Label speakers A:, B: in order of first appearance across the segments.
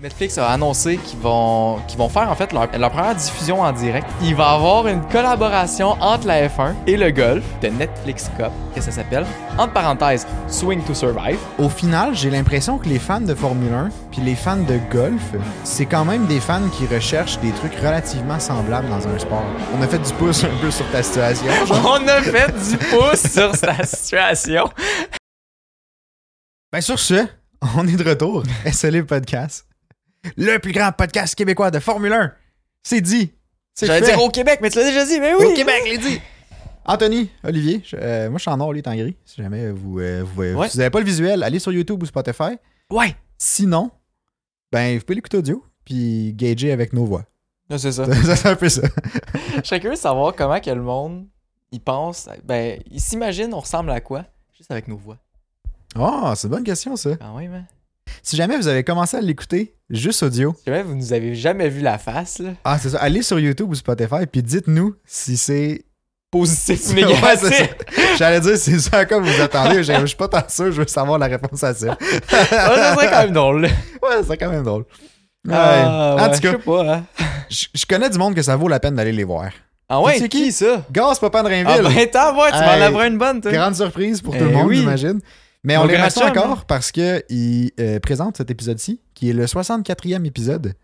A: Netflix a annoncé qu'ils vont, qu'ils vont faire en fait leur, leur première diffusion en direct. Il va y avoir une collaboration entre la F1 et le golf de Netflix Cup, que ça s'appelle, entre parenthèses, Swing to Survive.
B: Au final, j'ai l'impression que les fans de Formule 1 puis les fans de golf, c'est quand même des fans qui recherchent des trucs relativement semblables dans un sport. On a fait du pouce un peu sur ta situation. genre.
A: On a fait du pouce sur sa situation.
B: Ben sur ce, on est de retour. SLE Podcast. Le plus grand podcast québécois de Formule 1. C'est dit. C'est
A: J'allais
B: fait.
A: dire au Québec, mais tu l'as déjà dit, mais oui.
B: Au Québec, les dit. Anthony, Olivier, je- euh, moi je suis en or, lui il est en gris. Si jamais vous euh, vous, euh,
A: Ouais.
B: vous avez pas le visuel, allez sur YouTube ou Spotify.
A: Ouais.
B: Sinon, ben vous pouvez l'écouter audio puis gager avec nos voix.
A: Non, c'est ça.
B: Ça, c'est un peu ça.
A: Je serais curieux de savoir comment que le monde, il pense, ben, il s'imagine on ressemble à quoi, juste avec nos voix.
B: Oh, c'est une bonne question ça.
A: Quand même, hein.
B: Si jamais vous avez commencé à l'écouter juste audio,
A: C'est vrai, vous nous avez jamais vu la face, là.
B: ah c'est ça, allez sur YouTube ou Spotify puis dites-nous si c'est
A: Positif ou
B: Ouais, c'est ça.
A: négatif.
B: J'allais dire c'est ça comme vous attendez, je je suis pas tant sûr, je veux savoir la réponse à ça.
A: Ah, ça serait quand même drôle.
B: Ouais, c'est quand même drôle. Ouais.
A: Ah, ouais,
B: en tout
A: je
B: cas,
A: sais pas, hein.
B: je je connais du monde que ça vaut la peine d'aller les voir.
A: Ah ouais,
B: C'est
A: qui,
B: qui?
A: ça?
B: Gaz Papa de
A: Ah
B: Rainville.
A: ben, t'as, ouais, tu m'en
B: Hey.
A: apprends une bonne, toi.
B: Grande surprise pour
A: Eh
B: tout le monde,
A: oui.
B: j'imagine. Mais on
A: Mon
B: les
A: grand
B: remercie
A: chum, hein.
B: encore parce qu'ils présentent cet épisode-ci, qui est le 64e épisode.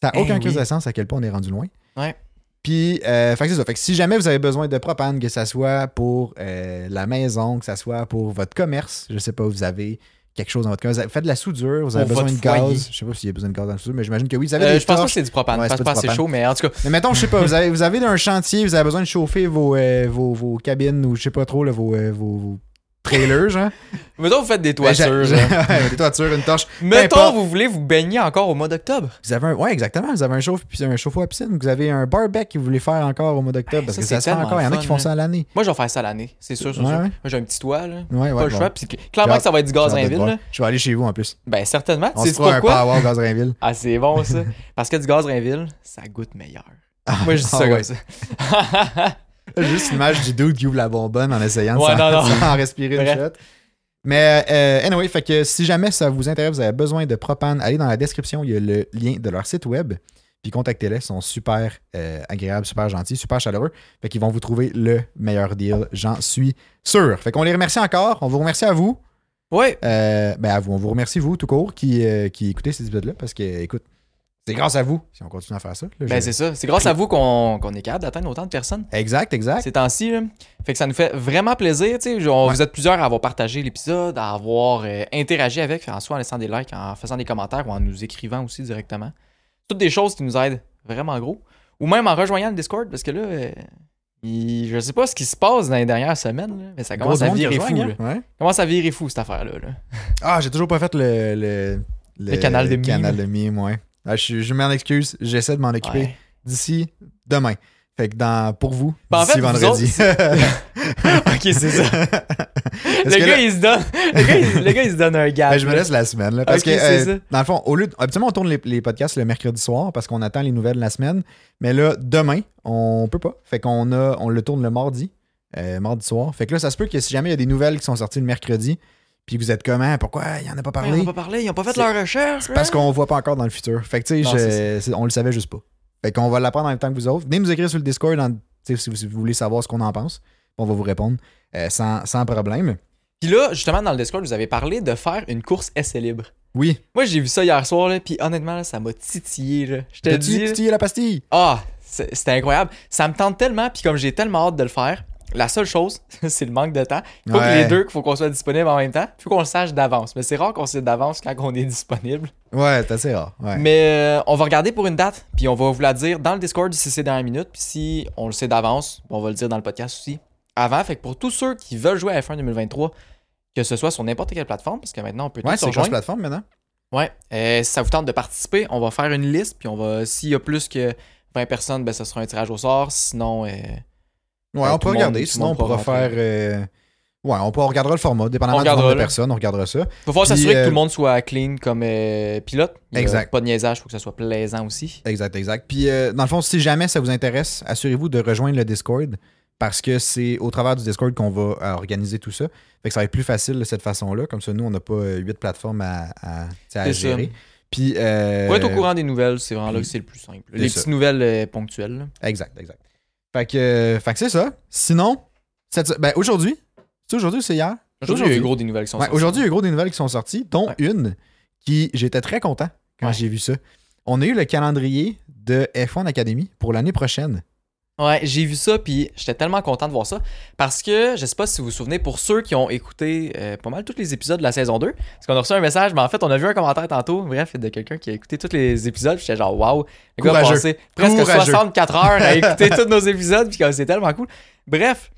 B: Ça n'a
A: Eh
B: aucun
A: oui.
B: crise de sens à quel point on est rendu loin.
A: Ouais.
B: Puis, euh, fait que c'est ça. Fait que si jamais vous avez besoin de propane, que ça soit pour euh, la maison, que ça soit pour votre commerce, je sais pas, vous avez quelque chose dans votre commerce, vous faites de la soudure, vous avez
A: Pour
B: besoin de
A: votre foyer.
B: gaz. Je sais pas s'il y a besoin de gaz dans la soudure, mais j'imagine que oui. Vous avez
A: Euh,
B: des
A: je pense pas que
B: torches.
A: c'est du propane.
B: Ouais,
A: je pense
B: c'est
A: pas
B: pas du
A: c'est chaud, mais en tout cas,
B: Mais mettons, je sais pas, vous avez, vous avez un chantier, vous avez besoin de chauffer vos, euh, vos, vos cabines ou je sais pas trop, là, vos, euh, vos, vos trailers, genre.
A: mettons, vous faites des
B: Ben, j'a-
A: toitures.
B: j'a-
A: hein.
B: Ouais, des toitures, une torche.
A: Mettons,
B: importe.
A: vous voulez vous baigner encore au mois d'octobre.
B: Vous avez un, ouais, exactement. Vous avez un chauffe puis un chauffe-eau à piscine. Vous avez un barbecue que vous voulez faire encore au mois d'octobre
A: Hey,
B: parce
A: Ben, ça,
B: que ça
A: c'est
B: se fait
A: tellement
B: encore. Il y en a
A: fun,
B: qui font
A: hein.
B: ça à l'année.
A: Moi, je vais faire ça l'année, c'est sûr, c'est
B: Ouais,
A: sûr.
B: ouais.
A: Moi, j'ai un petit toit, là.
B: Ouais, ouais.
A: pas le
B: bon.
A: choix. Puis cl- clairement
B: J'ai
A: que ça va être du
B: J'ai
A: gaz
B: hâte de te
A: Rainville.
B: voir.
A: là.
B: Je vais aller chez vous en plus.
A: Ben, certainement.
B: On
A: C'est
B: se fera un
A: pourquoi?
B: power gaz Rainville.
A: Ah, c'est bon, ça. Parce que du gaz Rainville, ça goûte meilleur. Moi, je dis
B: ah
A: ça
B: ouais.
A: comme ça.
B: Juste l'image du dude qui ouvre la bonbonne en essayant de
A: Ouais,
B: s'en-
A: non, non.
B: s'en respirer une
A: Bref.
B: shot. Mais euh, anyway, fait que si jamais ça vous intéresse, vous avez besoin de propane, allez dans la description, il y a le lien de leur site web. Puis contactez-les, ils sont super euh, agréables, super gentils, super chaleureux. Fait qu'ils vont vous trouver le meilleur deal, j'en suis sûr. Fait qu'on les remercie encore, on vous remercie à vous.
A: ouais,
B: Euh, ben à vous, on vous remercie vous tout court qui, euh, qui écoutez cet épisode-là parce que, écoute, c'est grâce à vous si on continue à faire ça. là,
A: ben
B: je-
A: c'est ça. C'est grâce à vous qu'on qu'on est capable d'atteindre autant de personnes.
B: Exact, exact.
A: ces temps-ci. là. Fait que ça nous fait vraiment plaisir. tu sais. On-
B: Ouais.
A: Vous êtes plusieurs à avoir partagé l'épisode, à avoir euh, interagi avec, en soit en laissant des likes, en faisant des commentaires ou en nous écrivant aussi directement. Toutes des choses qui nous aident vraiment gros. Ou même en rejoignant le Discord, parce que là, euh, il- je sais pas ce qui se passe dans les dernières semaines, là, mais ça commence
B: Gros
A: à
B: monde qui
A: virer fou.
B: rejoignent,
A: là.
B: hein? Ouais.
A: Commence à virer fou cette affaire-là. là.
B: Ah, j'ai toujours pas fait le, le,
A: Le canal de mime.
B: canal de mime, ouais. Ah, je je m'en excuse, j'essaie de m'en occuper
A: Ouais.
B: d'ici demain. Fait que dans, pour vous,
A: Ben, en
B: d'ici
A: fait, vous
B: vendredi.
A: autres, ok, c'est ça.
B: Parce
A: le,
B: que
A: gars,
B: là-
A: il se donne... le, gars, il... le gars, il se donne un gars.
B: Ben, je me laisse la semaine. là, parce
A: Ok,
B: que,
A: c'est
B: euh,
A: ça.
B: dans le fond, au lieu de- habituellement, on tourne les, les podcasts le mercredi soir parce qu'on attend les nouvelles la semaine. Mais là, demain, on peut pas. Fait qu'on a, on le tourne le mardi, euh, mardi soir. Fait que là, ça se peut que si jamais il y a des nouvelles qui sont sorties le mercredi, puis vous êtes comment, pourquoi il y en a pas
A: Ils
B: parlé,
A: n'ont pas parlé, ils n'ont pas fait
B: C'est-
A: leur recherche.
B: parce
A: hein?
B: qu'on voit pas encore dans le futur. Fait que, tu sais,
A: Non,
B: je-
A: c'est
B: c'est- on le savait juste pas. Fait qu'on va l'apprendre en même temps que vous autres. Venez nous écrire sur le Discord dans- tu sais, si, vous, si vous voulez savoir ce qu'on en pense. On va vous répondre euh, sans, sans problème.
A: Puis là, justement, dans le Discord, vous avez parlé de faire une course essai libre.
B: Oui.
A: Moi, j'ai vu ça hier soir, là, puis honnêtement, là, ça m'a titillé. Là. Je te le
B: T'as-tu
A: dis, là,
B: titillé la pastille?
A: ah, c'est- c'était incroyable. Ça me tente tellement, puis comme j'ai tellement hâte de le faire, la seule chose, c'est le manque de temps. Faut que
B: Ouais.
A: les deux, qu'il faut qu'on soit disponible en même temps, faut qu'on le sache d'avance. Mais c'est rare qu'on sait d'avance quand on est disponible.
B: Ouais, c'est assez rare. Ouais.
A: Mais euh, on va regarder pour une date, puis on va vous la dire dans le Discord si c'est dans la minute, puis si on le sait d'avance, on va le dire dans le podcast aussi avant. Fait que pour tous ceux qui veulent jouer à F1 2023, que ce soit sur n'importe quelle plateforme, parce que maintenant on peut
B: Ouais,
A: tous se
B: c'est cross
A: rejoindre.
B: plateforme maintenant.
A: Ouais, euh, si ça vous tente de participer, on va faire une liste, puis on va, s'il y a plus que 20 personnes, ben ça sera un tirage au sort, sinon... euh,
B: Ouais,
A: Ouais,
B: on
A: Euh, tout
B: peut
A: le monde-
B: regarder.
A: tout le
B: Sinon, on
A: monde pourra
B: pourra faire. euh, Ouais, on, peut- on regardera le format. Dépendamment
A: On
B: du nombre de
A: regardera, là.
B: personnes, on regardera ça.
A: faut falloir
B: Puis,
A: s'assurer
B: euh,
A: que tout le monde soit clean comme euh, pilote. Il y a
B: Exact.
A: Pas de niaisage, faut que ça soit plaisant aussi.
B: Exact, exact. Puis, euh, dans le fond, si jamais ça vous intéresse, assurez-vous de rejoindre le Discord parce que c'est au travers du Discord qu'on va euh, organiser tout ça. Fait que ça va être plus facile de cette façon-là. Comme ça, nous, on n'a pas euh, huit plateformes à, à- tu sais, à
A: C'est ça.
B: gérer. Puis. euh,
A: Pour être au courant des nouvelles, c'est vraiment là que
B: puis-
A: c'est le plus simple.
B: c'est
A: Les
B: ça.
A: petites nouvelles euh, ponctuelles. là.
B: Exact, exact. Fait que, euh, fait que c'est ça. Sinon, cette- ben, aujourd'hui, c'est aujourd'hui ou c'est hier?
A: Aujourd'hui, il y a eu gros des nouvelles qui sont
B: Ouais,
A: sorties.
B: aujourd'hui, il y a eu gros des nouvelles qui sont sorties, dont
A: Ouais.
B: une qui j'étais très content quand
A: Ouais.
B: j'ai vu ça. On a eu le calendrier de F1 Academy pour l'année prochaine.
A: Ouais, j'ai vu ça, puis j'étais tellement content de voir ça. Parce que, je sais pas si vous vous souvenez, pour ceux qui ont écouté euh, pas mal tous les épisodes de la saison 2, parce qu'on a reçu un message, mais en fait, on a vu un commentaire tantôt, bref, de quelqu'un qui a écouté tous les épisodes, puis j'étais genre, waouh, le gars a
B: Courageux.
A: passé presque
B: Courageux.
A: 64 heures à écouter tous nos épisodes, puis comme c'est tellement cool. Bref,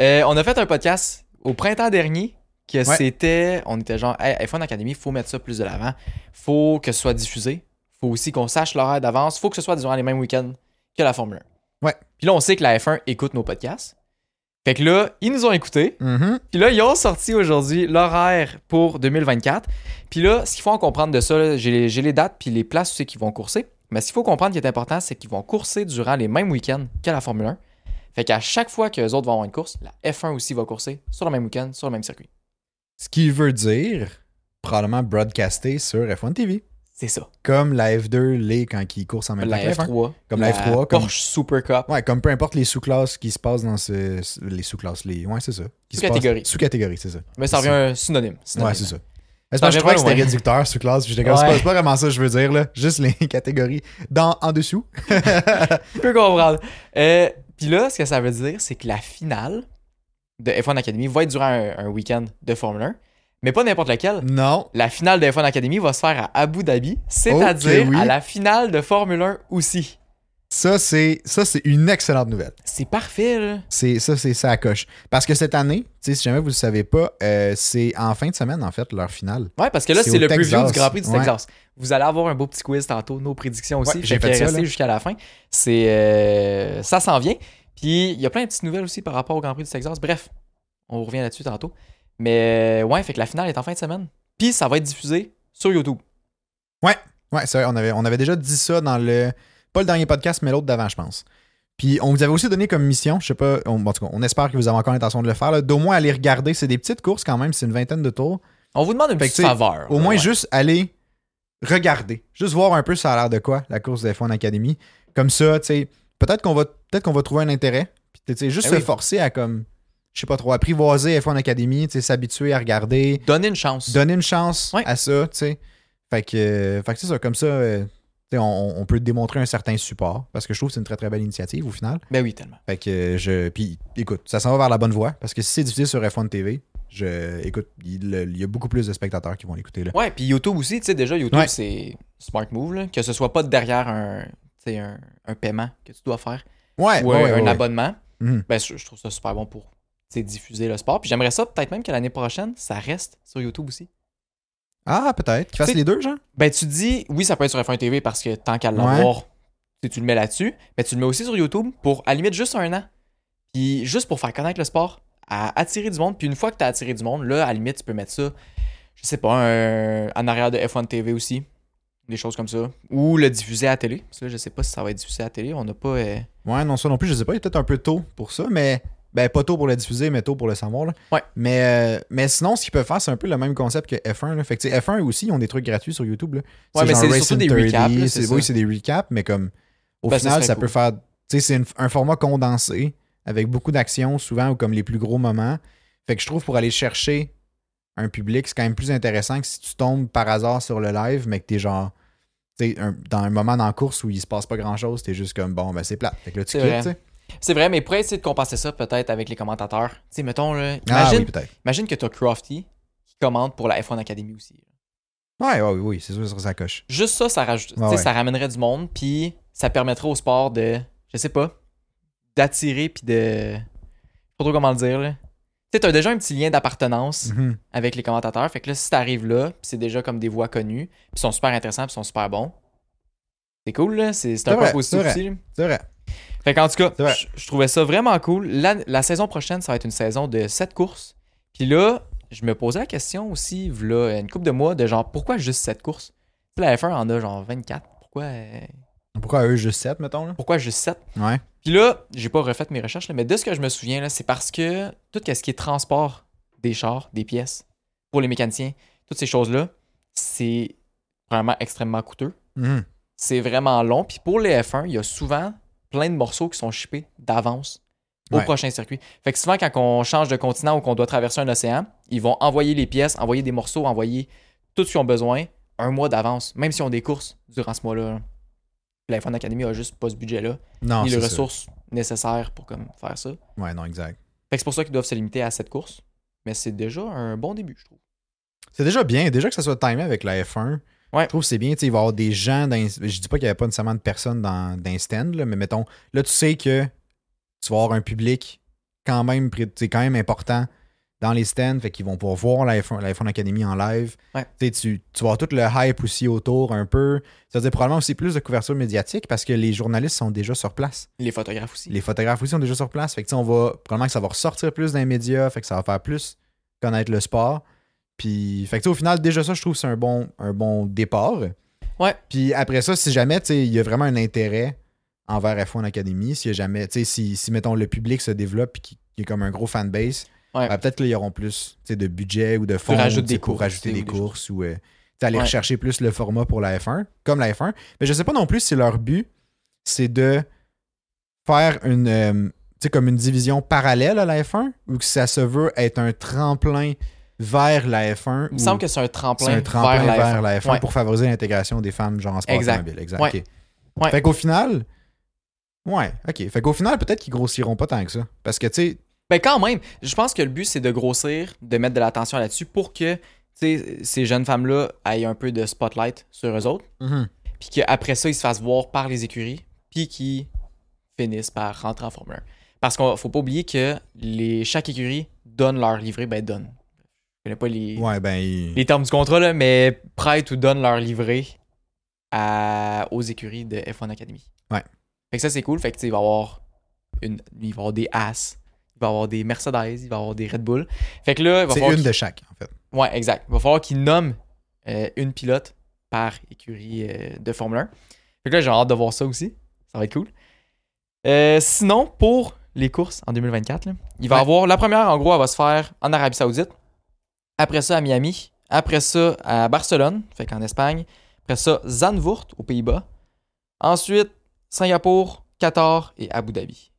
A: euh, on a fait un podcast au printemps dernier, que
B: Ouais.
A: c'était, on était genre, hey, F1 Academy, faut mettre ça plus de l'avant, faut que ce soit diffusé, faut aussi qu'on sache l'horaire d'avance, faut que ce soit durant les mêmes week-ends que la Formule 1. Puis là, on sait que la F1 écoute nos podcasts. Fait que là, ils nous ont écoutés.
B: Mhm.
A: Puis là, ils ont sorti aujourd'hui l'horaire pour 2024. Puis là, ce qu'il faut en comprendre de ça, là, j'ai les, j'ai les dates puis les places où c'est qu'ils vont courser. Mais ce qu'il faut comprendre qui est important, c'est qu'ils vont courser durant les mêmes week-ends que la Formule 1. Fait qu'à chaque fois qu'eux autres vont avoir une course, la F1 aussi va courser sur le même week-end, sur le même circuit.
B: Ce qui veut dire probablement broadcasté sur F1 TV.
A: C'est ça.
B: Comme la F2, les quand ils courent en même temps
A: La
B: que la F1.
A: F3.
B: Comme la F3, comme-
A: Porsche Super Cup.
B: Ouais, comme peu importe les sous-classes qui se passent dans ce. Les sous-classes, les. Ouais, c'est ça. Qui se passent-
A: Sous-catégories.
B: Sous-catégories, c'est ça.
A: Mais ça revient un synonyme. synonyme.
B: Ouais, c'est ça. C'est parce que je
A: revient
B: trouvais
A: pas
B: que c'était
A: loin.
B: réducteur sous classe. puis J'étais comme, c'est
A: Ouais.
B: pas- c'est pas vraiment ça que je veux dire, là. Juste les catégories dans, en dessous.
A: Je peux comprendre. Euh, Puis là, ce que ça veut dire, c'est que la finale de F1 Academy va être durant un, un week-end de Formule 1, mais pas n'importe lequel.
B: Non.
A: La finale de F1 Academy va se faire à Abu Dhabi, c'est-à-dire
B: Ok, oui.
A: à la finale de Formule 1 aussi.
B: Ça, c'est ça, c'est une excellente nouvelle.
A: C'est parfait, là.
B: C'est ça, c'est ça à coche. Parce que cette année, tu sais, si jamais vous le savez pas, euh, c'est en fin de semaine, en fait, leur finale.
A: Ouais, parce que là,
B: C'est
A: c'est
B: au
A: le preview
B: Texas.
A: du Grand Prix du
B: Ouais.
A: Texas. Vous allez avoir un beau petit quiz tantôt, nos prédictions aussi.
B: Ouais,
A: Fait
B: j'ai
A: que
B: fait ça,
A: restez
B: là.
A: jusqu'à la fin. C'est euh, ça s'en vient. Puis il y a plein de petites nouvelles aussi par rapport au Grand Prix du Texas. Bref, on vous revient là-dessus tantôt. Mais euh, ouais, fait que la finale est en fin de semaine. Puis ça va être diffusé sur YouTube.
B: Ouais, c'est vrai, on avait, on avait déjà dit ça dans le. Pas le dernier podcast, mais l'autre d'avant, je pense. Puis on vous avait aussi donné comme mission, je sais pas, on, bon, en tout cas, on espère que vous avez encore l'intention de le faire, là, d'au moins aller regarder. C'est des petites courses quand même, c'est une vingtaine de tours.
A: On vous demande une
B: Fait que,
A: petite
B: tu sais,
A: faveur.
B: Au
A: là,
B: moins,
A: ouais.
B: juste aller regarder. Juste voir un peu ça a l'air de quoi, la course de F1 Academy. Comme ça, tu sais, peut-être qu'on va, peut qu'on va trouver un intérêt. Puis, tu sais, juste
A: Eh
B: se
A: oui.
B: forcer à, comme, je sais pas trop, apprivoiser F1 Academy, tu sais, s'habituer à regarder,
A: Donnez une chance.
B: donner une chance
A: Ouais.
B: à ça, tu sais. Fait que, euh, fait que c'est ça, comme ça, euh, tu sais, on, on peut démontrer un certain support. Parce que je trouve que c'est une très, très belle initiative, au final.
A: Ben oui, tellement.
B: Fait que euh, je. Puis écoute, ça s'en va vers la bonne voie. Parce que si c'est diffusé sur F1 TV, je. Écoute, il il y a beaucoup plus de spectateurs qui vont l'écouter, là.
A: Ouais, puis YouTube aussi, tu sais, déjà, YouTube,
B: Ouais.
A: c'est smart move, là. Que ce soit pas derrière un, tu sais, un, un paiement que tu dois faire
B: Ouais,
A: ou
B: ouais,
A: un,
B: ouais,
A: un
B: ouais.
A: abonnement.
B: Mhm.
A: ben, je, je trouve ça super bon pour tu sais, diffuser le sport. Puis j'aimerais ça peut-être même que l'année prochaine, ça reste sur YouTube aussi.
B: Ah, peut-être. Qu'ils fassent
A: T'sais-
B: les deux, genre?
A: Ben, tu dis, oui, ça peut être sur F1 TV parce que tant qu'à
B: Ouais.
A: l'avoir, tu sais, tu le mets là-dessus, mais tu le mets aussi sur YouTube pour, à la limite, juste un an. Puis juste pour faire connaître le sport, à attirer du monde. Puis une fois que tu as attiré du monde, là, à la limite, tu peux mettre ça, je sais pas, un- en arrière de F1 TV aussi. Des choses comme ça. Ou le diffuser à la télé. Parce que là, je sais pas si ça va être diffusé à la télé. On n'a pas. euh,
B: Ouais, non, ça non plus, je sais pas. Il est peut-être un peu tôt pour ça, mais. Ben, pas tôt pour le diffuser, mais tôt pour le savoir. Là.
A: Ouais.
B: Mais, euh, mais sinon, ce qu'ils peuvent faire, c'est un peu le même concept que F1. Là. Fait que, tu sais, F1 aussi, ils ont des trucs gratuits sur YouTube. Là.
A: Ouais, mais
B: genre
A: c'est
B: Race
A: surtout
B: in
A: des
B: 30,
A: recaps, là, c'est
B: c'est-
A: ça.
B: Oui, c'est des recaps, mais comme. Au
A: Ben, ça
B: final,
A: serait
B: ça
A: cool.
B: peut faire. Tu sais, c'est une- un format condensé, avec beaucoup d'actions, souvent, ou comme les plus gros moments. Fait que je trouve pour aller chercher un public, c'est quand même plus intéressant que si tu tombes par hasard sur le live, mais que t'es genre. tu sais, un- dans un moment dans la course où il se passe pas grand chose, t'es juste comme bon, ben c'est plate. Fait que là, tu
A: C'est
B: cliques,
A: vrai.
B: tu sais.
A: C'est vrai, mais pourrait essayer de compenser ça peut-être avec les commentateurs. Tu sais, mettons, là,
B: Ah
A: imagine
B: oui, peut-être.
A: Imagine que tu as Crofty qui commande pour la F1 Academy aussi.
B: Ouais, ouais, oui, oui, c'est sûr, ça serait sa coche.
A: Juste ça, ça, rajoute, tu sais,
B: Ah ouais.
A: ça ramènerait du monde, puis ça permettrait au sport de, je sais pas, d'attirer, puis de. Je sais pas trop comment le dire. là. Tu sais, t'as déjà un petit lien d'appartenance
B: Mhm.
A: avec les commentateurs. Fait que là, si t'arrives là, puis c'est déjà comme des voix connues, puis ils sont super intéressants, puis ils sont super bons. C'est cool, là. C'est c'est un
B: C'est
A: point
B: vrai,
A: positif
B: c'est vrai.
A: aussi. là.
B: C'est vrai.
A: Fait qu'en tout cas,
B: C'est vrai.
A: je- je trouvais ça vraiment cool. La, la saison prochaine, ça va être une saison de 7 courses. Puis là, je me posais la question aussi, là, une couple de mois, de genre, pourquoi juste 7 courses? Tu sais, la F1 en a genre 24. Pourquoi, euh,
B: Pourquoi eux juste 7, mettons, là?
A: pourquoi juste 7?
B: Ouais.
A: Puis là, j'ai pas refait mes recherches, là, mais de ce que je me souviens, là, c'est parce que tout ce qui est transport des chars, des pièces, pour les mécaniciens, toutes ces choses-là, c'est vraiment extrêmement coûteux.
B: Mhm.
A: C'est vraiment long. Puis pour les F1, il y a souvent plein de morceaux qui sont shippés d'avance au
B: Ouais.
A: prochain circuit. Fait que souvent, quand on change de continent ou qu'on doit traverser un océan, ils vont envoyer les pièces, envoyer des morceaux, envoyer tout ce qu'ils ont besoin un mois d'avance, même si on des courses durant ce mois-là. La F1 Academy a juste pas ce budget-là,
B: Non,
A: ni les
B: c'est ça.
A: ressources nécessaires pour comme, faire ça.
B: Ouais, non, exact.
A: Fait que c'est pour ça qu'ils doivent se limiter à cette course. Mais c'est déjà un bon début, je trouve.
B: C'est déjà bien. Déjà que ça soit timé avec la F1,
A: Ouais.
B: je trouve que c'est bien. Tu sais, Il va y avoir des gens. Dans, je dis pas qu'il n'y avait pas nécessairement de personnes dans, dans les stands, là, mais mettons, là, tu sais que tu vas avoir un public quand même, pré- tu sais, quand même important dans les stands. Fait qu'ils vont pouvoir voir la F1, la F1 Academy en live.
A: Ouais.
B: Tu, sais, tu, tu vas avoir tout le hype aussi autour un peu. Ça veut dire probablement aussi plus de couverture médiatique parce que les journalistes sont déjà sur place.
A: Les photographes aussi.
B: Les photographes aussi sont déjà sur place. Fait que tu sais, on va probablement que ça va ressortir plus dans les médias, fait que ça va faire plus connaître le sport. Puis fait que tu sais, au final, déjà ça, je trouve que c'est un bon, un bon départ.
A: Ouais.
B: Puis après ça, si jamais tu sais, il y a vraiment un intérêt envers F1 Academy, si jamais, tu sais, si, si mettons le public se développe et qu'il y a comme un gros fanbase,
A: Ouais.
B: ben, peut-être qu'ils auront plus tu sais, de budget ou de fonds
A: rajoutes
B: tu sais,
A: des
B: pour
A: courses,
B: rajouter
A: tu sais,
B: des
A: ou des
B: courses ou euh, tu sais, aller
A: Ouais.
B: rechercher plus le format pour la F1, comme la F1. Mais je sais pas non plus si leur but, c'est de faire une, euh, tu sais, comme une division parallèle à la F1 ou que ça se veut être un tremplin vers la F1
A: Il
B: ou
A: me semble que c'est un tremplin,
B: c'est un tremplin vers
A: vers la F1.
B: la F1,
A: Ouais.
B: pour favoriser l'intégration des femmes genre en sport
A: Exact.
B: automobile. Exact.
A: Ouais.
B: ok.
A: Ouais.
B: Fait qu'au final, ouais, ok. Fait qu'au final, peut-être qu'ils grossiront pas tant que ça. Parce que, tu sais,
A: Ben quand même, je pense que le but c'est de grossir, de mettre de l'attention là-dessus pour que tu sais, ces jeunes femmes-là aient un peu de spotlight sur eux autres, puis qu'après ça ils se fassent voir par les écuries, puis qu'ils finissent par rentrer en Formule 1. Parce qu'il faut pas oublier que les, chaque écurie donne leur livret, ben donne. Je connais pas les,
B: ouais, ben, ils-
A: les termes du contrat, là, mais prête ou donne leur livret à- aux écuries de F1 Academy.
B: Ouais.
A: Fait que ça, c'est cool. Fait que, tu sais, il va y avoir, une, il va y avoir des As, il va y avoir des Mercedes, il va y avoir des Red Bull. Fait que là, il va
B: c'est
A: falloir.
B: une
A: qu'il-
B: de chaque, en fait.
A: Ouais, exact. Il va falloir qu'ils nomment euh, une pilote par écurie euh, de Formule 1. Fait que là, j'ai hâte de voir ça aussi. Ça va être cool. Euh, sinon, pour les courses en 2024, là, il va y
B: Ouais.
A: avoir la première, en gros, elle va se faire en Arabie Saoudite. Après ça, à Miami. Après ça, à Barcelone, fait qu'en Espagne. Après ça, Zandvoort, aux Pays-Bas. Ensuite, Singapour, Qatar et Abu Dhabi.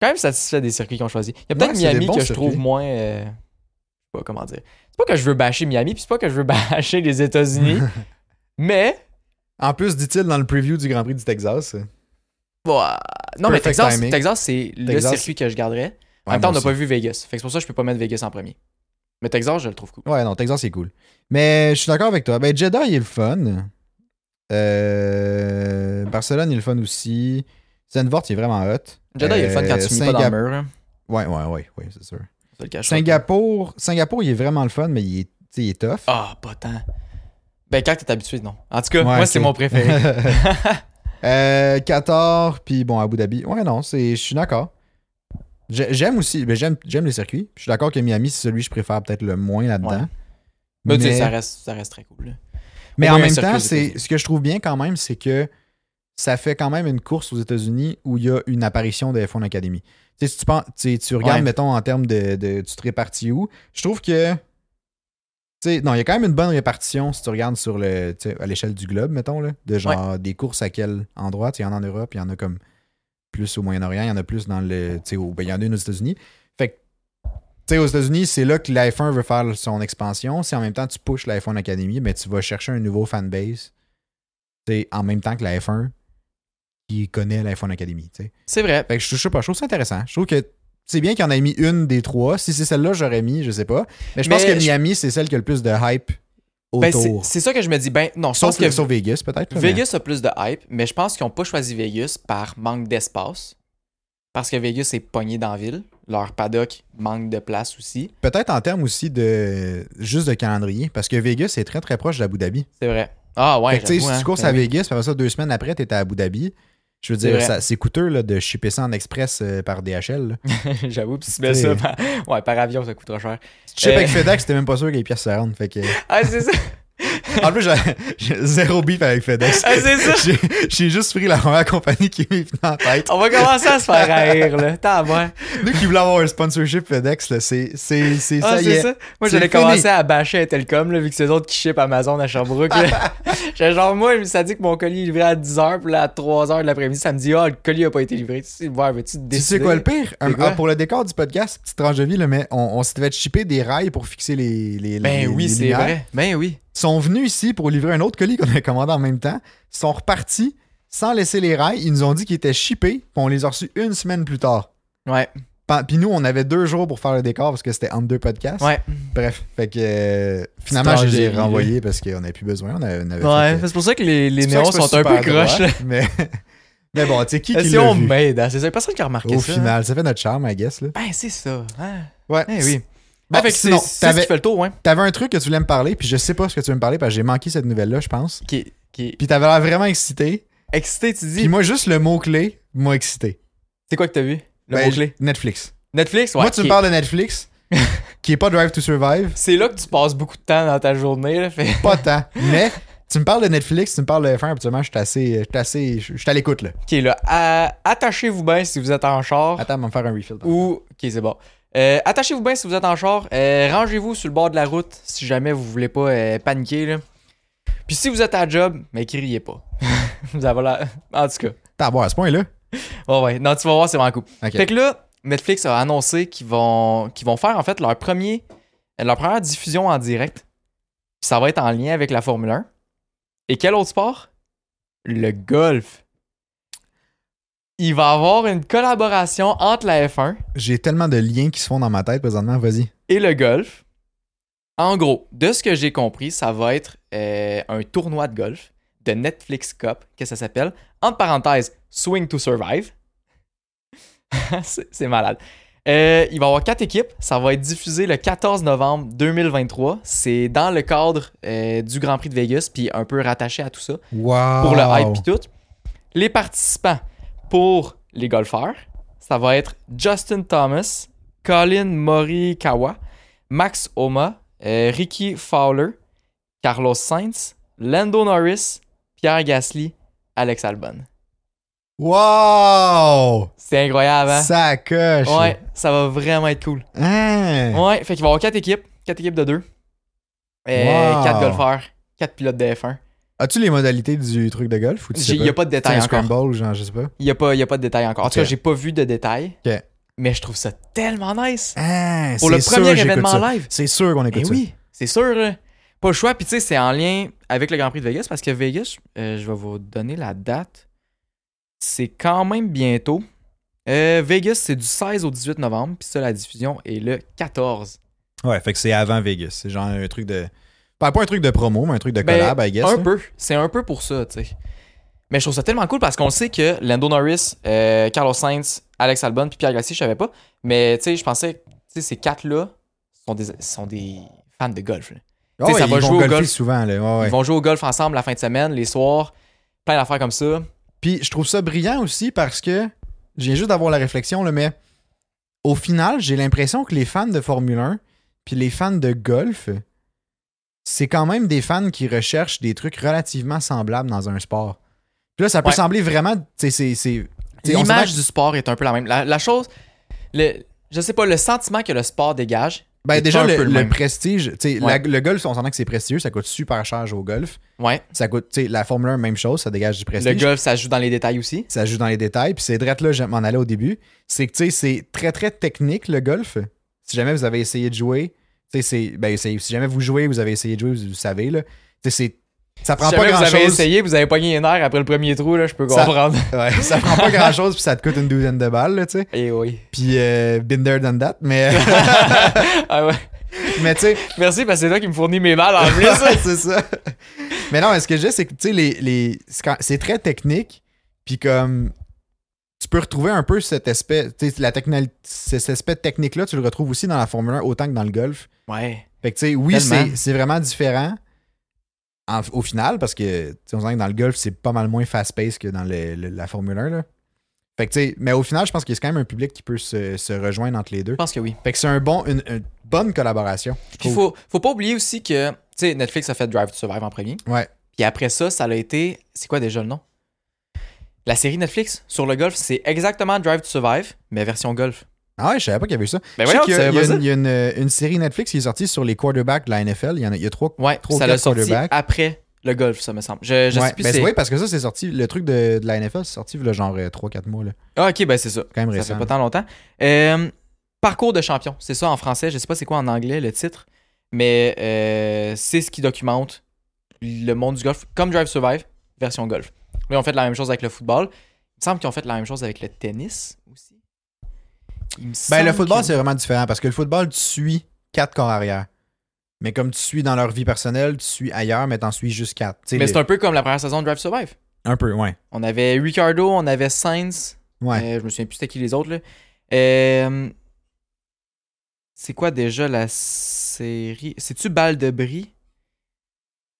A: Quand même satisfait des circuits qu'ils ont choisis. Il y a peut-être
B: Ouais, c'est des
A: Miami
B: bons
A: que je
B: circuits.
A: trouve moins. euh, je sais pas comment dire. C'est pas que je veux bâcher Miami, puis c'est pas que je veux bâcher les États-Unis, mais.
B: En plus, dit-il dans le preview du Grand Prix du Texas. euh,
A: Bon, euh, non, mais
B: Perfect
A: Texas,
B: timing.
A: Texas c'est le
B: Texas.
A: circuit que je garderais. En
B: ouais,
A: même temps, on
B: moi
A: n'a pas
B: aussi.
A: vu Vegas. Fait que c'est pour ça que je peux pas mettre Vegas en premier. Mais Texas, je le trouve cool.
B: Ouais, non, Texas, c'est cool. Mais je suis d'accord avec toi. Ben, Jeddah, il est le fun. Euh, Barcelone, il est le fun aussi. Zandvoort, il est vraiment hot.
A: Jeddah, il est le fun quand
B: Euh,
A: tu finis pas dans le
B: Singap-
A: mur. hein.
B: Ouais, ouais, ouais, ouais, c'est sûr.
A: Ça le cache pas.
B: Singapour, Singapour, il est vraiment le fun, mais il est, tu sais, il est tough.
A: Ah, pas tant. Ben, quand t'es habitué, non. En tout cas,
B: Ouais,
A: moi,
B: ok.
A: c'est mon préféré.
B: Euh, Qatar, puis bon, Abu Dhabi. Ouais, non, c'est, je suis d'accord. J'ai- J'aime aussi, ben, j'aime, j'aime les circuits. Je suis d'accord que Miami, c'est celui que je préfère peut-être le moins là-dedans.
A: Ouais. mais tu sais,
B: Mais-
A: ça reste, ça reste très cool. là.
B: Mais
A: Au
B: en
A: moins un
B: même
A: circuit
B: temps,
A: aux
B: c'est
A: États-Unis.
B: ce que je trouve bien quand même, c'est que ça fait quand même une course aux États-Unis où il y a une apparition de F1 Academy. Tu sais, si tu, penses, tu, sais, tu regardes,
A: Ouais.
B: mettons, en termes de, de- Tu te répartis où Je trouve que. tu sais, non, il y a quand même une bonne répartition si tu regardes sur le, tu sais, à l'échelle du globe, mettons, là, de genre des courses à quel endroit. Tu sais, Il y en a en Europe, il y en a comme plus au Moyen-Orient, il y en a plus dans le. tu sais, au- ben, il y en a une aux États-Unis. Fait que, tu sais, aux États-Unis, c'est là que la F1 veut faire son expansion. Si en même temps tu pushes la F1 Academy, mais tu vas chercher un nouveau fanbase, tu sais, en même temps que la F1 qui connaît la F1 Academy, tu sais.
A: C'est vrai.
B: Fait que je, je sais pas, je trouve ça intéressant. Je trouve que c'est bien qu'il y en ait mis une des trois. Si c'est celle-là, j'aurais mis, je sais pas. Mais je pense
A: Mais
B: que
A: je-
B: Miami, c'est celle qui a le plus de hype
A: Ben, c'est-
B: autour.
A: c'est ça que je me dis. Ben, non, je
B: Sauf,
A: pense que
B: sauf Vegas, peut-être. là, mais-
A: Vegas a plus de hype, mais je pense qu'ils n'ont pas choisi Vegas par manque d'espace. Parce que Vegas est pogné dans la ville. Leur paddock manque de place aussi.
B: Peut-être en termes aussi de juste de calendrier, parce que Vegas est très très proche d'Abu Dhabi.
A: C'est vrai. Ah ouais,
B: Fait que, tu sais,
A: j'avoue,
B: si
A: hein.
B: tu courses
A: Ben
B: à
A: oui.
B: Vegas, puis après ça, deux semaines après, t'es à Abu Dhabi. Je veux
A: C'est
B: dire,
A: vrai.
B: ça- c'est coûteux là, de shipper ça en express euh, par DHL. là.
A: J'avoue, puis tu mets
B: C'est-
A: ça par... Ouais, par avion, ça coûte trop cher.
B: Si tu shippes
A: Euh.
B: avec FedEx, t'es même pas sûr que les pièces se rendent. Fait que,
A: Ah, c'est ça.
B: En plus, j'ai- j'ai zéro beef avec FedEx.
A: Ah, c'est ça.
B: J'ai j'ai juste pris la première compagnie qui m'est venue en tête.
A: On va commencer à se faire haïr, là. T'as moi.
B: Nous qui voulons avoir un sponsorship FedEx, là, c'est c'est- c'est
A: Ah,
B: ça y
A: c'est
B: est.
A: ça. Moi,
B: C'est
A: j'allais
B: fini.
A: commencer à bâcher à Telcom, là, vu que c'est eux autres qui ship Amazon à Sherbrooke. là. J'étais genre, moi, ça dit que mon colis est livré à 10h, puis là, à 3h de l'après-midi, ça me dit, ah, le colis a pas été livré. Tu sais, ouais, veux-tu te
B: Tu
A: décider?
B: sais quoi le pire? Un-
A: C'est quoi?
B: ah, pour le décor du podcast, petite tranche de vie, là, mais on, on se devait chipper des rails pour fixer les. les les-
A: Ben oui,
B: les
A: c'est
B: lumières.
A: vrai. Ben oui.
B: Ils sont venus ici pour livrer un autre colis qu'on avait commandé en même temps. Ils sont repartis sans laisser les rails. Ils nous ont dit qu'ils étaient chippés, puis on les a reçus une semaine plus tard.
A: Ouais,
B: Pan- Puis nous, on avait deux jours pour faire le décor parce que c'était entre deux podcasts.
A: ouais.
B: Bref, fait que euh, finalement, je
A: tranche
B: les ai
A: de vie, là.
B: renvoyés parce qu'on n'avait plus besoin. On avait, on avait
A: Ouais,
B: fait, euh,
A: c'est pour ça que les, les
B: c'est pour
A: néons
B: ça que
A: sont
B: c'est
A: un
B: pas
A: peu
B: super droit,
A: croches, là.
B: Mais, mais bon, tu sais, qui, qui
A: Si
B: l'a
A: on
B: vu
A: m'aide, hein, c'est ça. Personne qui a remarqué
B: au
A: ça.
B: final? Ça fait notre charme, I guess. Là.
A: Ben, c'est ça. hein.
B: Ouais.
A: Eh oui.
B: Bon,
A: Ah, fait que c'est
B: sinon,
A: c'est ça
B: t'avais
A: qui fait le tour, hein.
B: t'avais un truc que tu voulais me parler, puis je sais pas ce que tu veux me parler parce que j'ai manqué cette nouvelle-là, je pense.
A: Qui est, qui est
B: Puis t'avais l'air vraiment excité.
A: excité, tu
B: Puis
A: dis.
B: moi, juste le mot-clé m'a excité.
A: C'est quoi que t'as vu? Le
B: Ben,
A: mot-clé.
B: Netflix.
A: Netflix, ouais.
B: moi, tu
A: qui
B: me
A: est-
B: parles de Netflix, qui est pas Drive to Survive,
A: C'est là que tu passes beaucoup de temps dans ta journée, là. Fait...
B: pas tant. mais tu me parles de Netflix, tu me parles de F1, habituellement, je suis assez. Je suis assez. Je suis à l'écoute, là.
A: Ok, là, à- attachez-vous bien si vous êtes en char.
B: Attends, on va me faire un refill.
A: Ou. Ok, c'est bon. Euh, attachez-vous bien si vous êtes en char. Euh, rangez-vous sur le bord de la route si jamais vous voulez pas euh, paniquer, là. Puis si vous êtes à job, mais criez pas. vous avez la... En tout cas.
B: T'as à boire à ce point-là.
A: Ouais, ouais. Non, tu vas voir, c'est vraiment cool.
B: Ok.
A: Fait que là, Netflix a annoncé qu'ils vont, qu'ils vont faire en fait leur premier, leur première diffusion en direct. Puis ça va être en lien avec la Formule 1. Et quel autre sport? Le golf. Il va y avoir une collaboration entre la F1
B: J'ai tellement de liens qui se font dans ma tête présentement, vas-y.
A: et le golf. En gros, de ce que j'ai compris, ça va être euh, un tournoi de golf de Netflix Cup, que ça s'appelle. Entre parenthèses, Swing to Survive. C'est c'est malade. Euh, il va y avoir quatre équipes. Ça va être diffusé le 14 novembre 2023. C'est dans le cadre euh, du Grand Prix de Vegas, puis un peu rattaché à tout ça
B: Wow.
A: pour le hype et tout. Les participants pour les golfeurs, ça va être Justin Thomas, Colin Morikawa, Max Homa, euh, Ricky Fowler, Carlos Sainz, Lando Norris, Pierre Gasly, Alex Albon.
B: Wow!
A: C'est incroyable, hein?
B: Ça coche.
A: Ouais, ça va vraiment être cool.
B: Hein?
A: Ouais, fait qu'il va y avoir quatre équipes, quatre équipes de deux. Euh,
B: Wow.
A: Quatre golfeurs, quatre pilotes de F1.
B: As-tu les modalités du truc de golf ou tu sais
A: Il n'y a pas de
B: C'est
A: détails
B: un
A: encore.
B: scramble, genre, je sais pas.
A: Il n'y a, pas- y a pas de détails encore. En tout
B: Ok.
A: cas, j'ai pas vu de détails.
B: Ok.
A: Mais je trouve ça tellement nice.
B: Ah,
A: Pour le
B: c'est
A: premier
B: sûr, j'écoute
A: événement
B: ça.
A: live.
B: C'est sûr qu'on écoute
A: Eh
B: ça.
A: oui, c'est sûr. là. Pas le choix. Puis tu sais, c'est en lien avec le Grand Prix de Vegas parce que Vegas, euh, je vais vous donner la date. C'est quand même bientôt. Euh, Vegas, c'est du 16 au 18 novembre. Puis ça, la diffusion est le 14.
B: Ouais, fait que c'est avant Vegas. C'est genre un truc de. Pas, pas un truc de promo, mais un truc de
A: Ben,
B: collab, I guess.
A: un
B: là. Ah
A: peu. C'est un peu pour ça, tu sais. Mais je trouve ça tellement cool parce qu'on le sait que Lando Norris, euh, Carlos Sainz, Alex Albon puis Pierre Gasly, je savais pas. Mais tu sais, je pensais que tu sais, ces quatre-là sont des, sont des fans de golf. là.
B: Ah
A: Tu sais,
B: ouais,
A: ça
B: ils
A: va
B: vont
A: jouer au
B: golfer
A: golf.
B: souvent, là. Ouais, ouais.
A: Ils vont jouer au golf ensemble la fin de semaine, les soirs, plein d'affaires comme ça.
B: Puis je trouve ça brillant aussi parce que je viens juste d'avoir la réflexion, là, mais au final, j'ai l'impression que les fans de Formule 1 puis les fans de golf, c'est quand même des fans qui recherchent des trucs relativement semblables dans un sport. Puis là, ça peut
A: Ouais.
B: sembler vraiment. tu sais, c'est- c'est- tu sais, on
A: L'image
B: s'entend-
A: du sport est un peu la même. La, la chose, le, je sais pas, le sentiment que le sport dégage.
B: Ben,
A: est
B: déjà,
A: un
B: le,
A: peu le
B: le
A: même.
B: prestige. tu sais,
A: Ouais.
B: la- le golf, on s'entend que c'est prestigieux, ça coûte super cher jouer au golf.
A: Ouais.
B: Ça coûte, tu sais, la Formule 1, même chose, ça dégage du
A: Le
B: prestige.
A: golf, ça joue dans les détails aussi.
B: ça joue dans les détails. Puis c'est drette là, je m'en allais au début. C'est que, tu sais, c'est très, très technique le golf. Si jamais vous avez essayé de jouer, tu sais, c'est. Ben, c'est- si jamais vous jouez, vous avez essayé de jouer, vous, vous savez, là. Tu sais, c'est. Ça prend
A: Si
B: pas
A: jamais vous
B: grand
A: avez
B: chose.
A: essayé, vous avez pogné une heure après le premier trou, là, je peux
B: Ça-
A: comprendre.
B: Ouais, ça prend pas grand chose, puis ça te coûte une douzaine de balles, là, tu sais.
A: Eh oui.
B: Puis, euh, been there, done that. Mais,
A: Ah ouais.
B: mais tu sais,
A: Merci parce que c'est toi qui me fournis mes balles en plus.
B: Ouais, c'est ça. Mais non, mais ce que je dis, c'est que, tu sais, les, les- c'est quand- c'est très technique, puis comme, tu peux retrouver un peu cet aspect, tu sais, la technali- c- cet aspect technique-là, tu le retrouves aussi dans la Formule 1 autant que dans le golf.
A: Ouais.
B: Fait que, tu sais, oui,
A: Tellement.
B: c'est c'est vraiment différent en- au final, parce que, tu sais, on sent que dans le golf, c'est pas mal moins fast-paced que dans le- le- la Formule 1, là. Fait que, tu sais, mais au final, je pense qu'il y a quand même un public qui peut se, se rejoindre entre les deux.
A: Je pense que oui.
B: Fait que c'est un bon, une, une bonne collaboration.
A: Puis
B: Cool.
A: faut, faut pas oublier aussi que, tu sais, Netflix a fait Drive to Survive en premier.
B: Ouais.
A: Puis après ça, ça a été. C'est quoi déjà le nom La série Netflix sur le golf, c'est exactement Drive to Survive, mais version golf.
B: Ah ouais, je savais pas qu'il y avait eu ça.
A: Ben
B: Je sais
A: voyons,
B: qu'il y
A: tu
B: a,
A: savais
B: il y a
A: pas ça?
B: une, il y a une- une série Netflix qui est sortie sur les quarterbacks de la NFL. Il y en a, il y a trois.
A: Ouais,
B: Trois ou
A: ça
B: quatre
A: l'a sorti
B: quarterbacks.
A: après le golf, ça me semble. Je, je
B: Ouais,
A: sais plus
B: ben
A: c'est.
B: oui, parce que ça, c'est sorti. Le truc de, de la NFL, c'est sorti le genre 3-4 mois. Là.
A: Ah, ok, ben c'est ça.
B: Quand même
A: Ça fait
B: récent.
A: pas tant longtemps. Euh, parcours de champion, c'est ça en français. Je sais pas c'est quoi en anglais le titre, mais euh, c'est ce qui documente le monde du golf, comme Drive Survive, version golf. Là, ils ont fait la même chose avec le football. Il me semble qu'ils ont fait la même chose avec le tennis aussi. Il me
B: Ben, le
A: semble
B: football,
A: que-
B: c'est vraiment différent parce que le football, tu suis quatre corps arrière. Mais comme tu suis dans leur vie personnelle, tu suis ailleurs, mais t'en suis juste quatre. Tu sais,
A: Mais
B: les-
A: c'est un peu comme la première saison de Drive Survive.
B: un peu, ouais.
A: On avait Ricardo, on avait Sainz.
B: Ouais.
A: Euh, je me souviens plus c'était qui les autres. là. Euh, c'est quoi déjà la série C'est-tu Balle de Brie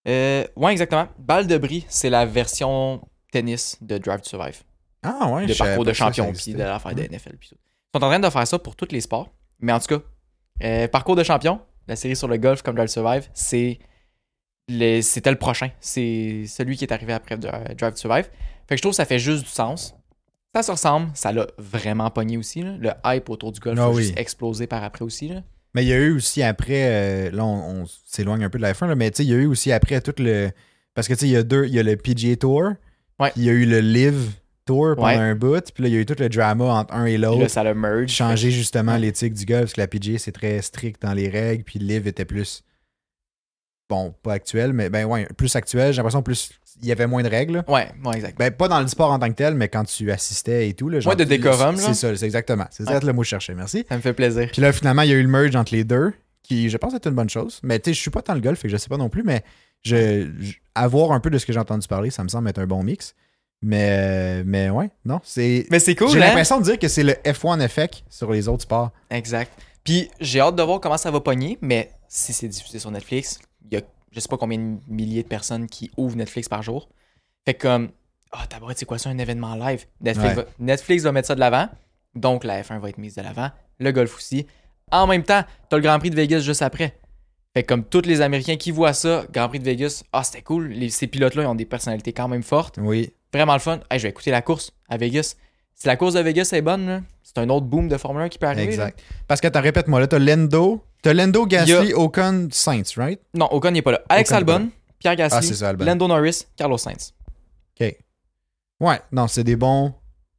A: Euh, Ouais, exactement. Balle de Brie, c'est la version tennis de Drive to Survive.
B: ah ouais,
A: de
B: je savais
A: parcours
B: pas
A: de
B: que ça, ça
A: champion, puis
B: existait.
A: de l'affaire de
B: Ouais.
A: NFL. Puis tout. Ils sont en train de faire ça pour tous les sports. Mais en tout cas, euh, parcours de champion, la série sur le golf comme Drive to Survive, c'est le- c'était le prochain. C'est celui qui est arrivé après Dri- Drive to Survive. Fait que je trouve que ça fait juste du sens. Ça se ressemble, ça l'a vraiment pogné aussi. là. Le hype autour du golf
B: Ah
A: a
B: oui.
A: juste explosé par après aussi. là.
B: Mais il y a eu aussi après, euh, là, on, on s'éloigne un peu de la F1, là, mais tu sais, il y a eu aussi après tout le. Parce que tu sais, il y a deux, il y a le PGA Tour,
A: Ouais.
B: puis il y a eu le Live Tour pendant
A: Ouais.
B: un bout, puis là, il y a eu tout le drama entre un et
A: Puis
B: l'autre.
A: là, ça l'a merge.
B: changer justement
A: Ouais.
B: l'éthique du golf, parce que la PGA c'est très strict dans les règles, puis le livre était plus bon, pas actuel, mais ben ouais, plus actuel, j'ai l'impression plus il y avait moins de règles. là.
A: Ouais, ouais, exact.
B: Ben pas dans le sport en tant que tel, mais quand tu assistais et tout là, genre,
A: de décorum,
B: C'est
A: là.
B: ça, c'est exactement. C'est ça le mot que je cherchais, merci.
A: Ça me fait plaisir.
B: Puis là finalement, il y a eu le merge entre les deux qui je pense est une bonne chose, mais tu sais, je suis pas tant le golf, fait que je sais pas non plus, mais je, je- avoir un peu de ce que j'ai entendu parler, ça me semble être un bon mix. Mais mais ouais, non, c'est
A: Mais c'est
B: j'ai
A: cool, hein?
B: l'impression de dire que c'est le F1 effect sur les autres sports.
A: Exact. Puis j'ai hâte de voir comment ça va pogner, mais si c'est diffusé sur Netflix, il y a je sais pas combien de milliers de personnes qui ouvrent Netflix par jour. Fait que comme ah tabarouette, c'est quoi ça un événement live Netflix,
B: Ouais.
A: va, Netflix va mettre ça de l'avant. Donc la F1 va être mise de l'avant, le golf aussi. En même temps, t'as le Grand Prix de Vegas juste après. Fait que comme tous les Américains qui voient ça, Grand Prix de Vegas, ah c'était cool, les- ces pilotes-là ils ont des personnalités quand même fortes
B: Oui.
A: vraiment le fun. Hey, je vais écouter la course à Vegas. Si la course de Vegas est bonne, là, c'est un autre boom de Formule 1 qui peut arriver. là.
B: Exact. Parce que t'as répète-moi là, t'as Lendo, t'as Lendo Gasly, Ocon, Saints, right?
A: Non, Ocon n'est pas là. Alex
B: Ocon n'est pas
A: Albon, Pierre
B: Ah,
A: Gasly,
B: c'est ça, Albon.
A: Lando Norris, Carlos Sainz.
B: OK. Ouais, non, c'est des bons.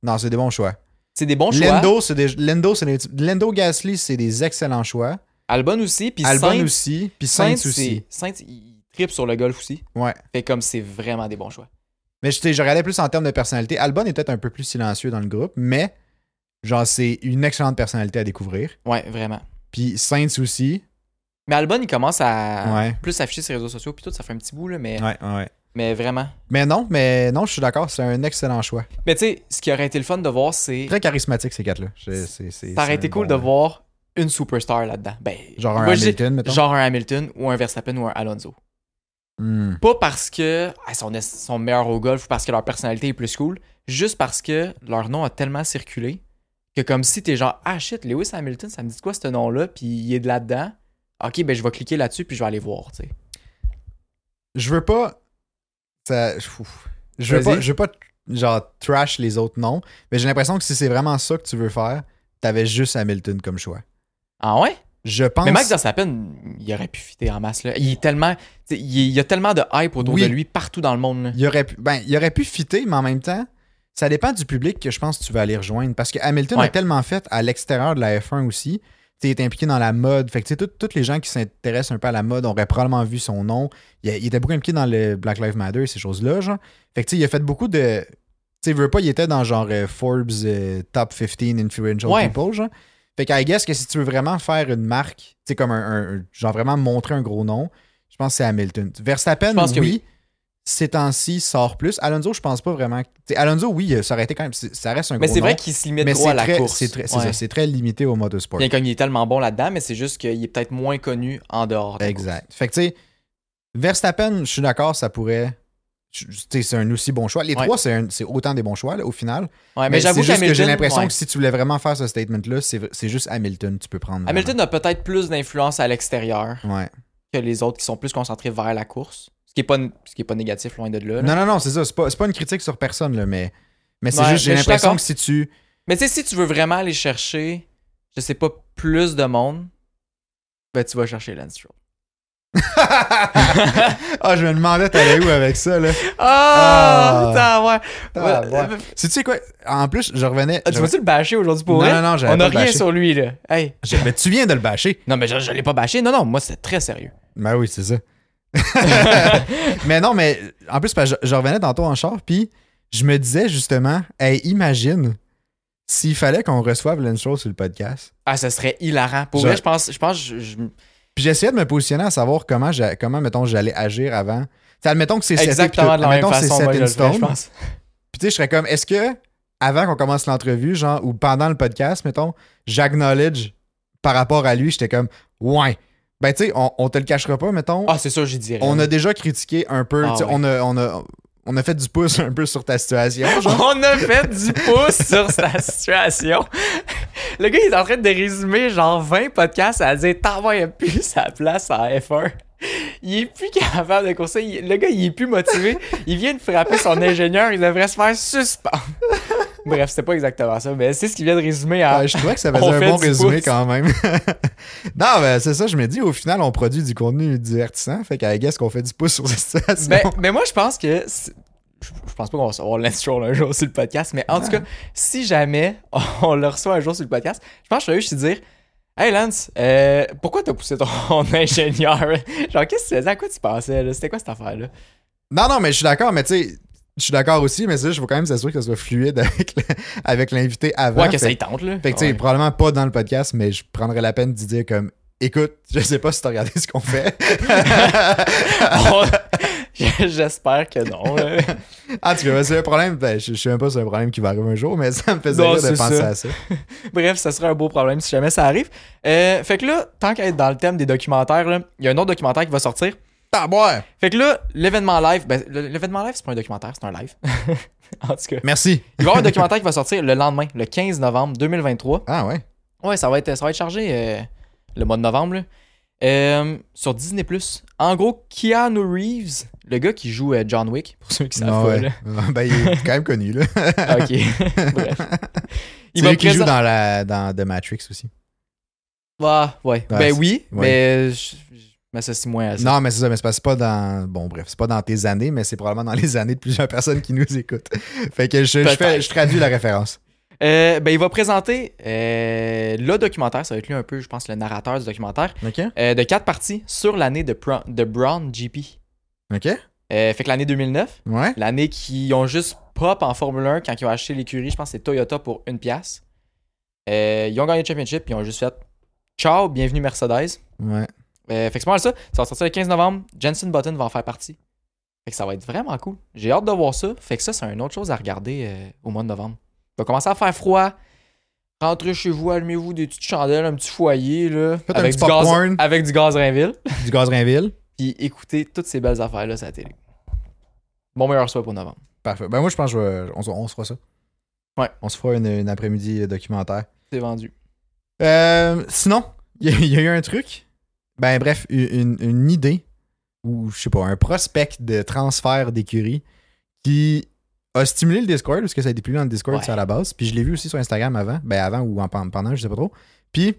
B: Non, c'est des bons choix.
A: C'est des bons choix.
B: Lendo, c'est des. Lendo, c'est des- Lando Gasly, c'est des excellents choix.
A: Albon aussi, puis
B: Albon
A: Sainz.
B: aussi, puis Sainz,
A: Sainz,
B: aussi.
A: c'est- Sainz, il tripe sur le golf aussi.
B: Ouais.
A: Fait comme c'est vraiment des bons choix.
B: Mais je, t'ai- je regardais plus en termes de personnalité. Albon est peut-être un peu plus silencieux dans le groupe, mais genre c'est une excellente personnalité à découvrir.
A: Ouais, vraiment.
B: Puis Sainz aussi.
A: Mais Albon, il commence à
B: Ouais.
A: plus afficher ses réseaux sociaux, puis tout, ça fait un petit bout, là, mais,
B: Ouais, ouais.
A: mais vraiment.
B: Mais non, mais non, je suis d'accord, c'est un excellent choix.
A: Mais tu sais, ce qui aurait été le fun de voir, c'est.
B: Très charismatique ces quatre-là. Je- c'est- c'est-
A: Ça
B: c'est
A: aurait été
B: un
A: cool
B: bon-
A: de voir une superstar là-dedans. Ben,
B: Genre un
A: moi, je dis-
B: Hamilton, mettons.
A: genre un Hamilton ou un Verstappen ou un Alonso.
B: Hmm.
A: Pas parce que ah, sont, sont meilleurs au golf ou parce que leur personnalité est plus cool, juste parce que leur nom a tellement circulé que comme si t'es genre ah shit, Lewis Hamilton, ça me dit de quoi ce nom-là, puis il est de là-dedans. Ok, ben je vais cliquer là-dessus puis je vais aller voir, tu sais.
B: Je veux pas. Ça. ouf. Je veux
A: Vas-y.
B: pas, je veux pas genre trash les autres noms, mais j'ai l'impression que si c'est vraiment ça que tu veux faire, t'avais juste Hamilton comme choix.
A: Ah ouais?
B: Je pense.
A: Mais Max Verstappen, il aurait pu fitter en masse là. Il est tellement. tu sais, Il il y a tellement de hype autour
B: Oui.
A: de lui partout dans le monde. là.
B: il aurait pu, ben, il aurait pu fitter, mais en même temps, ça dépend du public que je pense que tu vas aller rejoindre. Parce que Hamilton a
A: Ouais.
B: tellement fait à l'extérieur de la F1 aussi. Tu sais, Il est impliqué dans la mode. Fait que tu sais, tout- tous les gens qui s'intéressent un peu à la mode auraient probablement vu son nom. Il, a- il était beaucoup impliqué dans le Black Lives Matter et ces choses-là, genre. Fait que tu sais, il a fait beaucoup de. Tu sais, veux pas, il était dans genre euh, Forbes euh, Top 15 Influential
A: Ouais.
B: People, genre. Fait que I guess que si tu veux vraiment faire une marque, tu sais, comme un, un- un- Genre vraiment montrer un gros nom, je pense que c'est Hamilton. Verstappen,
A: Je pense que
B: oui.
A: oui.
B: Ces temps-ci, sort plus. Alonso, je pense pas vraiment. que- tu sais, Alonso, oui, euh, ça aurait été quand même. c'est- Ça reste un gros
A: Mais c'est
B: nom,
A: vrai qu'il se limite
B: mais
A: trop
B: c'est
A: à la
B: très-
A: course.
B: C'est très, c'est
A: Ouais.
B: ça, c'est très limité au motorsport.
A: Bien comme il est tellement bon là-dedans, mais c'est juste qu'il est peut-être moins connu en dehors. de la course.
B: Exact. Fait que tu sais, Verstappen, je suis d'accord, ça pourrait tu- tu sais, c'est un aussi bon choix. Les
A: Ouais.
B: trois, c'est un- c'est autant des bons choix là, au final.
A: Ouais, mais,
B: mais
A: j'avoue
B: c'est juste que j'ai
A: qu'Hamilton-
B: l'impression
A: ouais.
B: que si tu voulais vraiment faire ce statement-là, c'est c'est juste Hamilton, tu peux prendre. vraiment.
A: Hamilton a peut-être plus d'influence à l'extérieur
B: Ouais.
A: que les autres qui sont plus concentrés vers la course. Ce qui est pas, ce qui est pas négatif, loin de là. Ben là.
B: Non, non, non, c'est ça. C'est pas, c'est pas une critique sur personne, là, mais, mais c'est
A: Ouais,
B: juste, j'ai
A: mais je suis
B: l'impression
A: d'accord.
B: que si tu.
A: Mais tu sais, si tu veux vraiment aller chercher, je sais pas, plus de monde, ben tu vas chercher Lance Stroll.
B: Ah, je me demandais, t'allais où avec ça, là?
A: Ah,
B: Ah.
A: putain, ouais.
B: Ah,
A: Ouais,
B: ouais.
A: euh,
B: Sais-tu quoi? En plus, je revenais.
A: Ah, tu
B: je-
A: vas-tu le bâcher aujourd'hui pour
B: Non,
A: vrai?
B: non, non, j'avais
A: On
B: pas
A: a rien
B: bâché.
A: sur lui, là. Hey.
B: je- Mais tu viens de le bâcher.
A: Non, mais je, je l'ai pas bâché. Non, non, moi, c'est très sérieux.
B: Ben oui, c'est ça. mais non, mais en plus, parce que je, je revenais tantôt en char, puis je me disais justement, hey, imagine s'il fallait qu'on reçoive Lance Stroll sur le podcast.
A: Ah, ça serait hilarant. Pour
B: Je-
A: vrai, je pense, je pense, je- je-
B: Puis j'essayais de me positionner à savoir comment, j'a- comment mettons, j'allais agir avant. T'sais, admettons que c'est setté,
A: exactement de
B: puis tout.
A: la même
B: Admettons que c'est
A: façon. moi,
B: set
A: je
B: in
A: le ferais, je
B: stone.
A: pense.
B: Puis tu sais, je serais comme, est-ce que avant qu'on commence l'entrevue, genre, ou pendant le podcast, mettons, j'acknowledge par rapport à lui, j'étais comme, ouais. Ben tu sais, on, on te le cachera pas, mettons.
A: Ah, c'est sûr, j'y dirais.
B: on a déjà critiqué un peu,
A: Ah
B: tu sais,
A: oui.
B: on, a, on, a, on a fait du pouce un peu sur ta situation. genre.
A: On a fait du pouce sur sa situation. Le gars, il est en train de résumer genre 20 podcasts à dire T'envoies plus sa place à F1. Il est plus capable de conseiller. Le gars, il est plus motivé. Il vient de frapper son ingénieur. Il devrait se faire suspendre. Bref, c'était pas exactement ça, mais c'est ce qu'il vient de résumer à.
B: Ouais, Euh, je trouvais que ça faisait
A: ah. On
B: un
A: fait
B: bon
A: du
B: résumé
A: pouce.
B: quand même. non, ben c'est ça, je me dis, au final, on produit du contenu divertissant, fait qu'à guess qu'on fait du pouce sur la situation.
A: mais, mais moi, je pense que. c'est- Je je pense pas qu'on va recevoir Lance Stroll un jour sur le podcast, mais en tout
B: Ah.
A: cas, si jamais on le reçoit un jour sur le podcast, je pense que je serais juste lui dire Hey Lance, euh, pourquoi t'as poussé ton ingénieur Genre, qu'est-ce que tu faisais À quoi tu pensais là? C'était quoi cette affaire-là
B: Non, non, mais je suis d'accord, mais tu sais, je suis d'accord aussi, mais ça, je veux quand même s'assurer que ça soit fluide avec, le- avec l'invité avant.
A: Ouais, que
B: fait,
A: ça y tente, là.
B: fait que tu sais,
A: Ouais.
B: probablement pas dans le podcast, mais je prendrais la peine d'y dire comme, écoute, je sais pas si t'as regardé ce qu'on fait.
A: J'espère que non. là.
B: Ah, tu vois, c'est un problème. Ben, je, je sais même pas si c'est un problème qui va arriver un jour, mais ça me faisait
A: Non,
B: rire de
A: c'est
B: penser
A: ça.
B: à ça.
A: Bref, ça serait un beau problème si jamais ça arrive. Euh, fait que là, tant qu'à être dans le thème des documentaires, là, il y a un autre documentaire qui va sortir.
B: T'as boire!
A: Fait que là, l'événement live, ben, le- l'événement live, c'est pas un documentaire, c'est un live. en tout cas,
B: Merci.
A: il va y avoir un documentaire qui va sortir le lendemain, le 15 novembre 2023.
B: Ah ouais.
A: Ouais, ça va être, ça va être chargé euh, le mois de novembre, là. Euh, sur Disney+. En gros, Keanu Reeves, le gars qui joue euh, John Wick, pour ceux qui savent
B: Non,
A: pas,
B: ouais.
A: là.
B: Ben, il est quand même connu, là.
A: Ah, OK, bref.
B: Il c'est lui qui joue
A: présent-
B: dans, la, dans The Matrix aussi.
A: Ah, ouais.
B: Ouais,
A: Ben
B: c'est-
A: oui,
B: ouais.
A: mais je, je m'associe moins à ça.
B: Non, mais c'est ça, mais c'est pas, c'est pas dans. Bon, bref, c'est pas dans tes années, mais c'est probablement dans les années de plusieurs personnes qui nous écoutent. Fait que je, je,
A: Peut-être.
B: fais- je traduis la référence.
A: Euh, ben, il va présenter euh, le documentaire, ça va être lui un peu, je pense, le narrateur du documentaire,
B: OK.
A: euh, de quatre parties sur l'année de, Pro- de Brown GP.
B: OK.
A: Euh, fait que l'année 2009,
B: Ouais.
A: L'année qu'ils ont juste pop en Formule 1 quand ils ont acheté l'écurie, je pense que c'est Toyota pour une pièce. Euh, ils ont gagné le championship, puis ils ont juste fait Ciao, bienvenue Mercedes.
B: Ouais.
A: Euh, fait que c'est pas mal ça. Ça va sortir le 15 novembre. Jensen Button va en faire partie. Fait que ça va être vraiment cool. J'ai hâte de voir ça. Fait que ça, c'est une autre chose à regarder euh, au mois de novembre. Il va commencer à faire froid. Rentrez chez vous, allumez-vous des petites chandelles, un petit foyer, là.
B: Faites un
A: Avec,
B: petit
A: du gaz,
B: popcorn.
A: avec du gaz Rainville.
B: Du gaz Rainville.
A: Puis écoutez toutes ces belles affaires-là sur la télé. Bon meilleur souhait pour novembre.
B: Parfait. Ben, moi, je pense qu'on on se fera ça.
A: Ouais.
B: On se fera une, une après-midi euh, documentaire.
A: C'est vendu.
B: Euh, sinon, il y, a- il y a eu un truc. Ben bref, une, une- une idée ou je sais pas, un prospect de transfert d'écurie qui a stimulé le Discord parce que ça a été publié dans le Discord
A: Ouais.
B: ça, à la base. Puis je l'ai vu aussi sur Instagram avant, ben avant ou en pen- pendant, je sais pas trop. Puis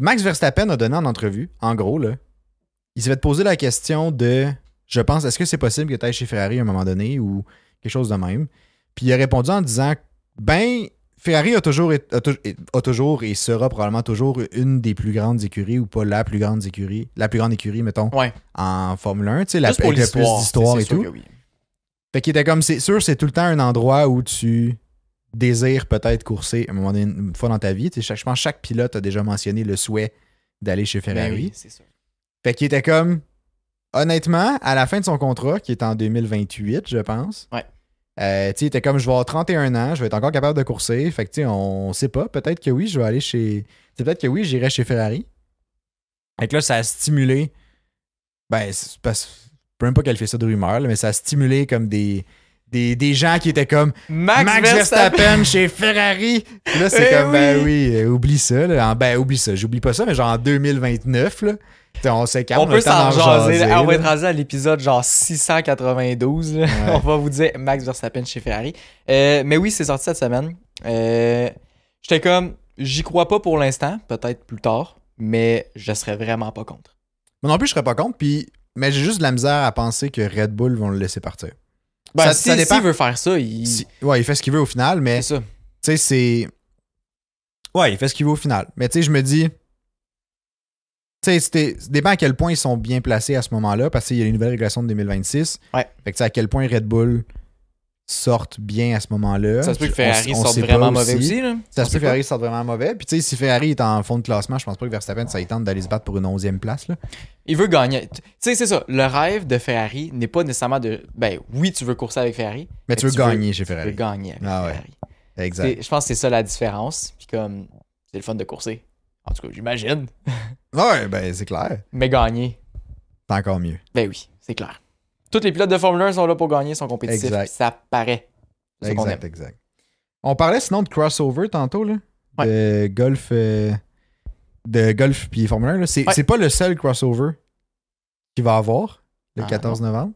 B: Max Verstappen a donné en entrevue, en gros là, il s'est fait poser la question de, je pense, est-ce que c'est possible que tu ailles chez Ferrari à un moment donné ou quelque chose de même. Puis il a répondu en disant Ben, Ferrari a toujours, et- a, tou- et- a toujours et sera probablement toujours une des plus grandes écuries ou pas la plus grande écurie, la plus grande écurie, mettons,
A: Ouais.
B: en Formule 1, tu sais, la
A: Juste pour
B: avec le plus
A: l'histoire.
B: d'histoire
A: c'est
B: et
A: sûr
B: tout.
A: que oui.
B: Fait qu'il était comme c'est sûr, c'est tout le temps un endroit où tu désires peut-être courser à un moment donné, une fois dans ta vie. Tu sais, chaque- je pense que chaque pilote a déjà mentionné le souhait d'aller chez
A: Ben
B: Ferrari.
A: oui, c'est sûr.
B: Fait qu'il était comme. Honnêtement, à la fin de son contrat, qui est en 2028, je pense.
A: Ouais.
B: euh, tu sais, il était comme je vais avoir 31 ans, je vais être encore capable de courser. Fait que tu sais, on sait pas. Peut-être que oui, je vais aller chez. tu sais, peut-être que oui, j'irai chez Ferrari. Fait que là, ça a stimulé. Ben, c'est parce- peux même pas qualifier ça de rumeur, là, mais ça a stimulé comme des, des, des gens qui étaient comme
A: Max, Verstappen.
B: chez Ferrari. Puis Là, c'est
A: Eh
B: comme, ben
A: oui.
B: oui, euh, oublie ça. Là. En- Ben, oublie ça. J'oublie pas ça, mais genre en 2029, là, t'sais, on sait quand
A: On peut s'en jaser. là. Ah, on va
B: là.
A: être rendu à l'épisode genre 692. là. on va vous dire Max Verstappen chez Ferrari. Euh, mais oui, c'est sorti cette semaine. Euh, J'étais comme, j'y crois pas pour l'instant, peut-être plus tard, mais je serais vraiment pas contre.
B: Moi non plus, je serais pas contre. Puis, mais j'ai juste de la misère à penser que Red Bull vont le laisser partir.
A: Ben,
B: Ça-
A: si,
B: ça dépend.
A: s'il veut faire ça, il...
B: Si- ouais, il fait ce qu'il veut au final, mais
A: c'est ça.
B: tu sais, c'est. Ouais, il fait ce qu'il veut au final. Mais tu sais, je me dis. Tu sais, c'était- ça dépend à quel point ils sont bien placés à ce moment-là, parce qu'il y a les nouvelles régulations de 2026.
A: Ouais.
B: Fait que tu sais, à quel point Red Bull sortent bien à ce moment-là.
A: Ça se peut que
B: On-
A: Ferrari
B: on
A: sorte
B: sait pas
A: vraiment mauvais aussi. là.
B: Ça
A: On
B: se
A: sait
B: peut que Ferrari sorte vraiment mauvais. Puis tu sais, si Ferrari est en fond de classement, je pense pas que Verstappen, ça y tente d'aller se battre pour une 11e place. Là.
A: Il veut gagner. Tu sais, c'est ça. Le rêve de Ferrari n'est pas nécessairement de. Ben oui, tu veux courser avec Ferrari.
B: Mais tu veux gagner chez Ferrari.
A: Tu veux gagner avec
B: Ah ouais,
A: Ferrari.
B: Exact.
A: C'est- Je pense que c'est ça la différence. Puis comme, c'est le fun de courser. En tout cas, j'imagine.
B: Ouais, ben c'est clair.
A: Mais gagner,
B: C'est encore mieux.
A: ben oui, c'est clair. Tous les pilotes de Formule 1 sont là pour gagner, sont compétitifs.
B: Exact.
A: puis Ça paraît. C'est ce qu'on
B: Exact, exact. On parlait sinon de crossover tantôt, là. De golf. euh, de golf puis Formule 1. là. C'est
A: Ouais.
B: c'est pas le seul crossover qu'il va avoir le
A: Ah,
B: 14 novembre.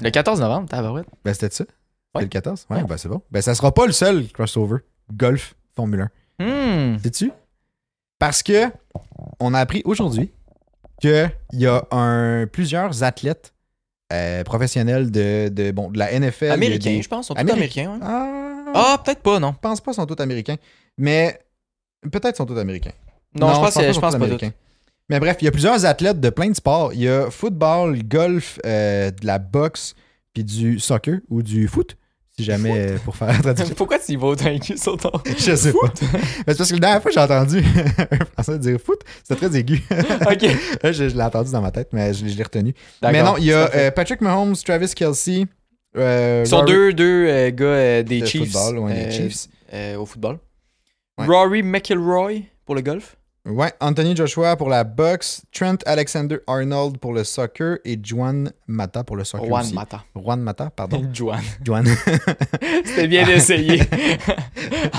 A: Le 14 novembre, tabarouette.
B: Ben, c'était ça?
A: Ouais.
B: C'était le 14? Ouais,
A: Ouais.
B: ben c'est bon. Ben, ça sera pas le seul crossover golf Formule 1.
A: Hmm.
B: Sais-tu? Parce que on a appris aujourd'hui qu'il y a un, plusieurs athlètes euh, professionnels de, de, bon, de la NFL. il y a
A: Américains,
B: des-
A: je pense. Sont tous
B: Américains.
A: américains, ouais.
B: Ah,
A: Ah, peut-être pas, non.
B: je pense pas qu'ils sont tous américains, mais peut-être sont tous américains.
A: Non, je pense, que- je
B: qu'ils
A: pense pas
B: sont tous
A: tout.
B: américains. Mais bref, il y a plusieurs athlètes de plein de sports. Il y a football, golf, euh, de la boxe, puis du soccer ou du foot, si jamais euh, pour faire la traduction.
A: Pourquoi tu y vas autant aigu sur ton.
B: Je sais pas. Mais c'est parce que la dernière fois que j'ai entendu un Français dire foot, c'était très aigu.
A: ok.
B: je je l'ai entendu dans ma tête, mais je, l'ai- je l'ai retenu. Mais
A: D'accord,
B: non, il y a
A: c'est parfait.
B: euh, Patrick Mahomes, Travis Kelsey. euh,
A: Ils sont
B: Rory-
A: deux, deux euh, gars euh, des
B: de
A: Chiefs.
B: football, ouais, des
A: euh,
B: Chiefs.
A: euh, au football.
B: Ouais.
A: Rory McIlroy pour le golf.
B: Ouais, Anthony Joshua pour la boxe, Trent Alexander Arnold pour le soccer et Juan Mata pour le soccer.
A: Juan
B: aussi.
A: Mata.
B: Juan Mata, pardon.
A: Juan.
B: Juan.
A: C'était bien essayé.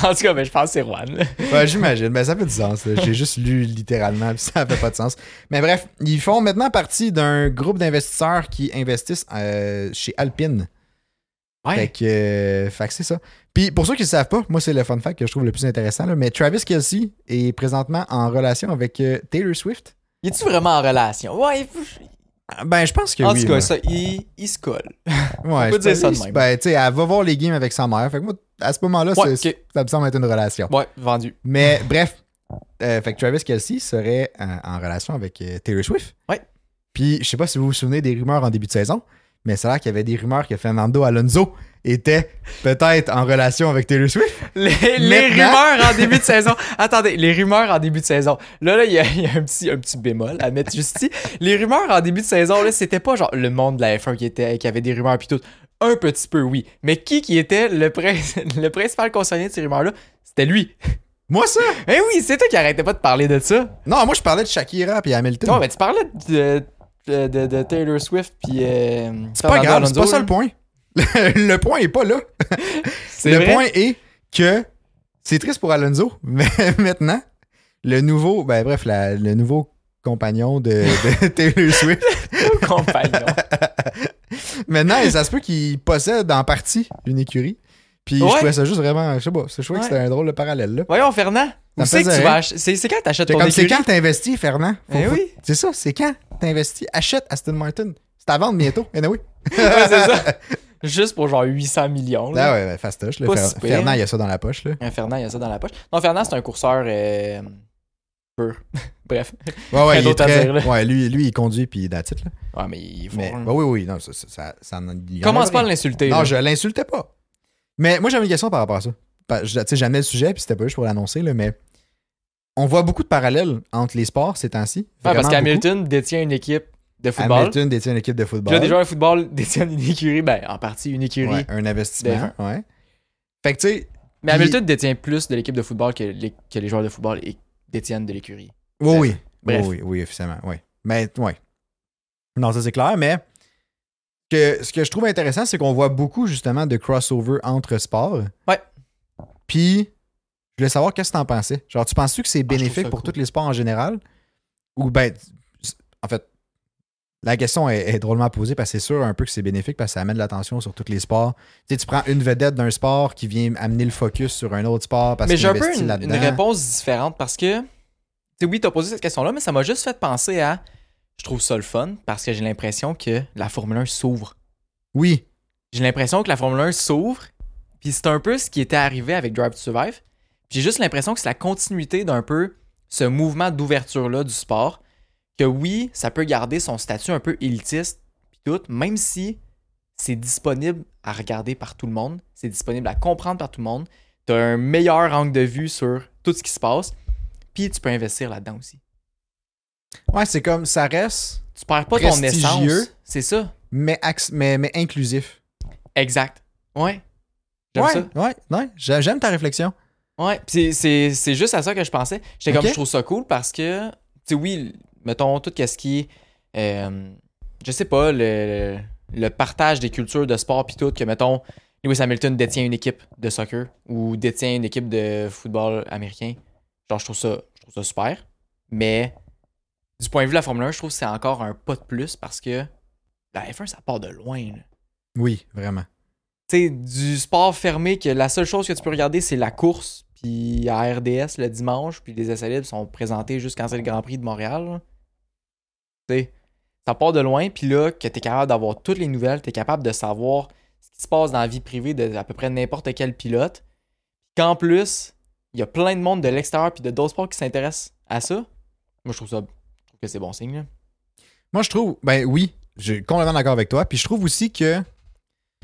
A: en tout cas, ben, je pense que c'est Juan. là.
B: Ouais, J'imagine, mais ça fait du sens. là. J'ai juste lu littéralement, puis ça fait pas de sens. Mais bref, ils font maintenant partie d'un groupe d'investisseurs qui investissent euh, chez Alpine. Fait
A: Ouais.
B: que, euh, fait que c'est ça. Puis pour ceux qui ne savent pas, moi c'est le fun fact que je trouve le plus intéressant, là, mais Travis Kelsey est présentement en relation avec euh, Taylor Swift.
A: Il est-tu vraiment en relation? Ouais.
B: Ben, je pense que
A: En
B: oui.
A: tout cas,
B: là.
A: ça, il, il se colle.
B: Ouais,
A: On peut
B: je
A: dire ça de
B: pense-
A: même.
B: Ben, tu sais, elle va voir les games avec sa mère. Fait que moi, à ce moment-là,
A: Ouais,
B: c'est-
A: ok.
B: ça me semble être une relation.
A: Ouais, vendu.
B: Mais bref, euh, fait que Travis Kelsey serait euh, en relation avec euh, Taylor Swift.
A: Ouais.
B: Puis, je sais pas si vous vous souvenez des rumeurs en début de saison, mais c'est là qu'il y avait des rumeurs que Fernando Alonso était peut-être en relation avec Taylor Swift.
A: Les, les
B: Maintenant-
A: rumeurs en début de saison. Attendez, les rumeurs en début de saison. Là, là, il y a, il y a un, petit, un petit bémol à mettre juste ici. Les rumeurs en début de saison, là, c'était pas genre le monde de la F1 qui, était, qui avait des rumeurs puis tout. Un petit peu, oui. Mais qui qui était le, prince- le principal concerné de ces rumeurs-là? C'était lui.
B: Moi, ça?
A: Eh oui, c'est toi qui arrêtais pas de parler de ça.
B: Non, moi, je parlais de Shakira puis Hamilton.
A: Non, mais tu parlais de, de, de- de Taylor Swift puis. euh,
B: c'est pas
A: Fernando
B: grave, c'est
A: Alonso,
B: pas ça
A: là.
B: le point. le point est pas là.
A: C'est
B: Le
A: vrai.
B: point est que c'est triste pour Alonso, mais maintenant, le nouveau, ben bref, la- le nouveau compagnon de, de Taylor Swift,
A: compagnon.
B: maintenant, ça se peut qu'il possède en partie une écurie. Puis
A: Ouais.
B: je trouvais ça juste vraiment, je sais pas, je
A: Ouais.
B: trouvais que c'était un drôle de parallèle là.
A: Voyons, Fernand,
B: me
A: où c'est que
B: faisait
A: tu vas
B: rire.
A: acheter C'est c'est quand t'achètes
B: C'est
A: ton
B: comme, c'est
A: écurie
B: quand t'investis, Fernand? Faut-
A: Eh
B: faut-
A: oui.
B: C'est ça, c'est quand t'investis. Achète Aston Martin. C'est à vendre bientôt. Eh oui.
A: Ouais, c'est ça. Juste pour genre 800 millions.
B: Ah
A: là.
B: ouais, ben, fastoche. là.
A: Pas
B: Fer-
A: si pire.
B: Fernand, il a ça dans la poche. Là.
A: Hein, Fernand, il a ça dans la poche. Non, Fernand, c'est un courseur euh, pur. Bref.
B: Ouais, ouais,
A: Rien
B: il est
A: d'autre à
B: très-
A: dire, là.
B: ouais, lui, lui, il conduit, puis that's it, là.
A: Ouais, mais il faut.
B: Mais, bah oui, oui, non, ça, ça, ça, ça en- il y en
A: Commence
B: avait
A: pas à
B: rien.
A: l'insulter.
B: Non,
A: là. Ah,
B: je l'insultais pas. Mais moi, j'avais une question par rapport à ça. Par- je- Tu sais, j'amenais le sujet, puis c'était pas juste pour l'annoncer, là, mais on voit beaucoup de parallèles entre les sports ces temps-ci.
A: Ouais, Ah, parce
B: Vraiment beaucoup.
A: qu'Hamilton détient une équipe de football.
B: Hamilton détient une équipe de
A: Puis
B: football.
A: Là, des joueurs de football détiennent une écurie, ben, en partie une écurie.
B: Ouais, un investissement, ouais. Fait que tu sais,
A: Mais
B: Puis-
A: Hamilton détient plus de l'équipe de football que les, que les joueurs de football et- détiennent de l'écurie.
B: oui, oui,
A: Bref.
B: oui, oui, officiellement, oui. Mais, ouais. Non, ça c'est clair, mais que, ce que je trouve intéressant, c'est qu'on voit beaucoup justement de crossover entre sports.
A: Ouais.
B: Puis, je voulais savoir qu'est-ce que t'en pensais. Genre, tu penses-tu que c'est
A: Ah, trouve
B: bénéfique
A: ça
B: pour
A: cool.
B: tous les sports en général? Ou ben, c'est- en fait, la question est, est drôlement posée parce que c'est sûr un peu que c'est bénéfique parce que ça amène l'attention sur tous les sports. Tu sais, tu prends une vedette d'un sport qui vient amener le focus sur un autre sport parce
A: Mais
B: qu'il
A: j'ai un peu
B: investit
A: une, une
B: là-dedans.
A: réponse différente parce que, tu sais, oui, t'as posé cette question-là, mais ça m'a juste fait penser à. Je trouve ça le fun parce que j'ai l'impression que la Formule 1 s'ouvre.
B: Oui,
A: J'ai l'impression que la Formule 1 s'ouvre, puis c'est un peu ce qui était arrivé avec Drive to Survive. Puis J'ai juste l'impression que c'est la continuité d'un peu ce mouvement d'ouverture-là du sport. Que oui, ça peut garder son statut un peu élitiste, puis tout, même si c'est disponible à regarder par tout le monde, c'est disponible à comprendre par tout le monde. Tu as un meilleur angle de vue sur tout ce qui se passe, puis tu peux investir là-dedans aussi.
B: ouais, c'est comme ça reste,
A: Tu perds pas ton
B: Prestigieux.
A: essence. C'est ça.
B: mais, axe- mais, mais inclusif.
A: Exact. Ouais. J'aime
B: Ouais,
A: ça.
B: ouais, ouais, j'a- j'aime ta réflexion.
A: Ouais, pis c'est- c'est c'est juste à ça que je pensais. J'étais comme,
B: Ok.
A: je trouve ça cool parce que, tu sais, oui, mettons, tout ce qui est, euh, je sais pas, le, le partage des cultures de sport pis tout, que, mettons, Lewis Hamilton détient une équipe de soccer ou détient une équipe de football américain. Genre, je trouve ça, je trouve ça super. Mais, du point de vue de la Formule 1, je trouve que c'est encore un pas de plus parce que la F1, ça part de loin, là
B: Oui, vraiment.
A: tu sais, du sport fermé que la seule chose que tu peux regarder, c'est la course. Puis à RDS le dimanche, puis les essais libres sont présentés juste quand c'est le Grand Prix de Montréal. là. Tu sais, ça part de loin. Puis là, que tu es capable d'avoir toutes les nouvelles, tu es capable de savoir ce qui se passe dans la vie privée de à peu près n'importe quel pilote. Qu'en plus, il y a plein de monde de l'extérieur puis de d'autres sports qui s'intéressent à ça. Moi, je trouve ça, je trouve que c'est bon signe. là.
B: Moi, je trouve, ben oui, je suis complètement d'accord avec toi. Puis je trouve aussi que,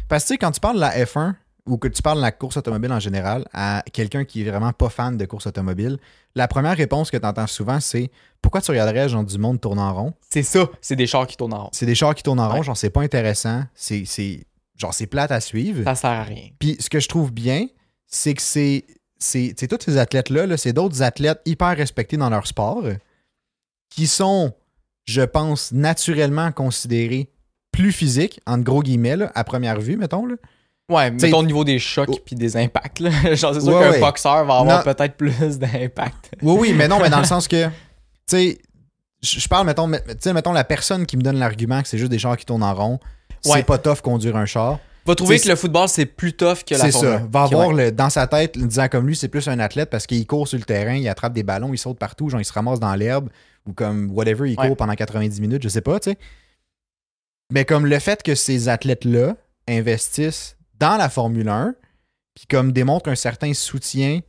B: parce que tu sais, quand tu parles de la F1 ou que tu parles de la course automobile en général à quelqu'un qui est vraiment pas fan de course automobile, la première réponse que tu entends souvent, c'est pourquoi tu regarderais genre du monde tourner en rond
A: C'est ça, c'est des chars qui tournent en rond.
B: C'est des chars qui tournent en rond,
A: Ouais.
B: genre c'est pas intéressant, c'est, c'est- genre c'est plate à suivre.
A: Ça sert à rien.
B: Puis ce que je trouve bien, c'est que c'est. C'est c'est tous ces athlètes-là, là, c'est d'autres athlètes hyper respectés dans leur sport qui sont, je pense, naturellement considérés plus physiques, entre gros guillemets, là, à première vue, mettons. Là.
A: Ouais,
B: T'sais,
A: mettons au niveau des chocs
B: oh.
A: puis des impacts. Là. Genre, c'est sûr
B: Ouais,
A: qu'un
B: ouais.
A: boxeur va avoir
B: Non.
A: peut-être plus d'impact.
B: Oui, oui, mais non, mais dans le sens que, tu sais, je je parle, mettons, mais- tu sais, mettons, la personne qui me donne l'argument que c'est juste des chars qui tournent en rond,
A: Ouais.
B: c'est pas tough conduire un char.
A: Va trouver
B: T'sais,
A: que le football, c'est plus tough que la
B: C'est
A: Formule
B: ça.
A: 1.
B: Va
A: Ok,
B: avoir
A: ouais.
B: le, dans sa tête, en disant comme lui, c'est plus un athlète parce qu'il court sur le terrain, il attrape des ballons, il saute partout, genre il se ramasse dans l'herbe ou comme whatever, il
A: Ouais.
B: court pendant 90 minutes, je sais pas, tu sais. Mais comme le fait que ces athlètes-là investissent dans la Formule 1, puis comme démontrent un certain soutien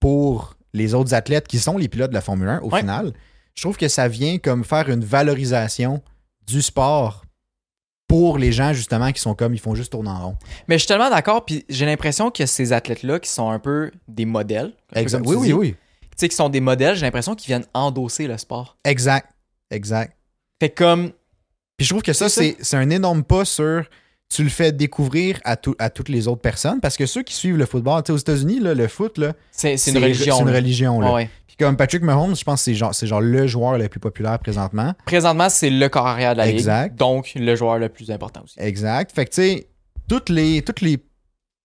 B: pour les autres athlètes qui sont les pilotes de la Formule 1 au
A: Ouais.
B: final, je trouve que ça vient comme faire une valorisation du sport pour les gens justement qui sont comme ils font juste tourner en rond.
A: Mais je suis tellement d'accord, puis j'ai l'impression que ces athlètes-là qui sont un peu des modèles,
B: Exact.
A: comme
B: Oui,
A: tu
B: oui,
A: dis.
B: oui.
A: tu sais, qui sont des modèles, j'ai l'impression qu'ils viennent endosser le sport.
B: Exact, exact.
A: Fait comme,
B: Puis je trouve que ça,
A: C'est
B: c'est c'est un énorme pas sur tu le fais découvrir à, tout- à toutes les autres personnes parce que ceux qui suivent le football, tu sais, aux États-Unis, là, le foot, là,
A: c'est c'est une religion.
B: C'est une
A: là.
B: religion. là.
A: Ouais, ouais.
B: Puis comme Patrick Mahomes, je pense que c'est genre, c'est genre le joueur le plus populaire présentement.
A: Présentement, c'est le corps arrière de la
B: Exact.
A: ligue. Donc, le joueur le plus important aussi.
B: Exact. Fait que, tu sais, toutes les, toutes les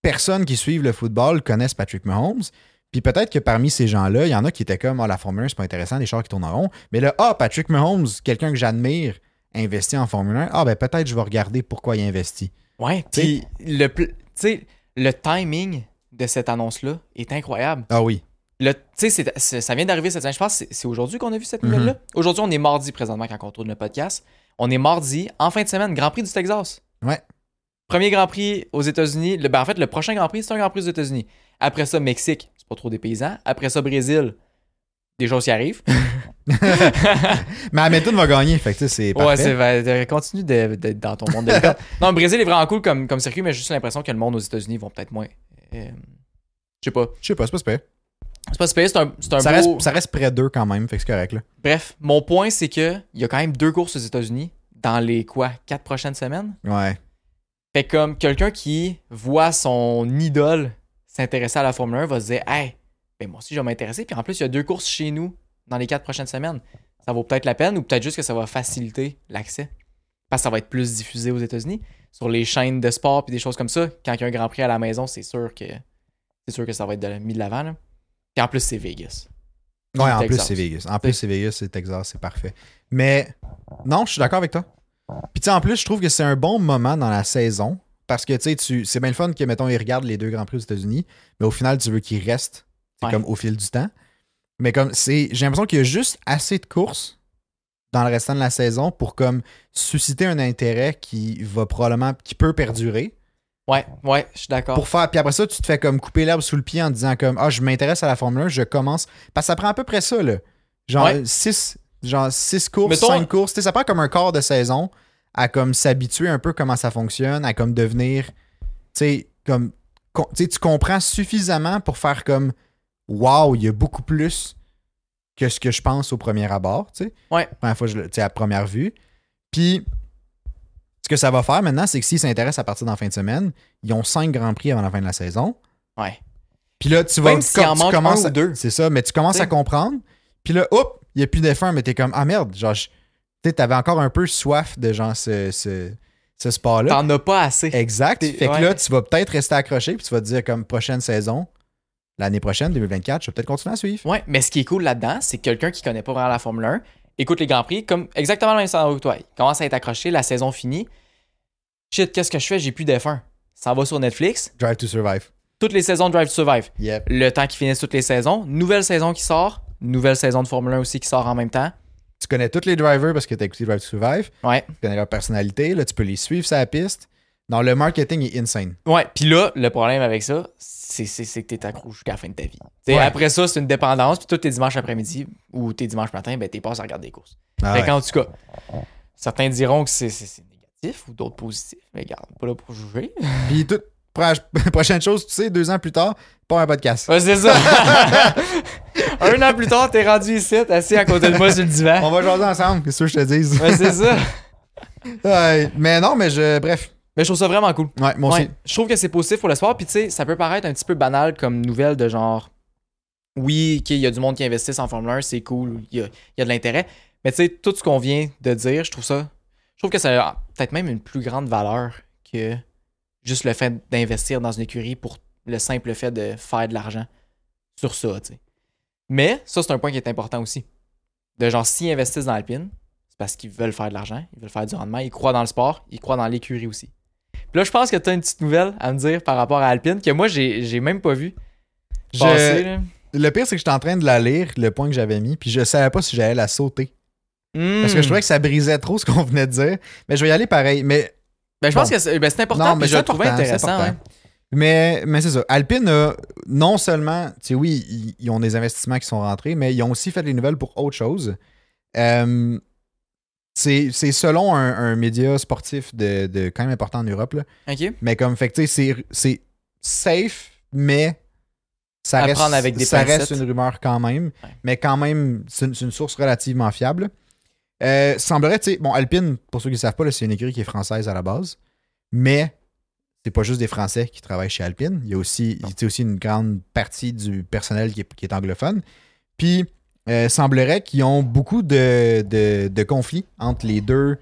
B: personnes qui suivent le football connaissent Patrick Mahomes. Puis peut-être que parmi ces gens-là, il y en a qui étaient comme, oh, la Formule 1, c'est pas intéressant, les chars qui tournent en rond. Mais là, ah, Patrick Mahomes, quelqu'un que j'admire, investit en Formule 1. Ah, ben peut-être je vais regarder pourquoi il investit.
A: Ouais, puis le, pl- tu sais, le timing de cette annonce-là est incroyable.
B: Ah oui.
A: Le- tu sais, c'est- c'est- ça vient d'arriver cette semaine. Je pense que c'est- c'est aujourd'hui qu'on a vu cette
B: Mhm.
A: nouvelle-là. Aujourd'hui, on est mardi présentement quand on tourne le podcast. On est mardi, en fin de semaine, Grand Prix du Texas.
B: Ouais.
A: Premier Grand Prix aux États-Unis. Le- ben, en fait, le prochain Grand Prix, c'est un Grand Prix aux États-Unis. Après ça, Mexique, c'est pas trop des paysans. Après ça, Brésil, des choses qui arrivent.
B: Mais Hamilton va gagner, fait que tu sais, c'est
A: ouais,
B: parfait.
A: c'est va- de- continue de- d'être dans ton monde de l'État. Non, le Brésil est vraiment cool comme, comme circuit, mais j'ai juste l'impression que le monde aux États-Unis vont peut-être moins. euh, je sais pas.
B: je sais pas, c'est pas super.
A: C'est pas super, c'est un, c'est un
B: Ça
A: beau-
B: reste, ça reste près d'eux quand même, fait que c'est correct. Là.
A: Bref, mon point, c'est que il y a quand même deux courses aux États-Unis dans les quoi, quatre prochaines semaines.
B: Ouais.
A: Fait comme quelqu'un qui voit son idole s'intéresser à la Formule 1 va se dire Hey, ben moi aussi je vais m'intéresser. Puis en plus, il y a deux courses chez nous dans les quatre prochaines semaines. Ça vaut peut-être la peine ou peut-être juste que ça va faciliter l'accès. parce que ça va être plus diffusé aux États-Unis. Sur les chaînes de sport puis des choses comme ça, quand il y a un Grand Prix à la maison, c'est sûr que c'est sûr que ça va être de- mis de l'avant. là. Puis en plus, c'est Vegas.
B: Ouais, en plus,
A: Texas.
B: c'est Vegas. En plus, c'est Vegas, c'est Texas, c'est parfait. Mais non, je suis d'accord avec toi. Puis, tu sais, en plus, je trouve que c'est un bon moment dans la saison parce que, tu sais, tu- c'est bien le fun que, mettons, ils regardent les deux Grands Prix aux États-Unis, mais au final, tu veux qu'ils restent tu sais,
A: Ouais.
B: comme au fil du temps. Mais comme, c'est j'ai l'impression qu'il y a juste assez de courses dans le restant de la saison pour, comme, susciter un intérêt qui va probablement, qui peut perdurer.
A: Ouais, ouais, je suis d'accord.
B: Pour faire, puis après ça, tu te fais comme couper l'herbe sous le pied en disant comme Ah, je m'intéresse à la Formule 1, je commence. Parce que ça prend à peu près ça, là. Genre
A: Ouais.
B: 6 genre six courses,
A: Mettons-
B: 5 courses. Tu sais, ça prend comme un quart de saison à comme s'habituer un peu comment ça fonctionne, à comme devenir. Tu sais, comme. con- tu sais, tu comprends suffisamment pour faire comme Waouh, il y a beaucoup plus que ce que je pense au premier abord, tu sais.
A: Ouais.
B: Première fois, je, le- tu sais, à première vue. Puis, ce que ça va faire maintenant, c'est que s'ils s'intéressent à partir d'en fin de semaine, ils ont cinq grands prix avant la fin de la saison.
A: Ouais.
B: Puis là, tu vas
A: Même s'il
B: tu
A: en manque
B: commences
A: un
B: à-
A: ou deux.
B: C'est ça, mais tu commences
A: T'sais.
B: à comprendre. Puis là, hop, il n'y a plus d'effort, mais t'es comme Ah merde, genre, je- tu sais, t'avais encore un peu soif de genre ce, ce, ce sport-là.
A: T'en as pas assez.
B: Exact.
A: T'es-
B: Fait que
A: ouais.
B: là, tu vas peut-être rester accroché, puis tu vas te dire comme prochaine saison, l'année prochaine, 2024, je vais peut-être continuer à suivre.
A: Ouais, mais ce qui est cool là-dedans, c'est que quelqu'un qui connaît pas vraiment la Formule 1 écoute les Grands Prix comme exactement le même scénario que toi. Il commence à être accroché, la saison finie. Shit, qu'est-ce que je fais? J'ai plus d'F1. Ça va sur Netflix.
B: Drive to survive.
A: Toutes les saisons de Drive to Survive.
B: Yep.
A: Le temps qu'ils finissent toutes les saisons. Nouvelle saison qui sort. Nouvelle saison de Formule 1 aussi qui sort en même temps.
B: Tu connais tous les drivers parce que t'as écouté Drive to survive.
A: Ouais.
B: Tu connais leur personnalité. Là, tu peux les suivre sur la piste. Non, le marketing est insane.
A: Ouais, puis là, le problème avec ça, c'est c'est- c'est que t'es accro jusqu'à la fin de ta vie. T'sais,
B: Ouais.
A: Après ça, c'est une dépendance, puis tous tes dimanches après-midi ou tes dimanches matin, ben t'es pas à regarder des courses.
B: Ah
A: Fait
B: ouais.
A: qu'en tout cas, certains diront que c'est c'est- c'est négatif ou d'autres positifs. Mais regarde, pas là pour juger.
B: Puis toute pro- prochaine chose, tu sais, deux ans plus tard, pas un podcast.
A: Ouais, c'est ça. Un an plus tard, t'es rendu ici, assis à côté de moi sur le divan.
B: On va jaser ensemble, c'est sûr que je te dise.
A: Ouais, c'est ça.
B: Ouais, mais non, mais je. Bref.
A: Mais je trouve ça vraiment cool.
B: Ouais, moi
A: Ouais,
B: aussi.
A: je trouve que c'est positif pour le sport. Puis tu sais, ça peut paraître un petit peu banal comme nouvelle de genre, oui, ok, il y a du monde qui investit en Formule 1, c'est cool, il y a, il y a de l'intérêt. Mais tu sais, tout ce qu'on vient de dire, je trouve ça, je trouve que ça a peut-être même une plus grande valeur que juste le fait d'investir dans une écurie pour le simple fait de faire de l'argent sur ça, tu sais. Mais ça, c'est un point qui est important aussi. De genre, s'ils investissent dans Alpine, c'est parce qu'ils veulent faire de l'argent, ils veulent faire du rendement, ils croient dans le sport, ils croient dans l'écurie aussi. Puis là, je pense que tu as une petite nouvelle à me dire par rapport à Alpine que moi, j'ai j'ai même pas vu
B: Je-
A: passer. là.
B: Le pire, c'est que j'étais en train de la lire, le point que j'avais mis, puis je savais pas si j'allais la sauter. Parce
A: Hmm.
B: que je trouvais que ça brisait trop ce qu'on venait de dire. Mais je vais y aller pareil. Mais
A: Ben, je pense
B: Bon.
A: que c'est ben, c'est important,
B: Non,
A: mais
B: mais
A: je
B: c'est
A: le trouvais
B: important, c'est
A: intéressant. hein.
B: important. Mais, mais c'est ça. Alpine a non seulement, tu sais, oui, ils, ils ont des investissements qui sont rentrés, mais ils ont aussi fait des nouvelles pour autre chose. Euh, c'est c'est selon un, un média sportif de, de quand même important en Europe, là.
A: ouais. hein. OK?
B: mais comme fait que, tu sais, c'est- c'est safe, mais ça,
A: À
B: reste,
A: prendre avec des
B: ça reste
A: pincettes.
B: une rumeur quand même,
A: Ouais.
B: mais quand même, c'est une, c'est une source relativement fiable. Euh, semblerait, tu sais, bon, Alpine, pour ceux qui ne savent pas, là, c'est une écurie qui est française à la base, mais c'est pas juste des Français qui travaillent chez Alpine. Il y a aussi, il y a aussi une grande partie du personnel qui est, qui est anglophone. Puis, euh, semblerait qu'ils ont beaucoup de, de- de conflits entre les deux.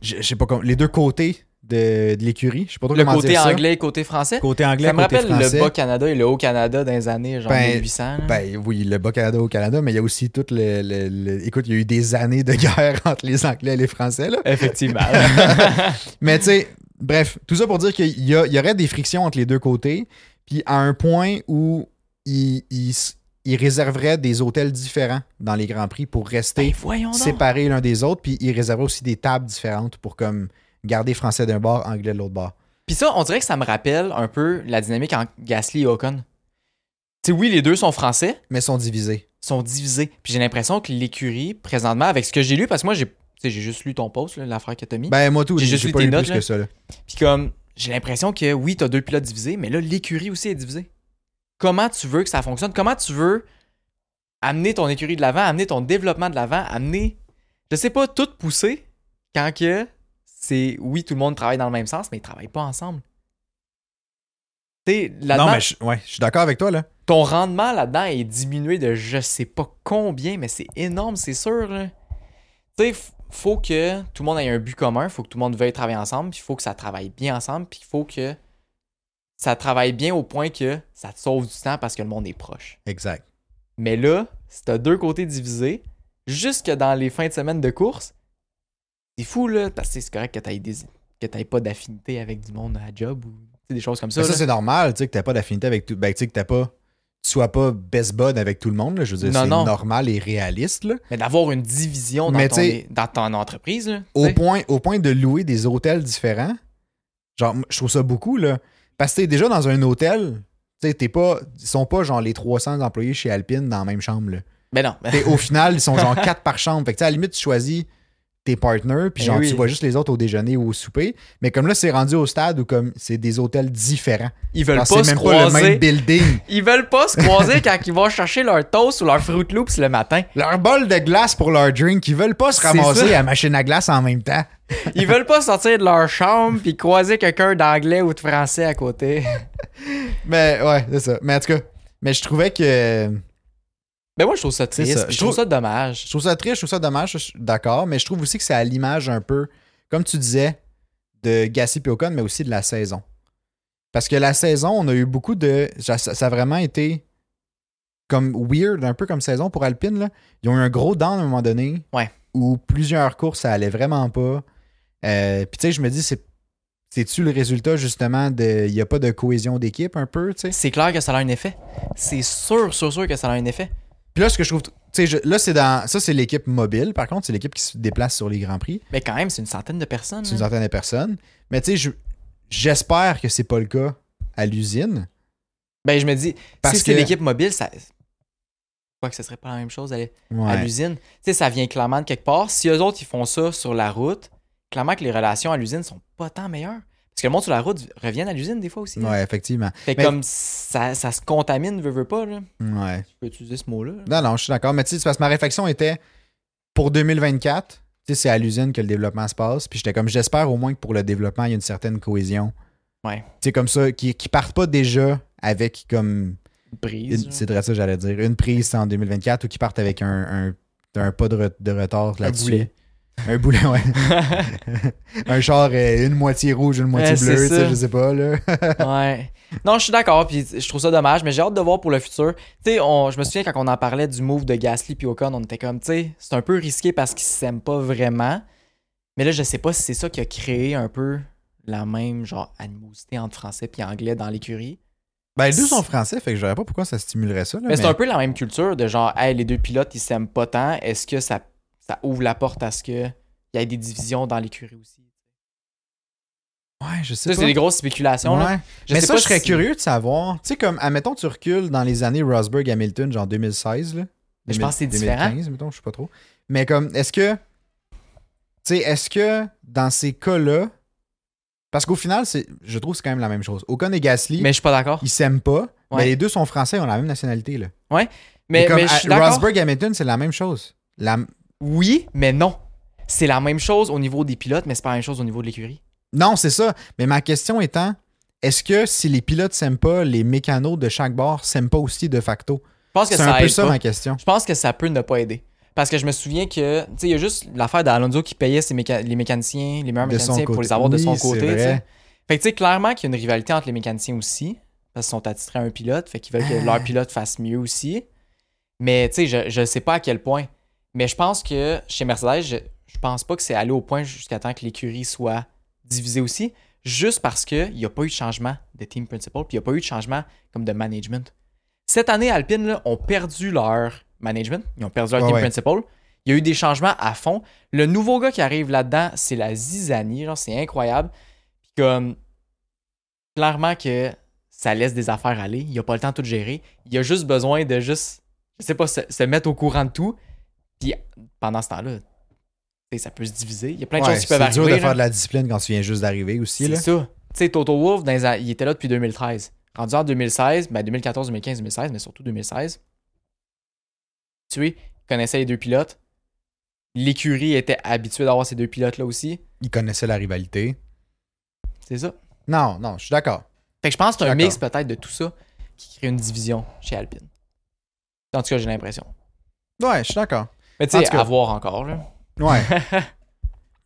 B: Je, je sais pas comment. Les deux côtés de, de l'écurie. Je sais pas trop
A: Le
B: comment
A: côté
B: dire ça.
A: anglais, côté français.
B: Côté anglais,
A: ça me
B: côté
A: rappelle
B: français.
A: le Bas-Canada et le Haut-Canada dans les années genre
B: Ben,
A: 1800. là.
B: Ben oui, le Bas-Canada au Canada, mais il y a aussi tout le, le- le- Écoute, il y a eu des années de guerre entre les Anglais et les Français, là.
A: Effectivement.
B: Mais tu sais, bref, tout ça pour dire qu'il y, a- il y aurait des frictions entre les deux côtés, puis à un point où ils ils s- ils réserveraient des hôtels différents dans les Grands Prix pour rester
A: Ben, voyons donc.
B: séparés l'un des autres, puis ils réservaient aussi des tables différentes pour comme garder Français d'un bord, Anglais de l'autre bord.
A: Puis ça, on dirait que ça me rappelle un peu la dynamique entre Gasly et Ocon. Tu sais, oui, les deux sont français,
B: Mais ils sont divisés.
A: sont divisés. Puis j'ai l'impression que l'écurie, présentement, avec ce que j'ai lu, parce que moi, j'ai tu sais, j'ai juste lu ton post, là, l'affaire que t'as mis.
B: Ben moi tout,
A: J'ai
B: j'ai
A: juste
B: j'ai
A: lu
B: pas
A: tes
B: lu
A: notes,
B: plus
A: là.
B: que ça. là.
A: Puis comme, j'ai l'impression que oui, t'as deux pilotes divisés, mais là, l'écurie aussi est divisée. Comment tu veux que ça fonctionne? Comment tu veux amener ton écurie de l'avant, amener ton développement de l'avant, amener, je sais pas, tout pousser quand que c'est, oui, tout le monde travaille dans le même sens, mais ils travaillent pas ensemble. Tu sais, là-dedans,
B: non, mais je, ouais, je suis d'accord avec toi, là.
A: ton rendement là-dedans est diminué de je sais pas combien, mais c'est énorme, c'est sûr. là. Tu sais, f- faut que tout le monde ait un but commun, faut que tout le monde veuille travailler ensemble, puis il faut que ça travaille bien ensemble, puis il faut que ça travaille bien au point que ça te sauve du temps parce que le monde est proche.
B: Exact.
A: Mais là, si t'as deux côtés divisés, jusque dans les fins de semaine de course, c'est fou, là, parce que c'est correct que t'aies des... que t'aies pas d'affinité avec du monde à job ou tu sais, des choses comme ça.
B: Ben, Ça,
A: là.
B: c'est normal, tu sais, que t'as pas d'affinité avec tout. Ben, tu sais, que t'as pas. Tu sois pas best bud avec tout le monde, là. Je veux dire,
A: Non,
B: c'est
A: non.
B: normal et réaliste, là.
A: Mais d'avoir une division dans,
B: Mais
A: ton...
B: t'sais-
A: dans ton entreprise, là.
B: Au
A: t'sais.
B: point, au point de louer des hôtels différents, genre, moi, je trouve ça beaucoup, là. Parce que t'es déjà dans un hôtel, tu sais, t'es pas. Ils sont pas, genre, les 300 employés chez Alpine dans la même chambre, là.
A: Ben non.
B: T'sais, au final, ils sont genre quatre par chambre. Fait que, tu sais, à la limite, tu choisis tes partners, puis
A: Eh
B: genre,
A: oui.
B: tu vois juste les autres au déjeuner ou au souper. Mais comme là, c'est rendu au stade où comme c'est des hôtels différents.
A: Ils veulent
B: Genre,
A: pas
B: c'est
A: se
B: même pas le même
A: croiser.
B: building.
A: Ils veulent pas se croiser quand ils vont chercher leur toast ou leur Fruit Loops le matin.
B: Leur bol de glace pour leur drink, ils veulent pas se
A: C'est
B: ramasser
A: ça.
B: à la machine à glace en même temps.
A: Ils veulent pas sortir de leur chambre puis croiser quelqu'un d'anglais ou de français à côté.
B: Mais ouais, c'est ça. Mais en tout cas, mais je trouvais que.
A: Ben moi, je trouve ça triste.
B: C'est ça.
A: puis Je
B: Je
A: trouve
B: trouve-
A: ça dommage.
B: Je trouve ça triste, je trouve ça dommage, je suis d'accord, mais je trouve aussi que c'est à l'image un peu, comme tu disais, de Gassi et Ocon, mais aussi de la saison. Parce que la saison, on a eu beaucoup de. Ça, ça a vraiment été comme weird, un peu comme saison pour Alpine. Là. Ils ont eu un gros down à un moment donné.
A: Ouais.
B: Où plusieurs courses, ça allait vraiment pas. Euh, Puis tu sais, je me dis, c'est. C'est-tu le résultat justement de. Il n'y a pas de cohésion d'équipe un peu, tu sais?
A: C'est clair que ça a un effet. C'est sûr, sûr, sûr que ça a un effet.
B: Puis là, ce que je trouve. Tu sais, je- là, c'est dans. Ça, c'est l'équipe mobile, par contre, c'est l'équipe qui se déplace sur les Grands Prix.
A: Mais quand même, c'est une centaine de personnes.
B: c'est une
A: là.
B: centaine de personnes. Mais tu sais, je- j'espère que c'est pas le cas à l'usine.
A: Ben je me dis,
B: Parce
A: si c'est
B: que-
A: l'équipe mobile, ça. Quoi que ce serait pas la même chose à, à
B: Ouais.
A: l'usine. Tu sais, ça vient clairement de quelque part. Si eux autres, ils font ça sur la route, clairement que les relations à l'usine sont pas tant meilleures. Parce que le monde sur la route revient à l'usine des fois aussi. là.
B: Ouais, effectivement.
A: Fait
B: Mais-
A: comme ça, ça se contamine, veut, veut pas, là.
B: Ouais.
A: Je peux utiliser ce mot-là. là.
B: Non, non, je suis d'accord. Mais tu sais, c'est parce que ma réflexion était pour 2024, tu sais, c'est à l'usine que le développement se passe. Puis j'étais comme, j'espère au moins que pour le développement, il y a une certaine cohésion.
A: Ouais.
B: Tu sais, comme ça, qui, qui partent pas déjà avec comme.
A: Une
B: une-
A: Brise. là.
B: C'est vrai ça, j'allais dire. Une prise c'est en 2024 ou qui partent avec un, un, un pas de, re- de retard là-dessus.
A: boulet.
B: Un boulet, ouais. un char, euh, une moitié rouge, une moitié
A: Ouais, c'est
B: bleue, tu
A: ça.
B: sais, je sais pas, là.
A: ouais. Non, je suis d'accord, puis je trouve ça dommage, mais j'ai hâte de voir pour le futur. Tu sais, on- je me souviens quand on en parlait du move de Gasly puis Ocon, on était comme, tu sais, c'est un peu risqué parce qu'ils s'aiment pas vraiment. Mais là, je sais pas si c'est ça qui a créé un peu la même, genre, animosité entre français puis anglais dans l'écurie.
B: Ben, les deux sont français, fait que je verrais pas pourquoi ça stimulerait ça. Là,
A: Mais c'est
B: mais-
A: un peu la même culture de genre, hey, les deux pilotes, ils s'aiment pas tant. Est-ce que ça, ça ouvre la porte à ce que il y ait des divisions dans l'écurie aussi?
B: Ouais, je sais
A: Ça,
B: pas.
A: c'est des grosses spéculations. là.
B: Ouais.
A: Je
B: mais
A: sais
B: ça,
A: pas
B: je serais
A: si-
B: curieux de savoir. Tu sais, comme, admettons, tu recules dans les années Rosberg-Hamilton, genre 2016, là.
A: Mais je pense que c'est
B: 2015, mettons, je sais pas trop. Mais comme, est-ce que. Tu sais, est-ce que dans ces cas-là. Parce qu'au final, c'est, je trouve que c'est quand même la même chose. Ocon et Gasly,
A: Mais je suis pas d'accord.
B: ils s'aiment pas,
A: Ouais.
B: mais les deux sont français, ils ont la même nationalité, là.
A: Mais,
B: comme euh,
A: mais je suis
B: à-
A: d'accord.
B: Rosberg-Hamilton, c'est la même chose. La,
A: Oui, mais non. C'est la même chose au niveau des pilotes, mais c'est pas la même chose au niveau de l'écurie.
B: Non, c'est ça. Mais ma question étant, est-ce que si les pilotes s'aiment pas, les mécanos de chaque bord s'aiment pas aussi de facto?
A: Je pense que
B: C'est
A: ça
B: un peu
A: aide
B: ça
A: pas.
B: ma question.
A: Je pense que ça peut ne pas aider. Parce que je me souviens que, tu sais, il y a juste l'affaire d'Alonso qui payait ses méca- les mécaniciens, les meilleurs
B: De son
A: mécaniciens pour
B: côté.
A: les avoir de
B: Oui,
A: son
B: c'est
A: côté. tu
B: vrai.
A: sais. Fait que, tu sais, clairement qu'il y a une rivalité entre les mécaniciens aussi, parce qu'ils sont attitrés à un pilote, fait qu'ils veulent que leur pilote fasse mieux aussi. Mais, tu sais, je, je sais pas à quel point. Mais je pense que chez Mercedes, je, je pense pas que c'est allé au point jusqu'à temps que l'écurie soit divisée aussi, juste parce qu'il n'y a pas eu de changement de team principal, puis il n'y a pas eu de changement comme de management. Cette année, Alpine là, ont perdu leur management, ils ont perdu leur
B: Ouais,
A: team
B: ouais.
A: principal. Il y a eu des changements à fond. Le nouveau gars qui arrive là-dedans, c'est la zizanie, genre c'est incroyable. Puis comme clairement que ça laisse des affaires aller, il a pas le temps de tout gérer, il a juste besoin de juste je sais pas se, se mettre au courant de tout. Puis pendant ce temps-là, tu sais, ça peut se diviser, il y a plein de
B: Ouais,
A: choses qui peuvent
B: c'est
A: arriver.
B: dur de
A: là.
B: faire de la discipline quand tu viens juste d'arriver aussi.
A: C'est
B: Là.
A: ça. Tu sais, Toto Wolff, dans les a- il était là depuis 2013. Rendu en 2016, ben 2014, 2015, 2016, mais surtout 2016. Tu sais, il connaissait les deux pilotes. L'écurie était habituée d'avoir ces deux pilotes-là aussi.
B: Ils connaissaient la rivalité.
A: C'est ça.
B: Non, non, je suis d'accord.
A: Fait que je pense que c'est un
B: D'accord.
A: mix peut-être de tout ça qui crée une division chez Alpine. En tout cas, j'ai l'impression.
B: Ouais, je suis d'accord.
A: Mais tu
B: En
A: sais,
B: tout cas-
A: à voir encore. Là.
B: Ouais.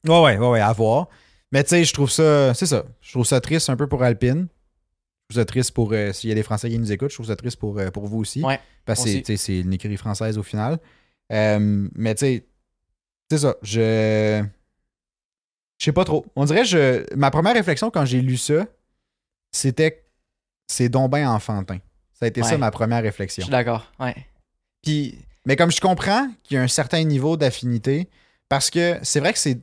B: Ouais, ouais, ouais, ouais, à voir. Mais tu sais, je trouve ça. C'est ça. Je trouve ça triste un peu pour Alpine. Je trouve ça triste pour. euh, S'il y a des Français qui nous écoutent, je trouve ça triste pour, euh, pour vous aussi.
A: Ouais,
B: Parce que c'est-
A: aussi.
B: tu sais, c'est une écurie française au final. Euh, mais tu sais, c'est ça. Je. Je sais pas trop. On dirait, je ma première réflexion quand j'ai lu ça, c'était que c'est donc ben enfantin. Ça a été ça
A: Ouais.
B: ma première
A: Je
B: réflexion.
A: suis d'accord. Ouais. Puis,
B: Mais comme je comprends qu'il y a un certain niveau d'affinité, parce que c'est vrai que c'est.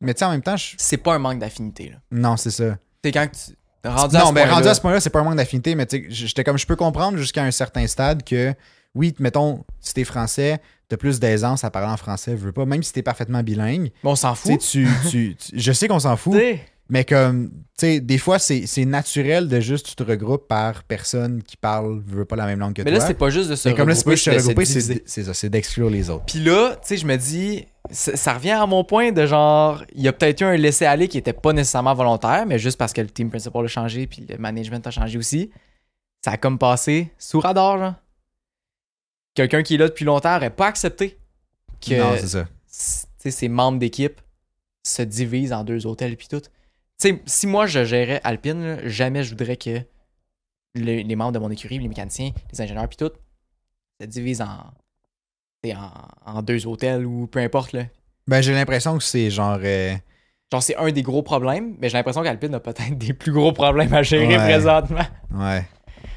B: Mais tu sais, en même temps, je-
A: c'est pas un manque d'affinité. là.
B: non, c'est ça.
A: C'est quand que tu. Rendu à
B: non,
A: ce
B: mais
A: point-là-
B: rendu à ce point-là, c'est pas un manque d'affinité, mais tu sais, j'étais comme, je peux comprendre jusqu'à un certain stade que, oui, mettons, si t'es français, t'as plus d'aisance à parler en français, veux pas, même si t'es parfaitement bilingue.
A: Mais ben, on s'en
B: Tu sais,
A: fout.
B: tu, tu- tu- je sais qu'on s'en
A: Tu
B: fout,
A: sais,
B: mais comme, tu sais, des fois, c'est c'est naturel de juste, tu te regroupes par personne qui parle, veut pas la même langue que
A: Mais
B: toi.
A: là, c'est pas juste de se
B: mais comme là, c'est pas
A: regrouper,
B: juste
A: de
B: se
A: se
B: regrouper, c'est
A: diviser.
B: de- c'est ça, c'est d'exclure les autres.
A: Puis là, tu sais, je me dis, ça, ça revient à mon point de genre, il y a peut-être eu un laisser-aller qui était pas nécessairement volontaire, mais juste parce que le team principal a changé, puis le management a changé aussi. Ça a comme passé sous radar, genre. Quelqu'un qui est là depuis longtemps aurait pas accepté que
B: Non, c'est ça.
A: s- tu sais, ses membres d'équipe se divisent en deux hôtels, puis tout. Tu sais, si moi je gérais Alpine, là, jamais je voudrais que le- les membres de mon écurie, les mécaniciens, les ingénieurs, puis tout, se divisent en, tu sais, en, en deux hôtels ou peu importe. Là.
B: Ben, j'ai l'impression que c'est genre. euh,
A: Genre, c'est un des gros problèmes, mais j'ai l'impression qu'Alpine a peut-être des plus gros problèmes à gérer
B: Ouais.
A: présentement.
B: ouais.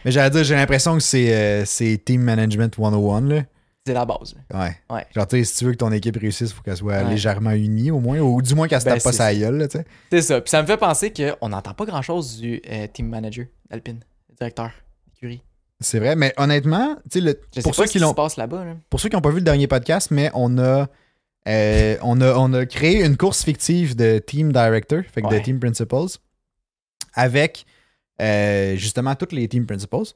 B: Mais j'allais dire, j'ai l'impression que c'est euh, c'est Team Management 101, là.
A: C'est la base. là.
B: Ouais.
A: Ouais.
B: Genre, tu sais, si tu veux que ton équipe réussisse, il faut qu'elle soit
A: Ouais.
B: légèrement unie, au moins, ou du moins qu'elle se
A: Ben,
B: tape pas
A: c'est
B: sa
A: ça.
B: gueule, là, tu sais.
A: C'est ça. Puis ça me fait penser qu'on n'entend pas grand-chose du euh, team manager d'Alpine, le directeur d'écurie.
B: C'est vrai, mais honnêtement, tu sais, le-
A: Je sais
B: pour,
A: pas
B: ceux
A: ce
B: qui
A: qui se
B: l'ont-
A: passe là-bas. là.
B: pour ceux qui n'ont pas vu le dernier podcast, mais on a, euh, on a, on a créé une course fictive de Team Director, fait que de
A: Ouais.
B: Team Principals, avec euh, justement toutes les Team Principals.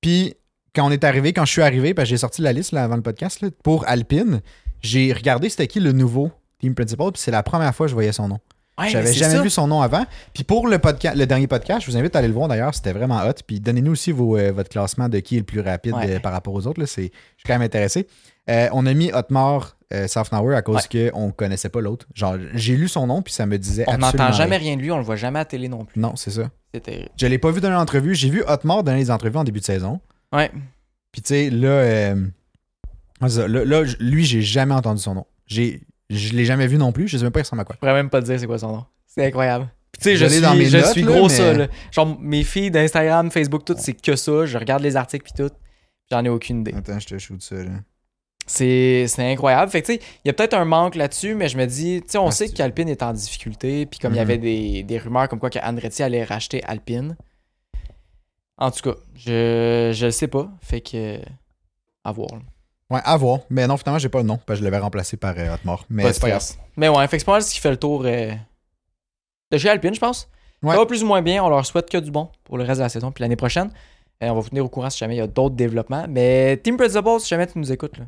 B: Puis, quand on est arrivé, quand je suis arrivé, parce que j'ai sorti la liste là, avant le podcast, là, pour Alpine, j'ai regardé c'était qui le nouveau Team Principal, puis c'est la première fois que je voyais son nom.
A: Ouais, mais
B: J'avais
A: c'est
B: jamais
A: ça.
B: vu son nom avant. Puis pour le podcast, le dernier podcast, je vous invite à aller le voir d'ailleurs, c'était vraiment hot. Puis donnez-nous aussi vos, euh, votre classement de qui est le plus rapide
A: Ouais.
B: euh, par rapport aux autres. là. C'est- Je suis quand même intéressé. Euh, on a mis Hotmore euh, Safnauer à cause qu'on connaissait pas l'autre. Genre, j'ai lu son nom, puis ça me disait
A: On n'entend
B: absolument
A: jamais
B: rien.
A: rien de lui, on le voit jamais à la télé non plus.
B: Non, c'est ça.
A: C'est terrible.
B: Je l'ai pas vu dans l'entrevue. J'ai vu Hotmore donner des entrevues en début de saison.
A: Ouais.
B: Puis tu sais, là, euh, c'est ça. là, là, j- lui, j'ai jamais entendu son nom. J'ai, je l'ai jamais vu non plus. Je sais même pas il ressemble à quoi.
A: Je pourrais même pas te dire c'est quoi son nom. C'est incroyable. Puis tu sais,
B: Je
A: je,
B: l'ai
A: suis,
B: dans mes
A: je
B: notes,
A: suis
B: là,
A: gros
B: mais-
A: ça. là. Genre, mes filles d'Instagram, Facebook, tout, c'est que ça. Je regarde les articles puis tout. J'en ai aucune idée.
B: Attends, je te shoot ça. Là.
A: C'est c'est incroyable. Fait que tu sais, il y a peut-être un manque là-dessus, mais je me dis, tu sais, on
B: Ah,
A: sait
B: c'est-
A: qu'Alpine est en difficulté. Puis comme il y
B: Mhm.
A: avait des, des rumeurs comme quoi qu'Andretti allait racheter Alpine. En tout cas, je, je le sais pas. Fait que. À voir. là.
B: Ouais, à voir. Mais non, finalement, j'ai pas le nom, parce que je l'avais remplacé par euh, Hotmore. Mais
A: Pas de
B: c'est pas grave.
A: stress. Mais ouais, fait que c'est pas mal ce qui fait le tour euh, de chez Alpine, je pense.
B: Ouais.
A: Ça va plus ou moins bien. On leur souhaite que du bon pour le reste de la saison. Puis l'année prochaine, euh, on va vous tenir au courant si jamais il y a d'autres développements. Mais Team Principal, si jamais tu nous écoutes, là,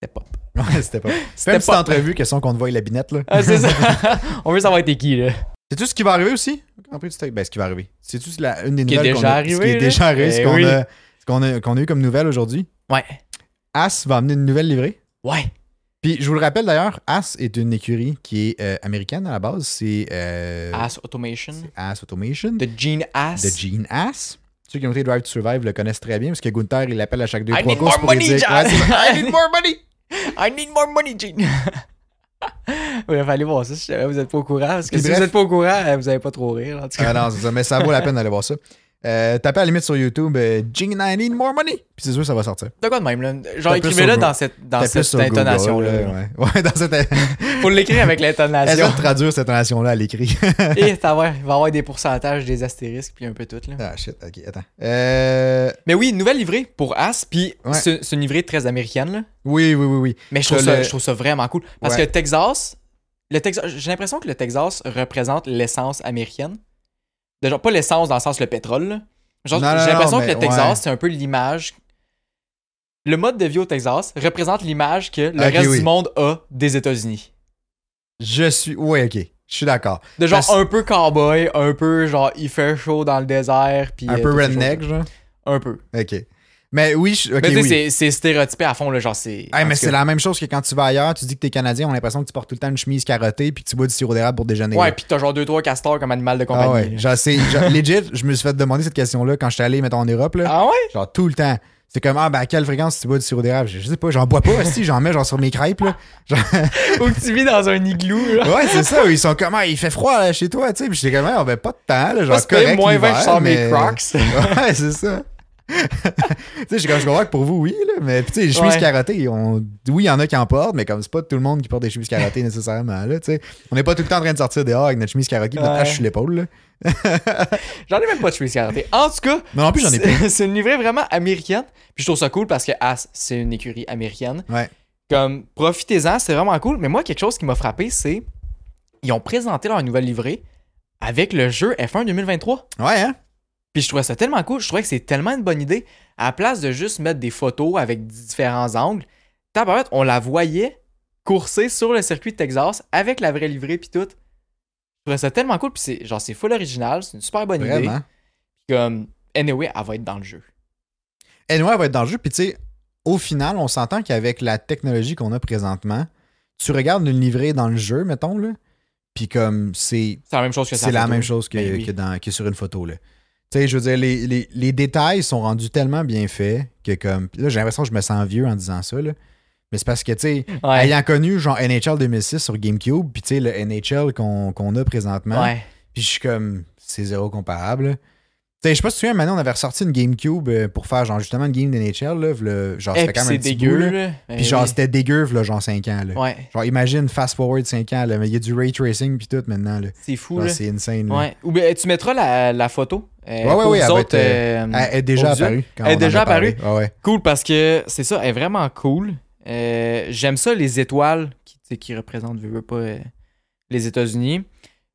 A: c'était pop.
B: Ouais, c'était pas. C'était
A: C'était
B: une petite
A: pop.
B: entrevue, question qu'on te voit la binette, là.
A: Ah, c'est ça. on veut savoir t'es qui, là.
B: Sais-tu ce qui va arriver aussi? Grand Prix du Steak? Ben, ce qui va arriver. Sais-tu ce- la- une des
A: qui est
B: nouvelles qu'on
A: déjà
B: a- Ce qui
A: arrivé,
B: est
A: là?
B: déjà arrivé, ce
A: Eh
B: qu'on
A: oui.
B: a, ce qu'on a, qu'on a eu comme nouvelle aujourd'hui.
A: Ouais.
B: As va amener une nouvelle livrée.
A: Ouais.
B: Puis, je vous le rappelle d'ailleurs, As est une écurie qui est euh, américaine à la base. C'est euh,
A: Ass Automation.
B: c'est As Automation.
A: The Gene Ass.
B: de Gene Ass. Ceux qui ont été Drive to Survive le connaissent très bien parce que Gunther, il l'appelle à chaque deux,
A: I
B: trois
A: need
B: courses
A: more
B: pour lui
A: money,
B: dire.
A: John.
B: Ouais, c'est ça.
A: I need more money. I need more money, Gene. Oui, il fallait voir ça si jamais vous êtes pas au courant. Parce que
B: Puis
A: si
B: bref.
A: vous êtes pas au courant, euh, vous avez pas trop rire. En tout cas.
B: Ah non, c'est ça, mais ça vaut la peine d'aller voir ça. Euh, tapez à la limite sur YouTube, euh, Jing and I need more money. Puis c'est sûr, ça va sortir.
A: De quoi de même, là? Genre,
B: T'as plus
A: écrivez-le
B: sur
A: dans cette, dans
B: Tapez
A: cette
B: sur Google,
A: intonation-là.
B: ouais. Ouais, dans cette.
A: Faut l'écrire avec
B: Essaye
A: l'intonation.
B: de traduire cette intonation-là à l'écrit.
A: Et ça va, il va y avoir des pourcentages, des astérisques, puis un peu tout. Là.
B: ah shit, ok, attends. Euh,
A: Mais oui, nouvelle livrée pour As, puis
B: Ouais.
A: c'est c'est une livrée très américaine. Là.
B: Oui, oui, oui, oui.
A: Mais je trouve,
B: T'as
A: ça,
B: le-
A: je trouve ça vraiment cool. Parce
B: Ouais.
A: que Texas, le Texas j'ai l'impression que le Texas représente l'essence américaine. De genre, pas l'essence dans le sens le pétrole. là. Genre,
B: Non, non,
A: j'ai l'impression
B: non,
A: que le
B: mais
A: Texas,
B: ouais.
A: c'est un peu l'image. Le mode de vie au Texas représente l'image que le
B: Ok,
A: reste
B: oui.
A: du monde a des États-Unis.
B: Je suis. Oui, ok. Je suis d'accord.
A: De genre
B: Parce-
A: un peu cowboy, un peu genre il fait chaud dans le désert. Puis,
B: Un
A: euh,
B: peu
A: toutes ces
B: redneck,
A: choses-là.
B: genre.
A: Un peu.
B: Ok. Mais oui, je- ok,
A: mais tu sais,
B: oui.
A: c'est- c'est stéréotypé à fond, là, genre c'est.
B: Hey,
A: en
B: mais
A: tout
B: c'est
A: cas.
B: la même chose que quand tu vas ailleurs, tu dis que t'es Canadien, on a l'impression que tu portes tout le temps une chemise carottée puis que tu bois du sirop d'érable pour déjeuner.
A: Ouais, puis t'as genre deux trois castors comme animal de
B: ah
A: compagnie.
B: ouais. Genre, c'est- genre, legit, je me suis fait demander cette question-là quand j'étais allé, mettons, en Europe, là.
A: Ah ouais?
B: Genre, tout le temps. C'est comme, ah, ben, à quelle fréquence tu bois du sirop d'érable? Je, je sais pas, j'en bois pas, si, j'en mets, genre, sur mes crêpes, là.
A: Ou que tu vis dans un igloo, là.
B: Ouais, c'est ça, ils sont comme, ah, il fait froid, là, chez toi, tu sais. Puis j'étais comme, ah, ben, pas de temps, là. Genre,
A: Pas si pire,
B: correct
A: moins 20,
B: l'hiver,
A: je sors mes
B: mais-
A: crocs.
B: Ouais, c'est ça. tu sais, je comme, je comprends que pour vous, oui, là, mais tu sais, les chemises
A: Ouais.
B: carottées, on... oui, il y en a qui en portent, mais comme c'est pas tout le monde qui porte des chemises carottées nécessairement, là, tu sais. On n'est pas tout le temps en train de sortir dehors avec notre chemise carottée, puis notre
A: Ouais.
B: hache sur l'épaule, là.
A: J'en ai même pas de chemise carottée. En tout cas,
B: Non, en plus, j'en ai plus.
A: c'est- c'est une livrée vraiment américaine. Puis je trouve ça cool parce que As, c'est une écurie américaine.
B: Ouais.
A: Comme, profitez-en, c'est vraiment cool. Mais moi, quelque chose qui m'a frappé, c'est. Ils ont présenté leur nouvelle livrée avec le jeu F1 2023.
B: Ouais, hein?
A: Puis je trouvais ça tellement cool. Je trouvais que c'est tellement une bonne idée. À la place de juste mettre des photos avec différents angles, tabarouette, on la voyait courser sur le circuit de Texas avec la vraie livrée puis tout. Je trouvais ça tellement cool. Puis c'est genre, c'est full original. C'est une super bonne idée.
B: Vraiment.
A: Comme, anyway, elle va être dans le jeu.
B: Anyway, elle va être dans le jeu. Puis, tu sais, au final, on s'entend qu'avec la technologie qu'on a présentement, tu regardes une livrée dans le jeu, mettons, là. Puis, comme, c'est
A: C'est la même chose que ça.
B: c'est la même chose que,
A: Ben oui.
B: que dans- que sur une photo, là. Tu sais, je veux dire, les, les- les détails sont rendus tellement bien faits que, comme, là, j'ai l'impression que je me sens vieux en disant ça, là. Mais c'est parce que, tu sais,
A: Ouais.
B: ayant connu, genre, NHL 2006 sur GameCube, puis, tu sais, le NHL qu'on qu'on a présentement,
A: Ouais.
B: puis je suis comme, c'est zéro comparable. là. Tu sais, je sais pas si tu te souviens, maintenant, on avait ressorti une GameCube euh, pour faire genre justement une game d'NHL. Là, v'là- genre,
A: Et
B: c'était
A: Eh, puis
B: quand même
A: c'est
B: un petit
A: dégueu,
B: bout, là.
A: là. Ben
B: Puis genre,
A: oui.
B: c'était dégueu, v'là, genre 5 ans. Là.
A: Ouais,
B: Genre, imagine fast forward 5 ans, là, mais il y a du ray tracing puis tout maintenant. Là.
A: c'est fou,
B: Genre,
A: là.
B: c'est insane. là.
A: Ouais. Ou bien, tu mettras la, la photo. euh,
B: ouais,
A: pour
B: ouais,
A: vous
B: elle va
A: autres,
B: être, euh,
A: euh,
B: Elle elle est déjà
A: au visuel.
B: apparue. quand
A: Elle est
B: on en a
A: déjà
B: parlé. Ouais, ouais.
A: Cool parce que c'est ça, elle est vraiment cool. Euh, J'aime ça, les étoiles qui, tu sais, qui représentent, veux, veux pas, euh, les États-Unis.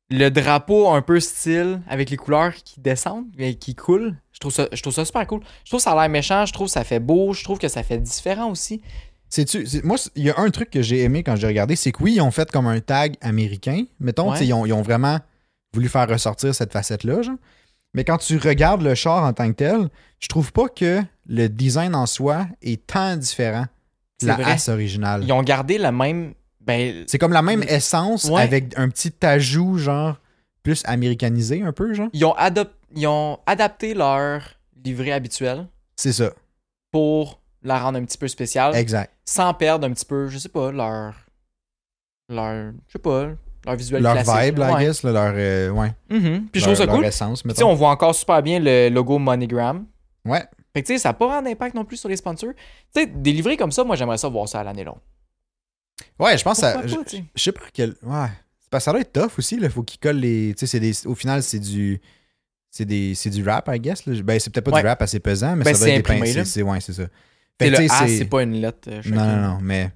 A: Le drapeau un peu style avec les couleurs qui descendent, mais qui coulent. Je trouve, ça, je trouve ça super cool. Je trouve que ça a l'air méchant, je trouve que ça fait beau, je trouve que ça fait différent aussi.
B: Sais-tu- c'est- moi, c'est- il y a un truc que j'ai aimé quand j'ai regardé, c'est que oui, ils ont fait comme un tag américain. Mettons,
A: Ouais.
B: tu sais, ils, ont, ils ont vraiment voulu faire ressortir cette facette-là. genre. Mais quand tu regardes le char en tant que tel, je trouve pas que le design en soi est tant différent de
A: C'est
B: la
A: vrai.
B: race originale.
A: Ils ont gardé la même. Ben,
B: C'est comme la même essence
A: Ouais.
B: avec un petit ajout, genre, plus américanisé un peu, genre.
A: ils ont, adop- ils ont adapté leur livrée habituelle
B: C'est ça,
A: pour la rendre un petit peu spéciale,
B: exact.
A: sans perdre un petit peu, je sais pas, leur. leur je sais pas, leur visuel
B: Leur
A: classique.
B: vibe, là, I
A: Ouais.
B: guess, là, leur, euh, ouais,
A: Mhm. Puis je trouve
B: leur-
A: ça
B: leur
A: cool. Puis
B: essence,
A: tu sais,
B: mettons.
A: on voit encore super bien le logo MoneyGram.
B: Ouais.
A: Fait que tu sais, ça n'a pas un impact non plus sur les sponsors. Tu sais, des livrées comme ça, moi j'aimerais ça voir ça à l'année longue.
B: Ouais, je pense que ça.
A: Pourquoi pas,
B: je-
A: tu sais.
B: Je sais pas quel. Ouais. C'est parce que ça doit être tough aussi, là. Faut qu'ils collent les. Tu sais, c'est des. Au final, c'est du. C'est des. C'est du rap, I guess. là. Ben, c'est peut-être pas
A: Ouais.
B: du rap assez pesant, mais
A: Ben,
B: ça doit
A: c'est
B: être des
A: imprimé,
B: pinceaux.
A: là.
B: C'est ouais, c'est ça.
A: Tu
B: Fait que,
A: sais,
B: tu
A: le A,
B: sais,
A: c'est pas une lettre. euh,
B: c'est. Non,
A: chacune.
B: non, non, mais.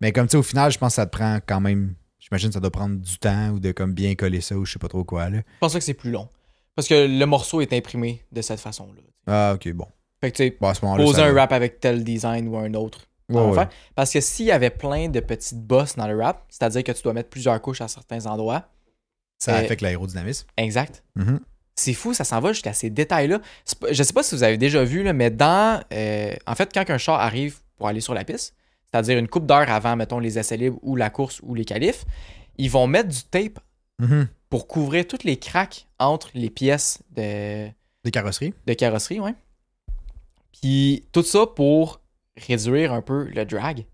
B: mais comme tu sais, au final, je pense que ça te prend quand même. J'imagine que ça doit prendre du temps ou de comme bien coller ça ou je sais pas trop quoi là.
A: Je pense pas que c'est plus long. Parce que le morceau est imprimé de cette façon-là.
B: Ah ok bon.
A: Fait que tu sais,
B: Bon à ce moment-là.
A: poser
B: ça
A: un
B: va.
A: rap avec tel design ou un autre.
B: Ouais,
A: en
B: ouais.
A: faire. Parce que s'il y avait plein de petites bosses dans le rap, c'est-à-dire que tu dois mettre plusieurs couches à certains endroits.
B: Ça
A: euh,
B: affecte l'aérodynamisme.
A: Exact.
B: Mhm.
A: C'est fou, ça s'en va jusqu'à ces détails-là. C'est pas- Je sais pas si vous avez déjà vu, là, mais dans. euh, en fait, quand un char arrive pour aller sur la piste, c'est-à-dire une coupe d'heure avant, mettons, les essais libres ou la course ou les qualifs, ils vont mettre du tape
B: Mhm.
A: pour couvrir toutes les cracks entre les pièces de,
B: Des carrosseries.
A: de carrosserie, ouais. Puis tout ça pour réduire un peu le drag du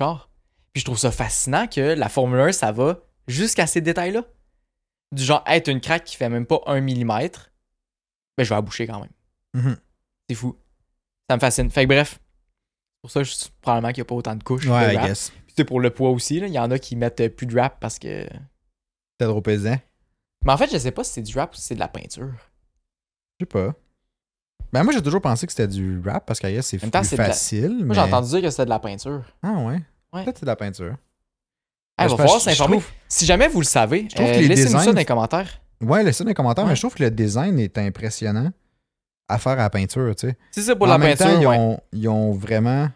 A: genre. Puis je trouve ça fascinant que la Formule 1, ça va jusqu'à ces détails-là. Du genre, être une craque qui fait même pas un millimètre, ben je vais la boucher quand même.
B: Mhm.
A: C'est fou. Ça me fascine. Fait que bref, c'est pour ça, je suis probablement qu'il n'y a pas autant de couches.
B: Ouais,
A: de
B: I
A: wrap.
B: guess.
A: Puis tu sais, pour le poids aussi, là, il y en a qui mettent euh, plus de wrap parce que.
B: T'es trop pesant.
A: Mais en fait, je sais pas si c'est du wrap ou si c'est de la peinture.
B: Je sais pas. Ben moi j'ai toujours pensé que c'était du rap parce qu'ailleurs c'est
A: En
B: plus
A: même temps, c'est de la-
B: facile.
A: Moi,
B: mais-
A: j'ai entendu dire que c'était de la peinture.
B: Ah ouais.
A: Ouais.
B: Peut-être c'est de la peinture.
A: Eh,
B: Ben,
A: va
B: je-
A: falloir
B: je-
A: s'informer.
B: je trouve-
A: Si jamais vous le savez,
B: trouve
A: euh,
B: que les
A: laissez-nous
B: designs-
A: ça dans les commentaires.
B: Ouais, laissez dans les commentaires,
A: Ouais.
B: mais je trouve que le design est impressionnant à faire à la peinture, tu sais.
A: Si c'est pour
B: en
A: la
B: même
A: peinture,
B: temps, ils,
A: ouais.
B: ont, ils ont vraiment.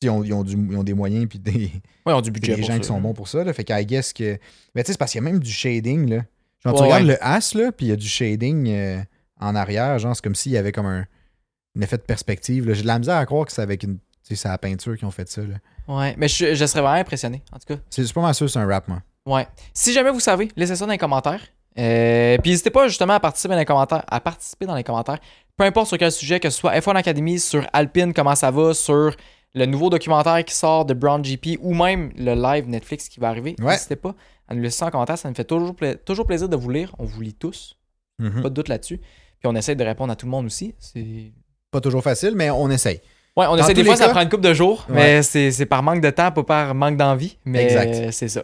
B: Ils ont, ils ont du- ils ont des moyens puis des,
A: Ouais, ils ont du
B: puis
A: budget.
B: des
A: pour
B: gens
A: ça.
B: qui sont bons pour ça. Là, fait qu'à guess que. Mais tu sais, c'est parce qu'il y a même du shading, là. Genre, tu
A: Ouais,
B: regardes
A: ouais.
B: le as, là, puis il y a du shading euh, en arrière. Genre, c'est comme s'il y avait comme un. un effet de perspective. là. J'ai de la misère à croire que c'est avec une. tu sais, c'est la peinture qui ont fait ça. là.
A: Ouais, mais je, je serais vraiment impressionné, en tout cas.
B: C'est je suis pas mal sûr que c'est un rap, moi.
A: Ouais. Si jamais vous savez, laissez ça dans les commentaires. Euh, Puis n'hésitez pas justement à participer dans les commentaires. À participer dans les commentaires. Peu importe sur quel sujet, que ce soit F1 Academy, sur Alpine, comment ça va, sur le nouveau documentaire qui sort de Brown GP ou même le live Netflix qui va arriver.
B: Ouais.
A: N'hésitez pas à nous laisser ça en commentaire. Ça nous fait toujours, pla- toujours plaisir de vous lire. On vous lit tous.
B: Mhm.
A: Pas de doute là-dessus. Puis on essaie de répondre à tout le monde aussi. C'est.
B: Pas toujours facile, mais on essaye.
A: Ouais, on
B: Dans
A: essaie des
B: tous
A: fois,
B: les
A: ça
B: cas-
A: prend une couple de jours, mais c'est c'est par manque de temps, pas par manque d'envie. Mais
B: Exact.
A: euh, c'est ça.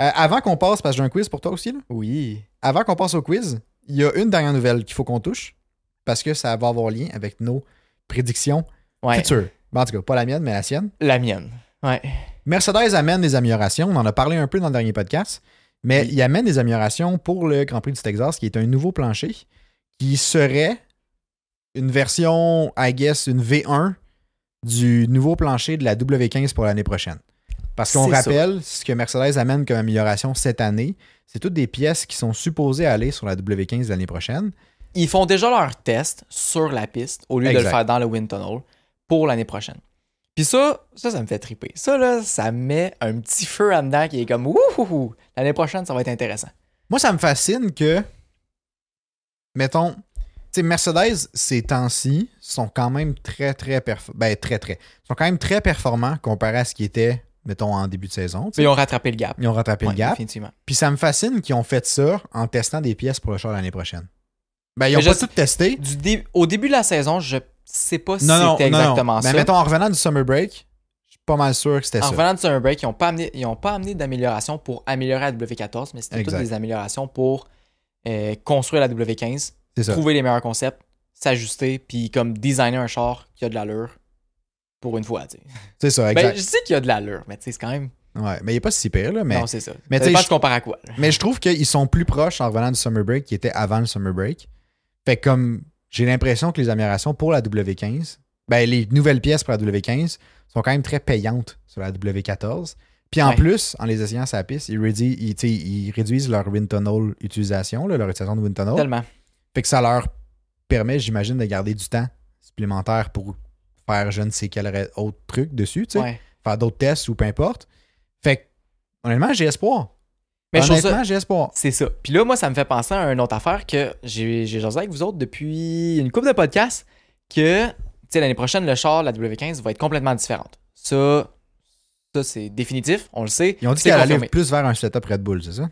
B: Euh, avant qu'on passe, parce que j'ai un quiz pour toi aussi, là.
A: Oui.
B: avant qu'on passe au quiz, il y a une dernière nouvelle qu'il faut qu'on touche parce que ça va avoir lien avec nos prédictions
A: Ouais.
B: futures. Ben, en tout cas, pas la mienne, mais la sienne.
A: La mienne. Ouais.
B: Mercedes amène des améliorations. On en a parlé un peu dans le dernier podcast, mais
A: Oui.
B: il amène des améliorations pour le Grand Prix du Texas, qui est un nouveau plancher qui serait une version, I guess, une V1 du nouveau plancher de la W15 pour l'année prochaine. Parce qu'on
A: C'est ça.
B: rappelle, ce que Mercedes amène comme amélioration cette année, c'est toutes des pièces qui sont supposées aller sur la W15 de l'année prochaine.
A: ils font déjà leur test sur la piste au lieu de le
B: Exact.
A: faire dans le wind tunnel pour l'année prochaine. Puis ça, ça, ça me fait triper. Ça, là, ça met un petit feu en dedans qui est comme wouhouhou. L'année prochaine, ça va être intéressant.
B: Moi, ça me fascine que, mettons, tu sais, Mercedes, ces temps-ci, sont quand même très, très, perf- ben, très, très, sont quand même très performants comparé à ce qui était, mettons, en début de saison. tu sais.
A: Puis ils ont rattrapé le gap.
B: Ils ont rattrapé
A: Ouais,
B: le gap.
A: Définitivement.
B: Puis ça me fascine qu'ils ont fait ça en testant des pièces pour le char l'année prochaine. Ben, ils
A: Mais
B: ont
A: je
B: pas
A: sais-
B: tout testé.
A: Du dé- Au début de la saison, je sais pas si
B: Non, non,
A: c'était
B: non, non.
A: exactement
B: Ben,
A: ça.
B: mettons, en revenant du summer break, je suis pas mal sûr que c'était
A: en
B: ça.
A: revenant de summer break, ils n'ont pas amené, ils ont pas amené d'amélioration pour améliorer la W14, mais c'était toutes
B: Exact.
A: des améliorations pour euh, construire la W15,
B: C'est ça.
A: trouver les meilleurs concepts, s'ajuster, puis comme designer un char qui a de l'allure pour une fois. tu sais.
B: C'est ça,
A: Ben,
B: exact.
A: je sais qu'il y a de l'allure, mais tu sais, c'est quand même.
B: Ouais, mais il est pas si pire, là. Mais,
A: Non, c'est ça.
B: mais
A: Mais ça
B: tu sais,
A: dépend
B: je-
A: tu compares à quoi. là.
B: mais je trouve qu'ils sont plus proches en revenant du summer break qui était avant le summer break. Fait que comme j'ai l'impression que les améliorations pour la W15, ben, les nouvelles pièces pour la W15 sont quand même très payantes sur la W14. Puis en
A: Ouais.
B: plus, en les essayant sur la piste, ils, rédi- ils, tu sais, ils réduisent leur wind tunnel utilisation, là, leur utilisation de wind tunnel.
A: Tellement.
B: Fait que ça leur permet, j'imagine, de garder du temps supplémentaire pour faire je ne sais quel ra- autre truc dessus, tu sais,
A: Ouais.
B: faire d'autres tests ou peu importe. Fait que, honnêtement, j'ai espoir.
A: Mais je trouve ça.
B: honnêtement, j'ai espoir.
A: C'est ça. Puis là, moi, ça me fait penser à une autre affaire que j'ai j'ai jasé avec vous autres depuis une couple de podcasts que, tu sais, l'année prochaine, le char, la W15, va être complètement différente. Ça, ça c'est définitif, on le sait.
B: Ils ont dit
A: c'est
B: qu'elle allait
A: confirmé.
B: plus vers un setup Red Bull, c'est ça?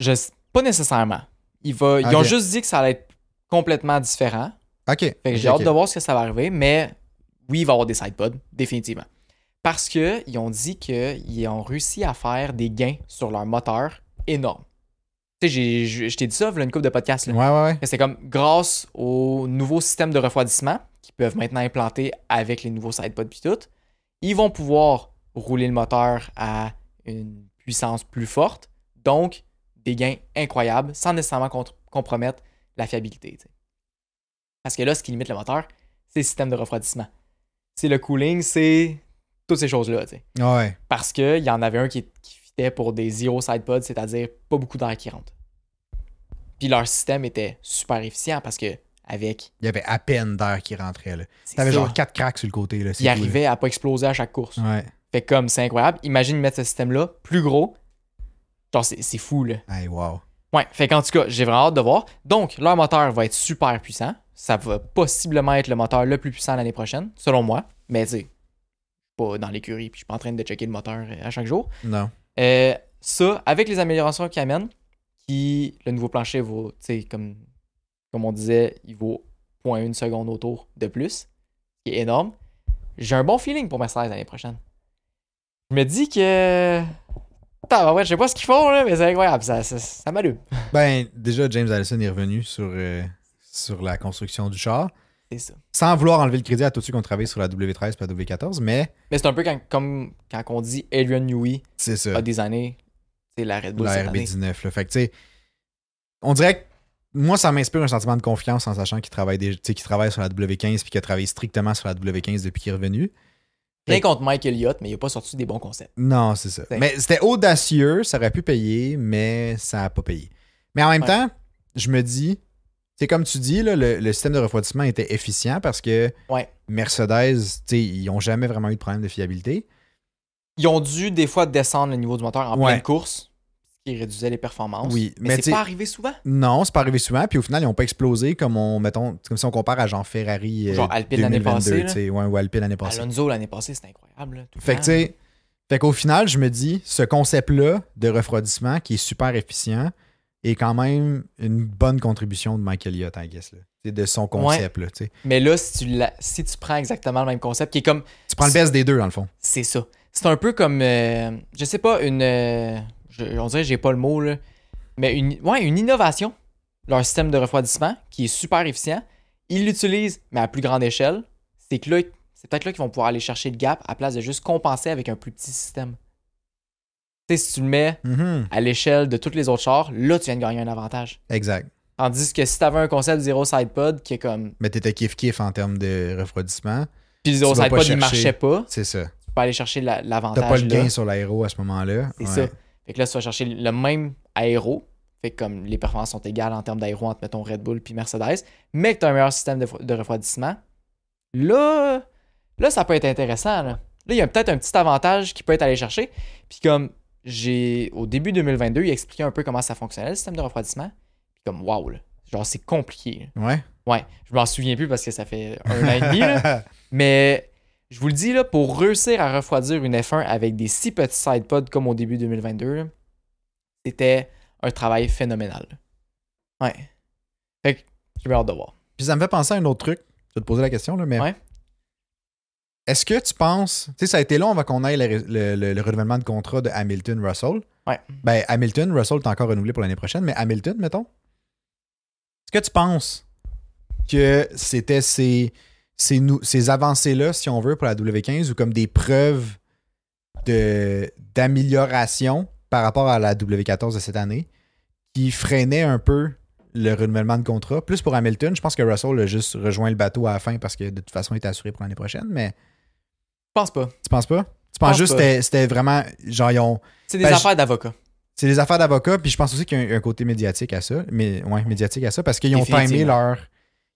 A: Je sais- Pas nécessairement. Il va... Ils ont
B: Ok.
A: juste dit que ça allait être complètement différent.
B: OK.
A: Fait que
B: Ok,
A: j'ai
B: ok.
A: hâte de voir ce que ça va arriver, mais oui, il va y avoir des sidepods, définitivement. Parce qu'ils ont dit qu'ils ont réussi à faire des gains sur leur moteur énormes. Tu sais, j'ai- je je t'ai dit ça, voilà une coupe de podcasts. là.
B: Ouais, ouais, ouais.
A: Mais C'est comme grâce aux nouveaux systèmes de refroidissement qu'ils peuvent maintenant implanter avec les nouveaux sidepods puis tout, ils vont pouvoir rouler le moteur à une puissance plus forte, donc des gains incroyables sans nécessairement contre- compromettre la fiabilité. tu sais. Parce que là, ce qui limite le moteur, c'est le système de refroidissement. C'est le cooling, c'est toutes ces choses-là. tu sais
B: Ouais.
A: parce qu'il y en avait un qui, qui fitait pour des zero side pods, c'est-à-dire pas beaucoup d'air qui rentre. Puis leur système était super efficient parce que avec
B: Il y avait à peine d'air qui rentrait, là.
A: c'est
B: T'avais
A: ça,
B: genre quatre cracks sur le côté, là. c'est
A: il
B: tout, là.
A: arrivait à pas exploser à chaque course.
B: Ouais.
A: Fait que comme c'est incroyable, imagine mettre ce système-là plus gros. Genre c'est c'est fou là.
B: Hey, wow.
A: Ouais, fait qu'en tout cas, j'ai vraiment hâte de voir. Donc, leur moteur va être super puissant. Ça va possiblement être le moteur le plus puissant l'année prochaine, selon moi. Mais tu sais, pas dans l'écurie, puis je suis pas en train de checker le moteur euh, à chaque jour.
B: Non.
A: Euh, ça, avec les améliorations qu'il amène, qui, le nouveau plancher vaut, tu sais, comme, comme on disait, il vaut 0.1 seconde autour de plus, ce qui est énorme. J'ai un bon feeling pour Mercedes l'année prochaine. Je me dis que. Putain, ouais, je sais pas ce qu'ils font, là, mais c'est incroyable, ça, ça, ça m'allume.
B: Ben, déjà, James Allison est revenu sur, euh, sur la construction du char.
A: C'est ça.
B: Sans vouloir enlever le crédit à tous ceux qui ont travaillé sur la W13 et la W14, mais
A: Mais c'est un peu quand- comme quand on dit Adrian Newey
B: c'est ça.
A: a designé tu sais, la Ah, Red Bull cette
B: Euh. la
A: année.
B: RB19. là. Fait que, tu sais, on dirait que moi, ça m'inspire un sentiment de confiance en sachant qu'il travaille, des- tu sais, qu'il travaille sur la W15 puis qu'il a travaillé strictement sur la W15 depuis qu'il est revenu.
A: Rien contre Mike Elliott, mais il a pas sorti des bons concepts.
B: Non, c'est ça.
A: Fait-
B: Mais c'était audacieux, ça aurait pu payer, mais ça n'a pas payé. Mais en même
A: Ouais.
B: temps, je me dis, C'est comme tu dis, là, le, le système de refroidissement était efficient parce que
A: Ouais.
B: Mercedes, tu sais, ils n'ont jamais vraiment eu de problème de fiabilité.
A: Ils ont dû des fois descendre le niveau du moteur en
B: Ouais.
A: pleine course, ce qui réduisait les performances.
B: Oui,
A: mais,
B: mais tu
A: c'est
B: sais-
A: pas arrivé souvent.
B: Non, c'est pas arrivé souvent, puis au final, ils n'ont pas explosé comme on, mettons, comme si on compare à genre Ferrari. euh,
A: Genre Alpine l'année
B: 2022,
A: passée, là.
B: tu sais, Ouais, ou Alpine l'année passée.
A: Alonso l'année passée, c'était incroyable. là, tout le
B: Fait que
A: temps.
B: tu sais, fait qu'au final, je me dis, ce concept-là de refroidissement qui est super efficient est quand même une bonne contribution de Michael Elliott, I guess, là. Tu sais, de son concept, là, tu sais.
A: Mais là, si tu, la- si tu prends exactement le même concept, qui est comme
B: Tu prends le best des deux, dans le fond.
A: C'est ça. C'est un peu comme, euh, je sais pas, une. euh, je- on dirait que j'ai pas le mot, là. Mais une, ouais, une innovation. Leur système de refroidissement, qui est super efficient, ils l'utilisent, mais à plus grande échelle. C'est que là, c'est peut-être là qu'ils vont pouvoir aller chercher le gap à place de juste compenser avec un plus petit système. Tu sais, si tu le mets
B: Mhm,
A: à l'échelle de toutes les autres chars, là, tu viens de gagner un avantage.
B: Exact.
A: Tandis que si t'avais un concept zéro sidepod qui est comme.
B: Mais t'étais kiff-kiff en termes de refroidissement.
A: Puis le zéro
B: vas pas
A: sidepod, il
B: chercher.
A: marchait pas,
B: C'est ça.
A: tu peux aller chercher la- l'avantage.
B: T'as pas le
A: là.
B: gain sur l'aéro à ce moment-là.
A: C'est
B: Ouais.
A: ça. Fait que là, tu vas chercher le même aéro. Fait que comme les performances sont égales en termes d'aéro entre, mettons, Red Bull puis Mercedes, mais que tu as un meilleur système de, de refroidissement, là, là, ça peut être intéressant. Là, Là, il y a peut-être un petit avantage qui peut être allé chercher. Puis comme j'ai, au début 2022, il expliquait un peu comment ça fonctionnait, le système de refroidissement. Puis comme, waouh, là, genre, c'est compliqué.
B: Ouais.
A: là. Ouais, je m'en souviens plus parce que ça fait un an et demi, là. Mais je vous le dis, là, pour réussir à refroidir une F1 avec des si petits sidepods comme au début 2022, là, c'était un travail phénoménal. Ouais. Fait que j'ai bien hâte de voir.
B: Puis ça me fait penser à un autre truc. Je vais te poser la question, là, mais.
A: Ouais.
B: Est-ce que tu penses. Tu sais, ça a été long avant qu'on aille le, ré- le- le- le renouvellement de contrat de Hamilton-Russell.
A: Ouais.
B: Ben, Hamilton, Russell est encore renouvelé pour l'année prochaine, mais Hamilton, mettons. Est-ce que tu penses que c'était ces, ces, nou- ces avancées-là, si on veut, pour la W15 ou comme des preuves de- d'amélioration par rapport à la W14 de cette année qui freinaient un peu le renouvellement de contrat. Plus pour Hamilton, je pense que Russell a juste rejoint le bateau à la fin parce que de toute façon, il était assuré pour l'année prochaine. Mais
A: Je pense pas.
B: tu penses pas? Tu penses
A: pense
B: juste
A: pas.
B: que c'était- c'était vraiment. Genre, ils ont-
A: C'est des
B: Ben,
A: affaires d'avocats.
B: C'est des affaires d'avocats, puis je pense aussi qu'il y a un, un côté médiatique à ça. Mais ouais, médiatique à ça parce qu'ils ont timé
A: Définitivement.
B: leur.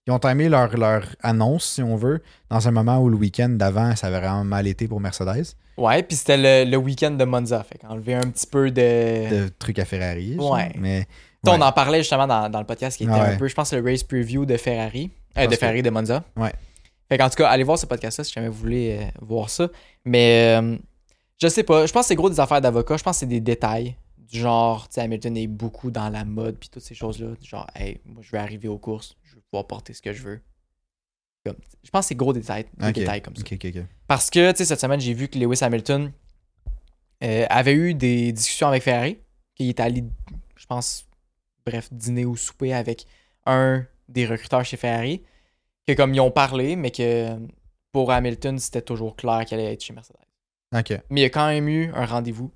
B: Ils ont timé leur, leur annonce, si on veut, dans un moment où le week-end d'avant, ça avait vraiment mal été pour Mercedes.
A: Ouais, puis c'était le, le week-end de Monza. Fait qu'enlever un petit peu de.
B: De trucs à Ferrari. genre.
A: Ouais.
B: Mais
A: Tu sais, On
B: ouais. Ah
A: en parlait justement dans, dans le podcast qui était
B: Ouais.
A: un peu, je pense, le race preview de Ferrari. euh, de
B: Parce que-
A: Ferrari de Monza.
B: Ouais.
A: Fait qu'en tout cas, allez voir ce podcast-là si jamais vous voulez euh, voir ça. Mais euh, je sais pas. Je pense que c'est gros des affaires d'avocat. Je pense que c'est des détails. Du genre, tu sais, Hamilton est beaucoup dans la mode puis toutes ces choses-là. Du genre, hey, moi je vais arriver aux courses, je vais pouvoir porter ce que je veux. Comme- je pense que c'est gros détails, des
B: Ok.
A: détails comme ça.
B: Ok, ok, ok.
A: Parce que, tu sais, cette semaine, j'ai vu que Lewis Hamilton euh, avait eu des discussions avec Ferrari, qu'il était allé, je pense, bref, dîner ou souper avec un des recruteurs chez Ferrari, que comme ils ont parlé, mais que pour Hamilton, c'était toujours clair qu'il allait être chez Mercedes.
B: Ok.
A: Mais il y a quand même eu un rendez-vous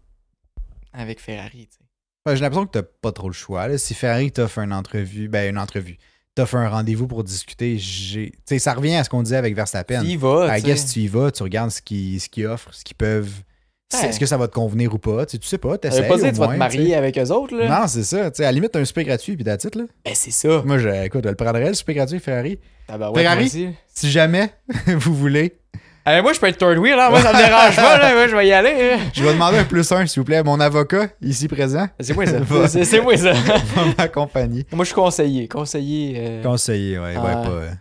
A: avec Ferrari, tu sais.
B: Ouais, j'ai l'impression que t'as pas trop le choix. là. Si Ferrari t'offre une entrevue, ben une entrevue, t'offre un rendez-vous pour discuter, j'ai. Tu sais, ça revient à ce qu'on disait avec Verstappen.
A: Il y va,
B: Ben,
A: tu
B: I
A: sais.
B: guess tu y vas, tu regardes ce qu'ils ce qu'ils offrent, ce qu'ils peuvent.
A: Ouais.
B: Est-ce que ça va te convenir ou pas? Tu sais, tu sais pas,
A: Ça
B: t'essayes.
A: veut pas dire
B: au
A: que tu vas te
B: moins,
A: marier
B: tu
A: avec eux autres,
B: sais.
A: là.
B: Non, c'est ça. Tu sais, à la limite, t'as un souper gratuit, puis that's it, là.
A: Ben, c'est ça.
B: Moi, je, écoute, je le prendrais, le souper gratuit Ferrari.
A: Tabarouette,
B: Ferrari?
A: moi aussi.
B: Si jamais vous voulez,
A: Eh, moi, je peux être third wheel, hein. Moi, ça me dérange pas, là. Moi, je vais y aller. hein.
B: je vais demander un plus un, s'il vous plaît. Mon avocat, ici présent,
A: C'est moi ça.
B: Va.
A: C'est- C'est moi ça.
B: va m'accompagner.
A: moi je suis conseiller. Conseiller. euh,
B: Conseiller, ouais, ouais,
A: Ah.
B: pas. euh,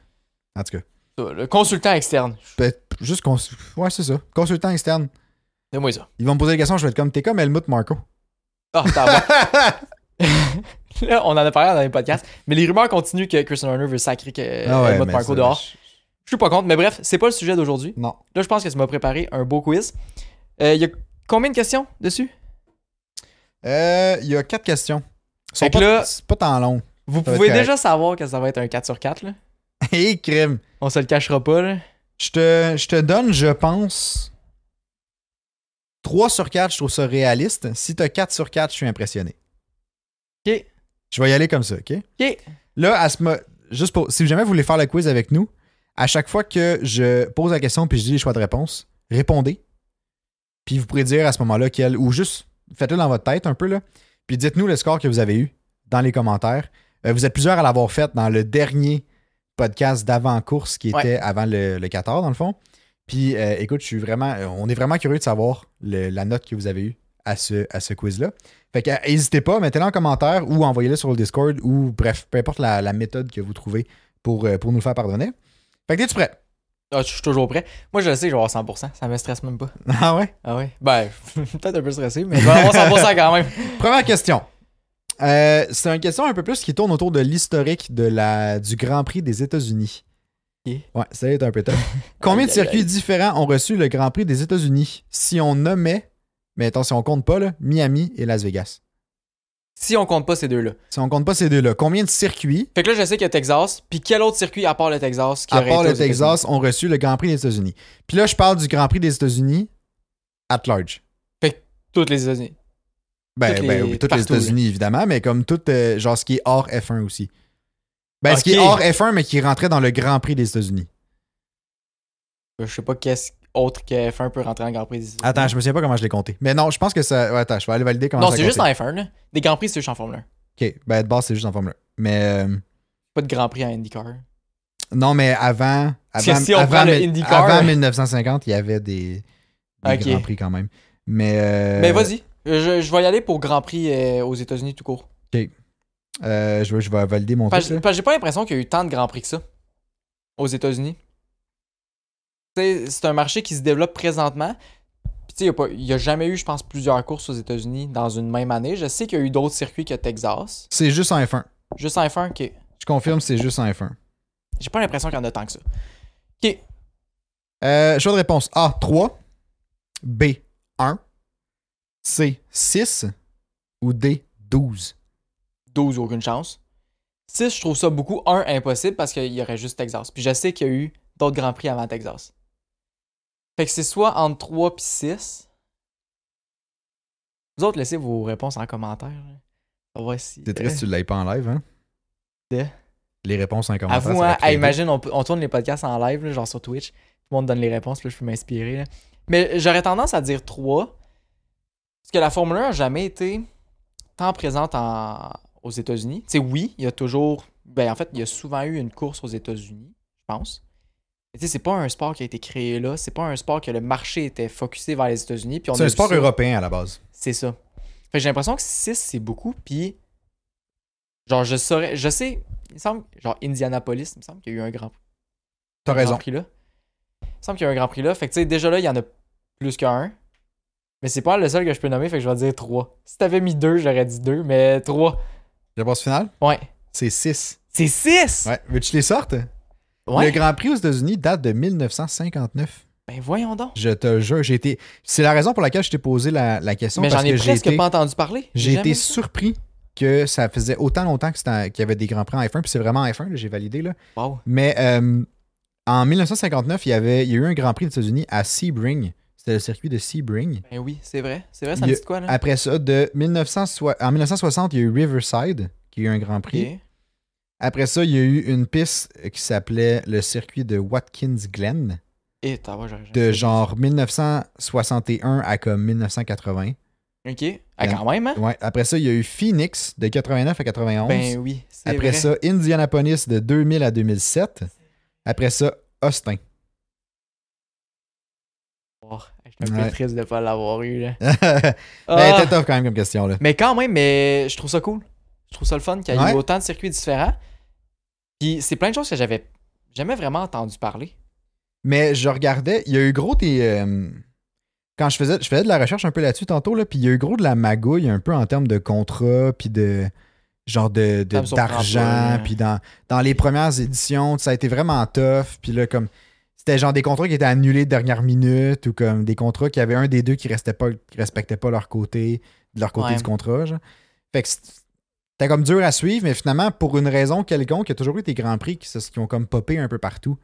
B: En tout cas.
A: ça, le consultant externe.
B: peut-être juste cons... ouais c'est ça consultant externe
A: C'est moi ça.
B: ils vont me poser des questions je vais être comme t'es comme Helmut Marco
A: Ah, t'as bon. Là, on en a parlé dans les podcasts. Mais les rumeurs continuent que Christian Horner veut sacrer que
B: Ah ouais,
A: Helmut
B: mais
A: Marko
B: ça,
A: dehors. Je suis pas contre, mais bref, c'est pas le sujet d'aujourd'hui.
B: je- non
A: Là, je pense que tu m'as préparé un beau quiz. Euh, Il y a combien de questions dessus?
B: Euh, il y a quatre questions Ils sont
A: Fait que
B: pas,
A: là-
B: c'est pas tant long
A: Vous
B: Ça va
A: pouvez
B: être correct.
A: déjà savoir que ça va être un 4 sur 4. Là.
B: et crime
A: On se le cachera pas. Là.
B: je te je te donne je pense 3 sur 4 je trouve ça réaliste si t'as 4 sur 4 je suis impressionné
A: Ok.
B: je vais y aller comme ça ok
A: Ok.
B: là à ce mo- juste pour si jamais vous voulez faire le quiz avec nous à chaque fois que je pose la question puis je dis les choix de réponse répondez Puis vous pourrez dire à ce moment-là quel. Ou juste faites-le dans votre tête un peu, là. Puis dites-nous le score que vous avez eu dans les commentaires. Euh, vous êtes plusieurs à l'avoir fait dans le dernier podcast d'avant-course qui était
A: Ouais.
B: avant le, le 14, dans le fond. Puis euh, écoute, je suis vraiment, euh, on est vraiment curieux de savoir le- la note que vous avez eue à ce, à ce quiz-là. Fait que euh, n'hésitez pas, mettez-la en commentaire ou envoyez-la sur le Discord ou bref, peu importe la, la méthode que vous trouvez pour, euh, pour nous le faire pardonner. Fait que t'es-tu prêt?
A: Ah, je suis toujours prêt. Moi, je le sais, je vais avoir 100%. Ça me stresse même pas.
B: Ah ouais?
A: Ah ouais? Ben, peut-être un peu stressé, mais je vais avoir 100% quand même.
B: Première question. Euh, c'est une question un peu plus qui tourne autour de l'historique de la, du Grand Prix des États-Unis.
A: Ok.
B: Ouais, ça est un peu tough. Combien de
A: Aïe, aïe,
B: circuits différents ont reçu le Grand Prix des États-Unis si on nommait, mais attends, si on compte pas, là, Miami et Las Vegas?
A: Si on compte pas ces deux-là.
B: Si on compte pas ces deux-là, combien de circuits,
A: Fait que là, je sais qu'il y a Texas. Puis quel autre circuit à part le Texas qui
B: à
A: aurait
B: part
A: été
B: le
A: aux États-Unis?
B: Texas, ont reçu le Grand Prix des États-Unis? Puis là, je parle du Grand Prix des États-Unis at large.
A: Toutes les États-Unis.
B: Ben,
A: Toutes
B: ben
A: les-
B: oui, toutes les
A: partout, là.
B: États-Unis, évidemment, mais comme tout, euh, genre ce qui est hors F1 aussi. Ben, ce qui est
A: Ok.
B: hors F1, mais qui rentrait dans le Grand Prix des États-Unis.
A: Je sais pas qu'est-ce autre que F1 peut rentrer en Grand Prix des États-Unis.
B: Attends, je me souviens pas comment je l'ai compté. Mais non, je pense que ça. ouais, attends, je vais aller valider comment
A: Non,
B: ça
A: c'est juste en
B: comptait.
A: F1, là. Des Grands Prix, c'est juste en Formule 1.
B: Ok, ben de base, c'est juste en Formule 1. Mais euh,
A: Pas de Grand Prix en IndyCar.
B: non, mais avant.
A: Parce que
B: avant,
A: si on
B: avant,
A: prend le
B: mille-
A: IndyCar- euh.
B: avant 1950, il y avait des, des
A: Ok.
B: Grands Prix quand même. Mais. euh,
A: Ben, vas-y. Je, je vais y aller pour Grand Prix euh, aux États-Unis tout court.
B: euh, je, vais, je vais valider mon
A: Parce
B: truc. là.
A: parce que j'ai pas l'impression qu'il y a eu tant de Grands Prix que ça aux États-Unis. Tu sais, C'est un marché qui se développe présentement. Puis, tu sais, il y a pas- il y, a jamais eu, je pense, plusieurs courses aux États-Unis dans une même année. Je sais qu'il y a eu d'autres circuits que Texas.
B: C'est juste en F1.
A: Juste en F1, ok.
B: Je confirme, c'est juste en F1.
A: J'ai pas l'impression qu'il y en a tant que ça.
B: Euh, choix de réponse A, 3. B, 1. C, 6. Ou D, 12.
A: 12, aucune chance. 6, je trouve ça beaucoup. 1, impossible parce qu'il y aurait juste Texas. Puis je sais qu'il y a eu d'autres Grands Prix avant Texas. Fait que c'est soit entre 3 puis 6. Vous autres, laissez vos réponses en commentaire. là. On va si.
B: C'est triste, tu ne l'avais pas en live, hein?
A: De?
B: Les réponses en commentaire.
A: Avoue,
B: ça va
A: hein,
B: très
A: hey,
B: vite.
A: imagine, on, peut- on tourne les podcasts en live, là, genre sur Twitch. Tout le monde donne les réponses, puis là, je peux m'inspirer. là. Mais j'aurais tendance à dire 3. Parce que la Formule 1 n'a jamais été tant présente en- aux États-Unis. Tu sais, oui, il y a toujours. Ben, en fait, il y a souvent eu une course aux États-Unis, je pense. Mais tu sais, c'est pas un sport qui a été créé là. C'est pas un sport que le marché était focusé vers les États-Unis. puis on
B: C'est
A: a
B: un
A: vu
B: sport
A: ça.
B: européen à la base.
A: C'est ça. Fait que j'ai l'impression que 6, c'est beaucoup, puis genre, je saurais, je sais, il me semble, genre Indianapolis, il me semble qu'il y a eu un grand,
B: T'as
A: un grand
B: raison.
A: prix là. Il me semble qu'il y a eu un grand prix là. Fait que tu sais, déjà là, il y en a plus qu'un. Mais c'est pas le seul que je peux nommer, fait que je vais dire 3. Si t'avais mis 2, j'aurais dit 2, mais 3.
B: La passe finale,
A: Ouais.
B: c'est 6.
A: C'est 6!
B: Ouais. Veux-tu que je les sortes? Le Grand Prix aux États-Unis date de 1959.
A: Ben voyons donc.
B: Je te le jure, j'ai été. C'est la raison pour laquelle je t'ai posé la, la question.
A: Mais
B: parce
A: j'en ai
B: que j'ai
A: presque
B: été-
A: pas entendu parler.
B: J'ai
A: jamais
B: été
A: vu ça.
B: surpris que ça faisait autant longtemps que c'était en- qu'il y avait des grands prix en F1, puis c'est vraiment en F1, là, j'ai validé. Là.
A: Wow.
B: Mais euh, en 1959, il y, avait, il y a eu un Grand Prix des États-Unis à Sebring. C'était le circuit de Sebring.
A: Ben oui, c'est vrai. C'est vrai, ça me
B: Il y a-
A: dit de quoi là?
B: Après ça, de 1960 en 1960, il y a eu Riverside, qui a eu un Grand
A: Ok.
B: Prix. Après ça, il y a eu une piste qui s'appelait le circuit de Watkins Glen,
A: Et t'as ouais, j'aurais jamais
B: de
A: fait.
B: genre 1961 à comme 1980.
A: Ok. Ah, quand même, hein?
B: Ouais. Après ça, il y a eu Phoenix, de 89 à 91.
A: Ben oui. c'est
B: Après
A: vrai.
B: ça, Indianapolis de 2000 à 2007. Après ça, Austin.
A: Oh, je suis un
B: Ouais.
A: peu triste de ne pas l'avoir eu. Là.
B: ben,
A: Ah!
B: t'es tough quand même comme question, là.
A: mais quand même, mais je trouve ça cool. Je trouve ça le fun qu'il y ait
B: Ouais.
A: eu autant de circuits différents. Puis c'est plein de choses que j'avais jamais vraiment entendu parler.
B: Mais je regardais, il y a eu gros des. euh, quand je faisais, je faisais de la recherche un peu là-dessus tantôt, là, puis il y a eu gros de la magouille un peu en termes de contrats, puis de. Genre de, de-
A: Ça me surprend pas,
B: d'argent,
A: là.
B: puis dans, dans les premières éditions, ça a été vraiment tough, puis là, comme. C'était genre des contrats qui étaient annulés de dernière minute ou comme des contrats qui avait un des deux qui restait pas, qui respectait pas leur côté, de leur côté
A: Ouais.
B: du contrat. Genre. Fait que c'est- c'était comme dur à suivre, mais finalement, pour une raison quelconque, il y a toujours eu des grands prix qui, se- qui ont comme popé un peu partout.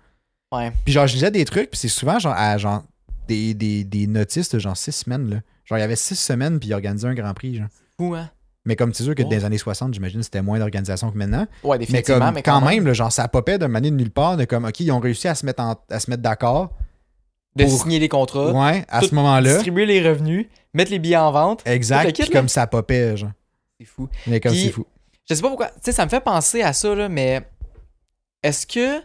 A: Ouais.
B: Puis genre, je lisais des trucs, puis c'est souvent genre à genre des, des, des notices de genre six semaines, là. Genre, il y avait six semaines, puis ils organisaient un Grand Prix, genre.
A: Fou, hein?
B: Mais comme c'est sûr que
A: Oh.
B: dans les années 60, j'imagine, c'était moins d'organisation que maintenant.
A: Ouais,
B: Mais,
A: définitivement,
B: comme,
A: mais,
B: quand même, là, genre, ça popait d'un manière de nulle part, de comme, OK, ils ont réussi à se mettre, en- à se mettre d'accord.
A: De
B: pour-
A: signer les contrats,
B: Ouais, à
A: tout
B: ce moment-là.
A: distribuer les revenus, mettre les billets en vente.
B: Exact,
A: le kit,
B: puis
A: là.
B: comme ça popait, genre.
A: C'est fou.
B: Mais comme
A: Puis-
B: c'est fou.
A: Je sais pas pourquoi. Tu sais, ça me fait penser à ça, là, mais est-ce que.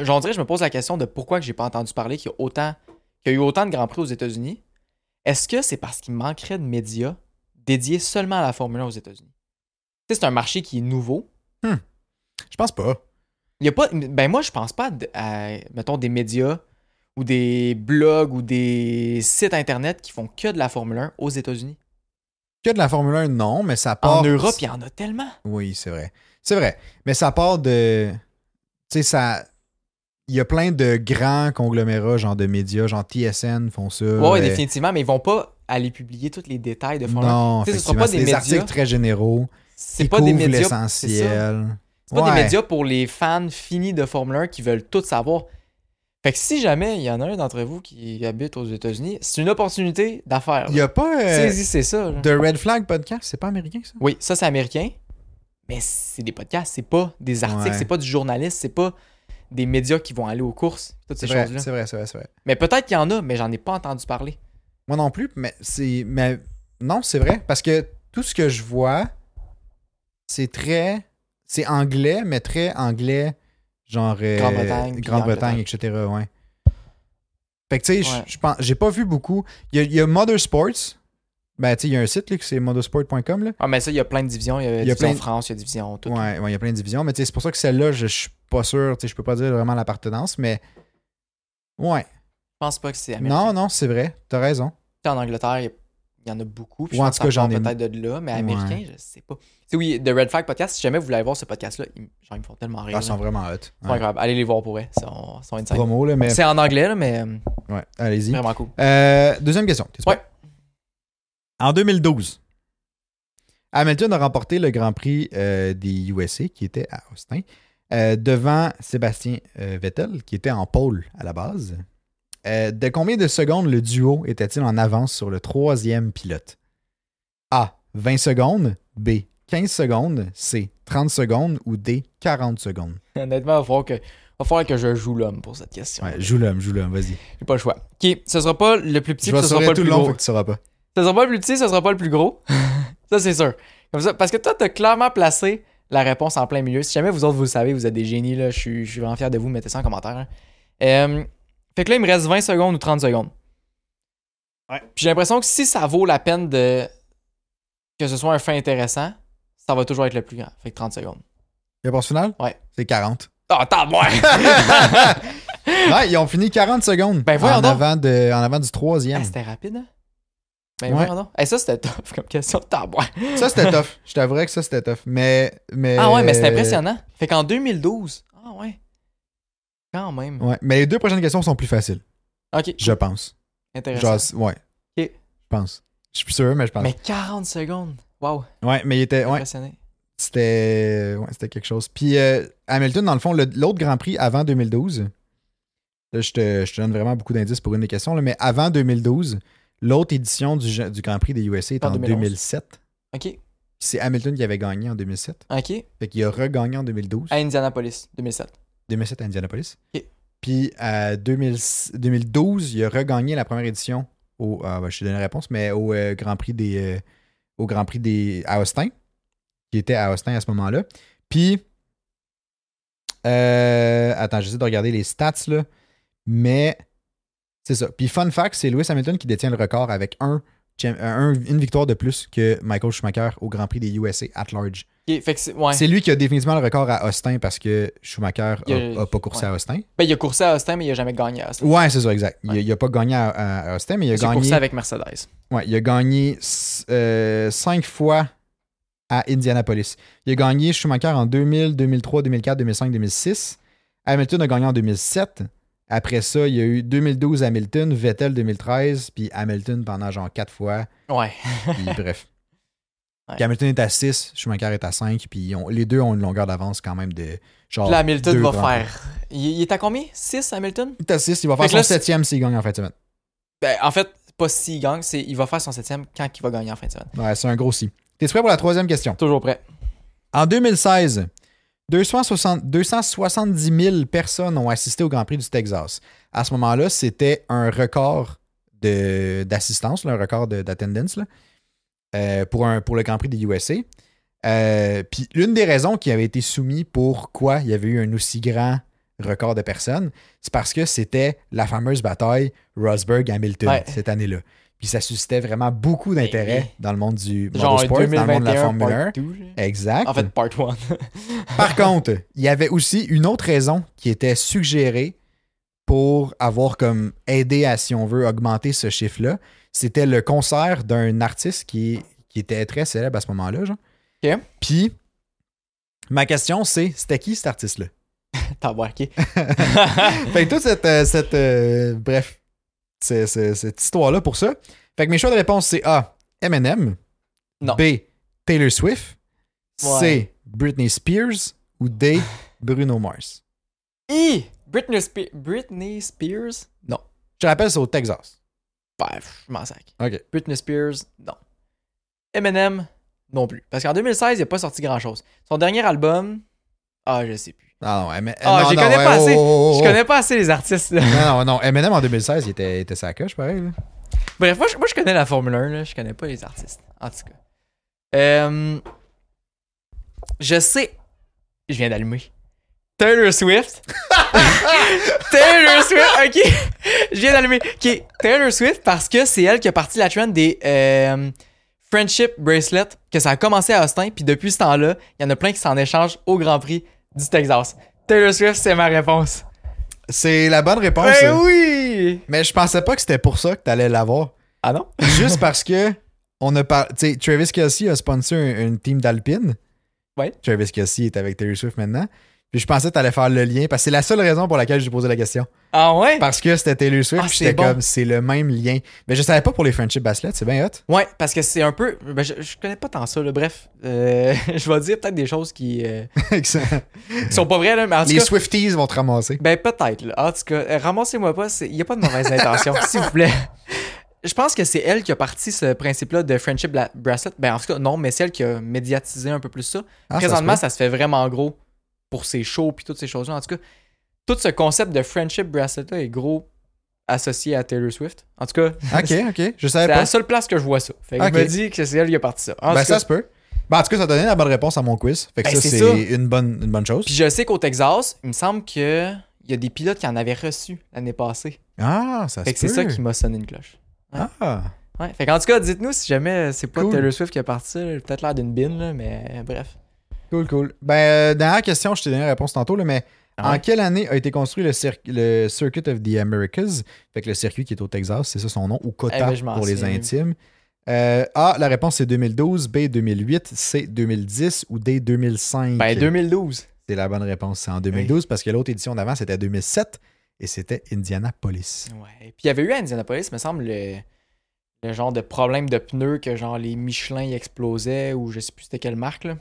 A: J'en dirais, je me pose la question de pourquoi que j'ai pas entendu parler qu'il y, a autant... qu'il y a eu autant de Grands Prix aux États-Unis. Est-ce que c'est parce qu'il manquerait de médias dédiés seulement à la Formule 1 aux États-Unis? Tu sais, c'est un marché qui est nouveau.
B: Je pense pas.
A: Il y a pas. Ben moi, je pense pas à, à, mettons, des médias ou des blogs ou des sites internet qui font que de la Formule 1 aux États-Unis.
B: Que de la Formule 1, non, mais ça part.
A: En Europe, il y en a tellement.
B: Oui, c'est vrai. C'est vrai. Mais ça part de. Tu sais, ça. Il y a plein de grands conglomérats, genre de médias, genre TSN font ça.
A: Ouais, ouais,
B: euh,
A: définitivement, mais ils vont pas aller publier tous les détails de Formule 1.
B: Non,
A: Tu sais, ce sera
B: effectivement,
A: pas
B: c'est
A: des
B: des
A: médias.
B: articles très généraux.
A: C'est
B: qui
A: pas des
B: couvrent
A: médias. c'est ça.
B: l'essentiel.
A: C'est pas
B: Ouais.
A: des médias pour les fans finis de Formule 1 qui veulent tout savoir. Fait que si jamais il y en a un d'entre vous qui habite aux États-Unis, c'est une opportunité d'affaires.
B: Il y a pas euh,
A: Saisissez ça. là.
B: de Red Flag podcast, c'est pas américain ça
A: Oui, ça c'est américain, mais c'est des podcasts, c'est pas des articles,
B: Ouais.
A: c'est pas du journalisme, c'est pas des médias qui vont aller aux courses, toutes
B: C'est
A: ces
B: vrai,
A: choses-là.
B: c'est vrai, c'est vrai, c'est vrai.
A: Mais peut-être qu'il y en a, mais j'en ai pas entendu parler.
B: Moi non plus, mais c'est mais non, c'est vrai parce que tout ce que je vois c'est très c'est anglais mais très anglais genre euh,
A: Grande-Bretagne, puis
B: Grande-Bretagne, etc., ouais. Fait que tu sais,
A: Ouais.
B: je- je pense j'ai pas vu beaucoup. Il y a, il y a Mothersports. Ben tu sais, il y a un site là, que c'est mothersport.com là.
A: Ah, mais ça, il y a plein de divisions. Il y a,
B: Il y a
A: division
B: plein de-
A: France, il y a division tout.
B: Ouais, ouais, il y a plein de divisions. Mais tu sais, c'est pour ça que celle-là, je, je suis pas sûr. Tu sais, je peux pas dire vraiment l'appartenance, mais. Ouais.
A: Je pense pas que c'est américain.
B: Non, non, c'est vrai. T'as raison.
A: En Angleterre, il y a- il y en a beaucoup. Puis je
B: Ouais, en
A: pense
B: tout
A: que
B: cas,
A: ça
B: j'en
A: part
B: ai-
A: peut-être de là, mais
B: Ouais.
A: américain, je sais pas. Tu sais, oui, The Red Flag Podcast, si jamais vous voulez aller voir ce podcast-là, ils, genre, ils me font tellement rire.
B: Ah, ils sont
A: là.
B: vraiment hot.
A: C'est pas
B: Ouais.
A: grave. Allez les voir pour vrai. Ils sont, ils sont insane.
B: Promo, là, mais.
A: C'est en anglais, là, mais euh,
B: Ouais, allez-y.
A: vraiment cool.
B: Euh, deuxième question. T'es-tu
A: Ouais.
B: prêt? En 2012, Hamilton a remporté le Grand Prix euh, des USA qui était à Austin euh, devant Sébastien euh, Vettel qui était en pôle à la base. Euh, de combien de secondes le duo était-il en avance sur le troisième pilote? A. 20 secondes. B. 15 secondes. C. 30 secondes. Ou D. 40 secondes.
A: Honnêtement, il va falloir que, va falloir que je joue l'homme pour cette question.
B: Ouais, joue l'homme, joue l'homme, vas-y.
A: J'ai pas le choix. Ok, ce sera pas le plus petit,
B: Je
A: ce
B: vais
A: sera pas
B: sauver
A: le
B: tout
A: plus
B: le long,
A: gros.
B: fait que tu sauras pas.
A: Ce sera pas le plus petit, ce sera pas le plus gros. ça, c'est sûr. Comme ça, parce que toi, t'as clairement placé la réponse en plein milieu. Si jamais vous autres, vous le savez, vous êtes des génies, là. Je suis, je suis vraiment fier de vous. Mettez ça en commentaire. hein. Euh, fait que là, il me reste 20 secondes ou 30 secondes.
B: Ouais.
A: Puis j'ai l'impression que si ça vaut la peine de. que ce soit un fait intéressant, ça va toujours être le plus grand. Fait que 30 secondes.
B: Réponse finale?
A: Ouais.
B: C'est 40.
A: Ah, t'as moi!
B: Ouais, ils ont fini 40 secondes
A: Ben, voyons
B: en,
A: donc.
B: avant de- en avant du troisième.
A: C'était rapide, hein? Ben,
B: Ouais.
A: voyons donc. Eh, ça, c'était tough comme question. T'as moi!
B: ça, c'était tough. Je t'avouerais que ça, c'était tough. Mais, mais.
A: Ah ouais, mais
B: Euh,
A: c'est impressionnant. Fait qu'en 2012, ah ouais. Quand même.
B: Ouais, mais les deux prochaines questions sont plus faciles,
A: Ok,
B: je pense.
A: intéressant.
B: Genre, ouais.
A: Ok.
B: Je pense. Je suis plus sûr, mais je pense.
A: Mais 40 secondes. Wow,
B: Ouais, mais il était. Ouais,
A: impressionné.
B: c'était. Ouais, c'était quelque chose. Puis euh, Hamilton, dans le fond, le- l'autre Grand Prix avant 2012, là, je te, je te donne vraiment beaucoup d'indices pour une des questions, là, mais avant 2012, l'autre édition du, du Grand Prix des USA est
A: En
B: en
A: 2011.
B: 2007.
A: Ok,
B: C'est Hamilton qui avait gagné en 2007.
A: ok.
B: Fait qu'il a regagné en 2012.
A: À Indianapolis, 2007.
B: 2007 à Indianapolis.
A: Ok.
B: Puis à 2000 2012, il a regagné la première édition au. ah, ben, je te donne la réponse, mais au euh, Grand Prix des. euh, au Grand Prix des. à Austin. Qui était à Austin à ce moment-là. Puis. euh, attends, j'essaie de regarder les stats là. Mais. C'est ça. Puis fun fact, c'est Lewis Hamilton qui détient le record avec un, cham- un- une victoire de plus que Michael Schumacher au Grand Prix des USA at large.
A: Ok, fait que c'est. Ouais.
B: C'est lui qui a définitivement le record à Austin parce que Schumacher
A: Il a-
B: n'a pas coursé à Austin.
A: Ben, il a coursé à Austin, mais il a jamais gagné à Austin.
B: Ouais, c'est ça, exact.
A: Ouais.
B: Il n'a pas gagné à, à- à Austin, mais il a
A: Il a
B: gagné.
A: coursé avec Mercedes.
B: ouais, il a gagné euh, cinq fois à Indianapolis. Il a gagné Schumacher en 2000, 2003, 2004, 2005, 2006. Hamilton a gagné en 2007. Après ça, il y a eu 2012 Hamilton, Vettel 2013, puis Hamilton pendant genre quatre fois.
A: Ouais.
B: Puis bref.
A: Ouais.
B: Puis Hamilton est à 6, Schumacher est à 5, puis ils ont- les deux ont une longueur d'avance quand même de genre.
A: Puis là, Hamilton
B: deux
A: va
B: grands prix.
A: faire. Il, il est à combien 6 Hamilton
B: Il est à 6, il va faire
A: Fait que là,
B: son septième s'il gagne en fin de semaine.
A: Ben, en fait, pas s'il gagne, c'est il va faire son 7 quand il va gagner en fin de semaine.
B: Ouais, c'est un gros si. T'es prêt pour la troisième question?
A: Toujours prêt.
B: En 2016, 260, 270 000 personnes ont assisté au Grand Prix du Texas. À ce moment-là, c'était un record de- d'assistance, là, un record de- d'attendance là, euh, pour, un- pour le Grand Prix des USA. Euh, Puis l'une des raisons qui avait été soumise pour quoi il y avait eu un aussi grand record de personnes, c'est parce que c'était la fameuse bataille Rosberg-Hamilton
A: Ouais.
B: cette année-là. Puis ça suscitait vraiment beaucoup d'intérêt
A: oui.
B: dans le monde du
A: Genre
B: motorsport, dans le monde de la
A: 2021
B: Formule 1.
A: part 2. genre.
B: Exact.
A: En fait, part 1.
B: Par contre, il y avait aussi une autre raison qui était suggérée pour avoir comme aidé à, si on veut, augmenter ce chiffre-là. C'était le concert d'un artiste qui, qui était très célèbre à ce moment-là, genre.
A: Ok.
B: Puis, ma question, c'est c'était qui cet artiste-là?
A: T'as marqué.
B: Fait que toute cette. euh, cette, euh, bref, c'est- c'est- cette histoire-là pour ça. Fait que mes choix de réponse, c'est A. Eminem.
A: Non.
B: B. Taylor Swift.
A: Ouais.
B: C. Britney Spears. Ou D. Bruno Mars.
A: Et Britney, Spe- Britney Spears? Non.
B: Je te rappelle, c'est au Texas.
A: Ben, pff, je m'en sac.
B: OK.
A: Britney Spears? Non. Eminem? Non plus. Parce qu'en 2016, il n'a pas sorti grand-chose. Son dernier album? Ah, je sais plus.
B: Ah non, Eminem.
A: Ah,
B: non,
A: j'y
B: non,
A: connais
B: ouais,
A: pas
B: oh,
A: assez.
B: oh,
A: Je
B: oh, oh.
A: connais pas assez les artistes. là.
B: Non, non, non, Eminem en 2016, il était, il était sa coche, pareil. là.
A: Bref, moi je, moi, je connais la Formule 1, là. je connais pas les artistes, en tout cas. Euh, je sais. Je viens d'allumer. Taylor Swift. Taylor Swift, ok. je viens d'allumer. Ok, Taylor Swift parce que c'est elle qui a parti la trend des euh, Friendship Bracelet, que ça a commencé à Austin, puis depuis ce temps-là, il y en a plein qui s'en échangent au Grand Prix du Texas. Taylor Swift, c'est ma réponse.
B: C'est la bonne réponse.
A: Ben
B: ça.
A: oui!
B: Mais je pensais pas que c'était pour ça que t'allais l'avoir.
A: Ah non?
B: juste parce que on a par... tu sais, Travis Kelsey a sponsor un- une team d'Alpine.
A: Ouais.
B: Travis Kelsey est avec Taylor Swift maintenant. Puis je pensais que t'allais faire le lien parce que c'est la seule raison pour laquelle j'ai posé la question.
A: Ah ouais?
B: Parce que c'était Taylor Swift,
A: Ah,
B: puis
A: c'est
B: j'étais
A: bon.
B: comme c'est le même lien. Mais je savais pas pour les friendship bracelets, c'est bien hot.
A: Ouais, parce que c'est un peu. ben, je, je connais pas tant ça, là. Bref, euh, je vais dire peut-être des choses qui, euh,
B: Excellent.
A: qui sont pas vraies, là, mais en tout
B: les
A: cas.
B: Swifties vont te ramasser.
A: Ben peut-être, là. En tout cas, euh, ramassez-moi pas, il n'y a pas de mauvaise intention, s'il vous plaît. Je pense que c'est elle qui a parti ce principe-là de Friendship Bla- Bracelet. Ben en tout cas, non, mais c'est elle qui a médiatisé un peu plus ça.
B: Ah, ça se
A: Présentement,
B: peut.
A: ça se, fait vraiment gros pour ces shows puis toutes ces choses-là. En tout cas, tout ce concept de Friendship Bracelet-là est gros associé à Taylor Swift. En tout cas,
B: Ok, ok. Je savais
A: c'est
B: pas.
A: la seule place que je vois ça. Fait que
B: Eh ben. Ok.
A: je me dis que c'est elle qui a parti ça. En
B: Ben,
A: tout
B: ça
A: cas,
B: se peut. Ben, en tout cas, ça donnait la bonne réponse à mon quiz. Fait que
A: Ben,
B: ça,
A: c'est
B: c'est
A: ça.
B: une bonne, une bonne chose.
A: Puis je sais qu'au Texas, il me semble que il y a des pilotes qui en avaient reçu l'année passée.
B: Ah, ça se
A: fait
B: peut.
A: que c'est ça qui m'a sonné une cloche.
B: Ah.
A: Ouais. Fait qu'en tout cas, dites-nous si jamais euh, c'est pas
B: Cool.
A: Taylor Swift qui a parti, ça, j'ai peut-être l'air d'une bine, là, mais euh, bref.
B: Cool, cool. Ben, euh, dernière question, je t'ai donné la réponse tantôt, là, mais
A: Ah ouais?
B: en quelle année a été construit le, cir- le Circuit of the Americas? Fait que le circuit qui est au Texas, c'est ça son nom, ou
A: Eh
B: COTA
A: ben, je m'en
B: pour les
A: souviens.
B: intimes. Euh, a, la réponse c'est 2012, B, 2008, C, 2010 ou D, 2005.
A: Ben 2012.
B: C'est la bonne réponse, c'est en 2012 parce que l'autre édition d'avant c'était 2007 et c'était Indianapolis.
A: Ouais. Puis il y avait eu à Indianapolis, me semble, le, le genre de problème de pneus que genre les Michelin ils explosaient ou je sais plus c'était quelle marque là.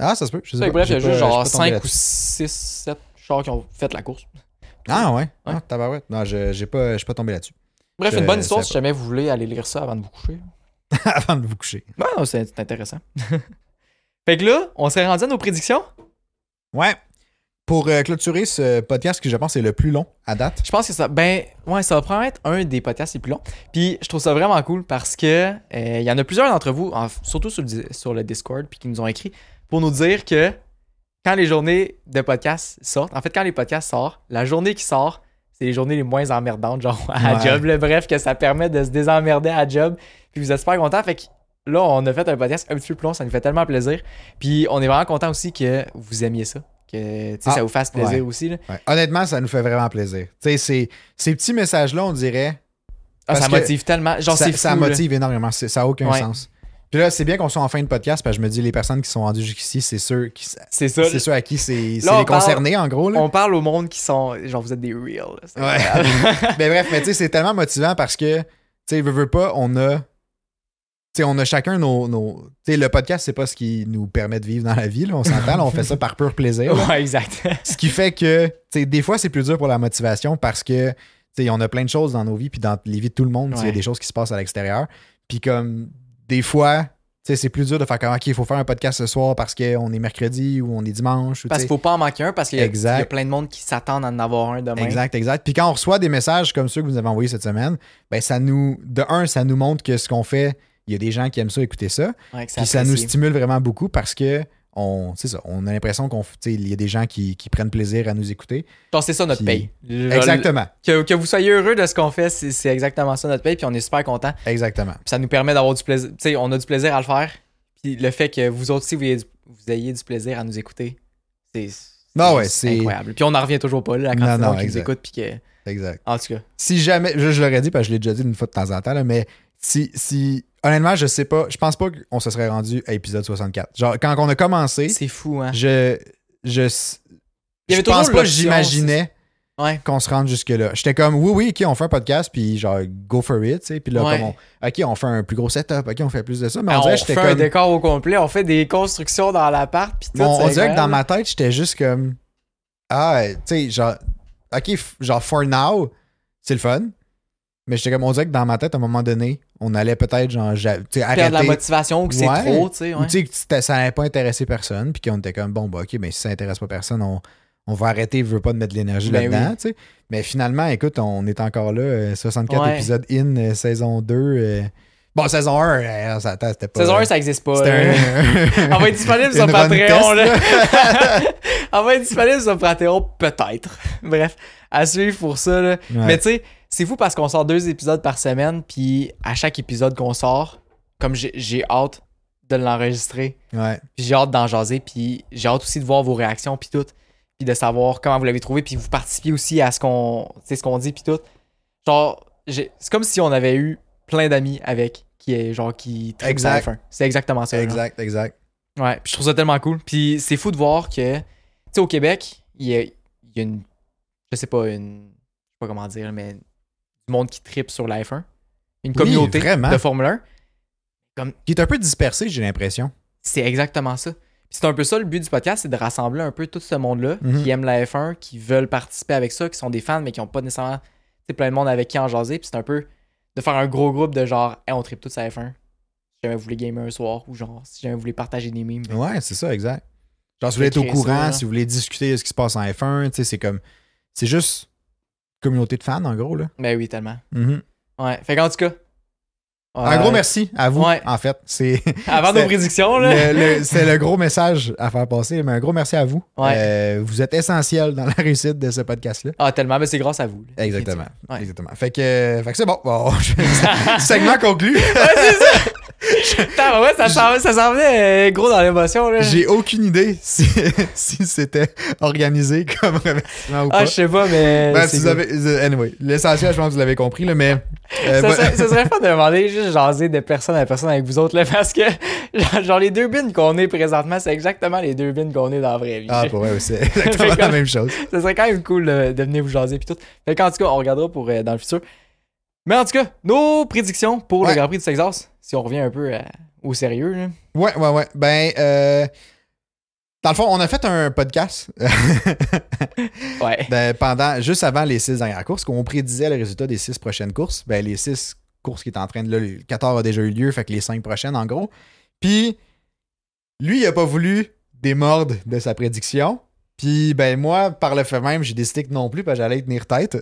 B: Ah, ça se peut, je sais
A: Fait
B: pas.
A: que bref, il y a
B: j'ai pas-
A: juste
B: j'ai
A: genre
B: pas tombé
A: 5 ou
B: là-dessus.
A: 6, 7 chars qui ont fait la course.
B: Ah ouais, Ah, tabarouette. Non, je- j'ai pas, j'ai pas tombé là-dessus.
A: Bref,
B: Je
A: une bonne histoire
B: sais
A: si jamais vous voulez aller lire ça avant de vous coucher.
B: Avant de vous coucher.
A: Non, non, Ah, c'est c'est intéressant. fait que là, on s'est rendu à nos prédictions.
B: Ouais. Pour euh, clôturer ce podcast qui, je pense, est le plus long à date.
A: Je pense que ça. Ben, ouais, ça va probablement être un des podcasts les plus longs. Puis je trouve ça vraiment cool parce que euh, il y en a plusieurs d'entre vous, en- surtout sur le, di- sur le Discord, puis qui nous ont écrit pour nous dire que quand les journées de podcast sortent, en fait, quand les podcasts sortent, la journée qui sort, c'est les journées les moins emmerdantes, genre à
B: Ouais.
A: job. là. bref, que ça permet de se désemmerder à job. Puis vous êtes super contents. Fait que là, on a fait un podcast un petit peu plus long. Ça nous fait tellement plaisir. Puis on est vraiment content aussi que vous aimiez ça. Que tu sais,
B: Ah,
A: ça vous fasse plaisir
B: ouais.
A: aussi. là.
B: Ouais. Honnêtement, ça nous fait vraiment plaisir. Tu sais, ces, ces petits messages-là, on dirait,
A: Ah,
B: Parce
A: ça
B: que
A: motive tellement. Genre,
B: ça,
A: c'est
B: ça
A: fou, là.
B: motive énormément. C'est- Ça n'a aucun
A: Ouais.
B: sens. Puis là, c'est bien qu'on soit en fin de podcast parce que je me dis, les personnes qui sont rendues jusqu'ici, c'est ceux, qui,
A: C'est ça.
B: c'est ceux à qui c'est c'est
A: on
B: les
A: parle-
B: concernés, en gros. Là.
A: On parle au monde qui sont. Genre, vous êtes des real. là. C'est
B: Ouais.
A: incroyable.
B: mais Ben, bref, mais tu sais, c'est tellement motivant parce que, tu sais, veux, veux pas, on a. Tu sais, on a chacun nos. nos- tu sais, le podcast, c'est pas ce qui nous permet de vivre dans la vie. là, on s'entend, là, on fait ça par pur plaisir. là.
A: ouais, exact.
B: Ce qui fait que, tu sais, des fois, c'est plus dur pour la motivation parce que, tu sais, on a plein de choses dans nos vies, puis dans les vies de tout le monde, tu sais, il y a
A: Ouais.
B: des choses qui se passent à l'extérieur. Puis comme, des fois, tu sais, c'est plus dur de faire comme, OK, il faut faire un podcast ce soir parce qu'on est mercredi ou on est dimanche. Ou,
A: Parce qu'il
B: tu sais.
A: faut pas en manquer un parce qu'il y, a- il y a
B: Exact.
A: plein de monde qui s'attendent à en avoir un demain.
B: Exact, exact. Puis quand on reçoit des messages comme ceux que vous nous avez envoyés cette semaine, ben ça nous, de un, ça nous montre que ce qu'on fait Il y a des gens qui aiment ça écouter ça.
A: Ouais, que
B: Puis ça nous
A: apprécié.
B: stimule vraiment beaucoup parce que on, c'est ça, on a l'impression qu'on, tu sais, il y a des gens qui, qui prennent plaisir à nous écouter.
A: Donc, c'est ça notre paye.
B: Puis-
A: Je-
B: Exactement,
A: Que, que vous soyez heureux de ce qu'on fait, c'est c'est exactement ça notre paye, puis on est super content.
B: exactement.
A: Puis ça nous permet d'avoir du plaisir. Tu sais, on a du plaisir à le faire. Puis le fait que vous autres aussi, vous ayez du, vous ayez du plaisir à nous écouter, c'est
B: Non, Bah ouais,
A: juste
B: c'est-
A: incroyable. Puis on n'en revient toujours pas là,
B: Non,
A: quand
B: non,
A: non, qui nous
B: exact.
A: écoute. Puis que...
B: Exact.
A: En tout cas,
B: Si jamais, je, je l'aurais dit parce que je l'ai déjà dit une fois de temps en temps, là, mais si, si, honnêtement, je sais pas, je pense pas qu'on se serait rendu à épisode 64. Genre, quand on a commencé,
A: c'est fou, hein?
B: je, je,
A: Il y avait
B: je pense
A: toujours
B: pas que
A: l'option,
B: j'imaginais
A: c'est- Ouais.
B: qu'on se rende jusque-là. J'étais comme, oui, oui, ok, on fait un podcast, puis genre, go for it, tu sais. Puis là,
A: Ouais.
B: comme on- ok, on fait un plus gros setup, ok, on fait plus de ça, mais
A: Ah,
B: on
A: on
B: dirait que
A: fait
B: j'étais
A: un
B: comme.
A: décor au complet, on fait des constructions dans l'appart, puis tout.
B: Bon,
A: c'est
B: on dirait que
A: incroyable.
B: dans ma tête, j'étais juste comme Ah, tu sais, genre, ok, f- genre, for now, c'est le fun. Mais j'étais comme, on dirait que dans ma tête, à un moment donné, on allait peut-être, genre, ja- tu sais,
A: Perdre la
B: arrêter.
A: motivation ou que c'est
B: Ouais.
A: trop, tu sais.
B: Ou
A: Ouais.
B: tu sais, que c'était- ça n'allait pas intéresser personne. Puis qu'on était comme, bon, bah, ok, mais si ça intéresse pas personne, on, on va arrêter, je veux pas de mettre de l'énergie
A: Ben
B: là-dedans,
A: oui.
B: tu sais. Mais finalement, écoute, on est encore là, euh, 64
A: Ouais.
B: épisodes in, euh, saison 2. euh, Bon, saison 1, euh, ça- attends, c'était pas.
A: Saison 1, ça existe pas. là.
B: c'était un-
A: On va être disponible sur
B: une run
A: Patreon.
B: test,
A: Là. on va être disponible sur Patreon, peut-être. Bref, à suivre pour ça. Là.
B: Ouais.
A: Mais tu sais, c'est fou parce qu'on sort deux épisodes par semaine, puis à chaque épisode qu'on sort, comme j'ai- j'ai hâte de l'enregistrer,
B: Ouais.
A: puis j'ai hâte d'en jaser, puis j'ai hâte aussi de voir vos réactions, puis tout, puis de savoir comment vous l'avez trouvé, puis vous participez aussi à ce qu'on tu sais, ce qu'on dit, puis tout. Genre, j'ai- c'est comme si on avait eu plein d'amis avec qui est genre qui trippent sur la
B: Exact.
A: F1. C'est exactement ça. genre.
B: Exact, exact.
A: Ouais, puis je trouve ça tellement cool. Puis c'est fou de voir que, tu sais, au Québec, il y a, il y a une, je sais pas, une, je sais pas comment dire, mais du monde qui tripe sur la F1. Une
B: Oui,
A: communauté
B: vraiment.
A: de Formule 1.
B: Qui est un peu dispersé, j'ai l'impression.
A: C'est exactement ça. Puis c'est un peu ça le but du podcast, c'est de rassembler un peu tout ce monde-là
B: Mhm.
A: qui aime la F1, qui veulent participer avec ça, qui sont des fans, mais qui ont pas nécessairement, tu sais, plein de monde avec qui en jaser. Puis c'est un peu de faire un gros groupe de genre, hey, on tripe tous la F1. Si jamais vous voulez gamer un soir, ou genre, si jamais vous voulez partager des memes.
B: Ouais, c'est ça, exact. Genre, si vous voulez être
A: Fait
B: au
A: que
B: courant,
A: ça-
B: si vous voulez discuter de ce qui se passe en F1, tu sais, c'est comme. C'est juste communauté de fans, en gros, là.
A: Ben oui, tellement.
B: Mhm.
A: Ouais, fait qu'en tout cas.
B: Un gros
A: euh,
B: merci à vous,
A: Ouais.
B: en fait. C'est
A: Avant
B: C'est-
A: nos prédictions, là.
B: le, le- c'est le gros message à faire passer, mais un gros merci à vous.
A: Ouais.
B: Euh, vous êtes essentiel dans la réussite de ce podcast-là.
A: Ah, tellement, mais c'est grâce à vous. là.
B: Exactement.
A: Ouais.
B: Exactement. Fait que, fait que c'est bon. Bon, je- segment conclu.
A: Putain, ouais, ça s'en- ça s'en venait euh, gros dans l'émotion, là.
B: J'ai aucune idée si, si c'était organisé comme remerciement ou pas.
A: Ah, je sais pas, mais.
B: Ben,
A: c'est
B: si vous
A: cool.
B: avez- anyway, l'essentiel, je pense que vous l'avez compris, là, mais. euh,
A: Ça
B: bah-
A: serait, ça serait pas de demander juste jaser de personne à personne avec vous autres, là, parce que, genre, genre, les deux bins qu'on est présentement, c'est exactement les deux bins qu'on est dans la vraie vie.
B: ah, pour ouais, ouais, c'est exactement
A: Fait
B: la
A: que-
B: même chose.
A: ça serait quand même cool euh, de venir vous jaser puis tout. Fait qu'en tout cas, on regardera pour euh, dans le futur. Mais en tout cas, nos prédictions pour
B: Ouais.
A: le Grand Prix du Texas, si on revient un peu euh, au sérieux, là.
B: Ouais, ouais, ouais. Ben, euh, dans le fond, on a fait un podcast
A: Ouais.
B: ben, pendant, juste avant les six dernières courses, qu'on prédisait le résultat des six prochaines courses. Ben, les six courses qui est en train de. Là, le 14 a déjà eu lieu, fait que les cinq prochaines, en gros. Puis, lui, il a pas voulu démordre de sa prédiction. Puis, ben, moi, par le fait même, j'ai décidé que non plus, parce que j'allais y tenir tête.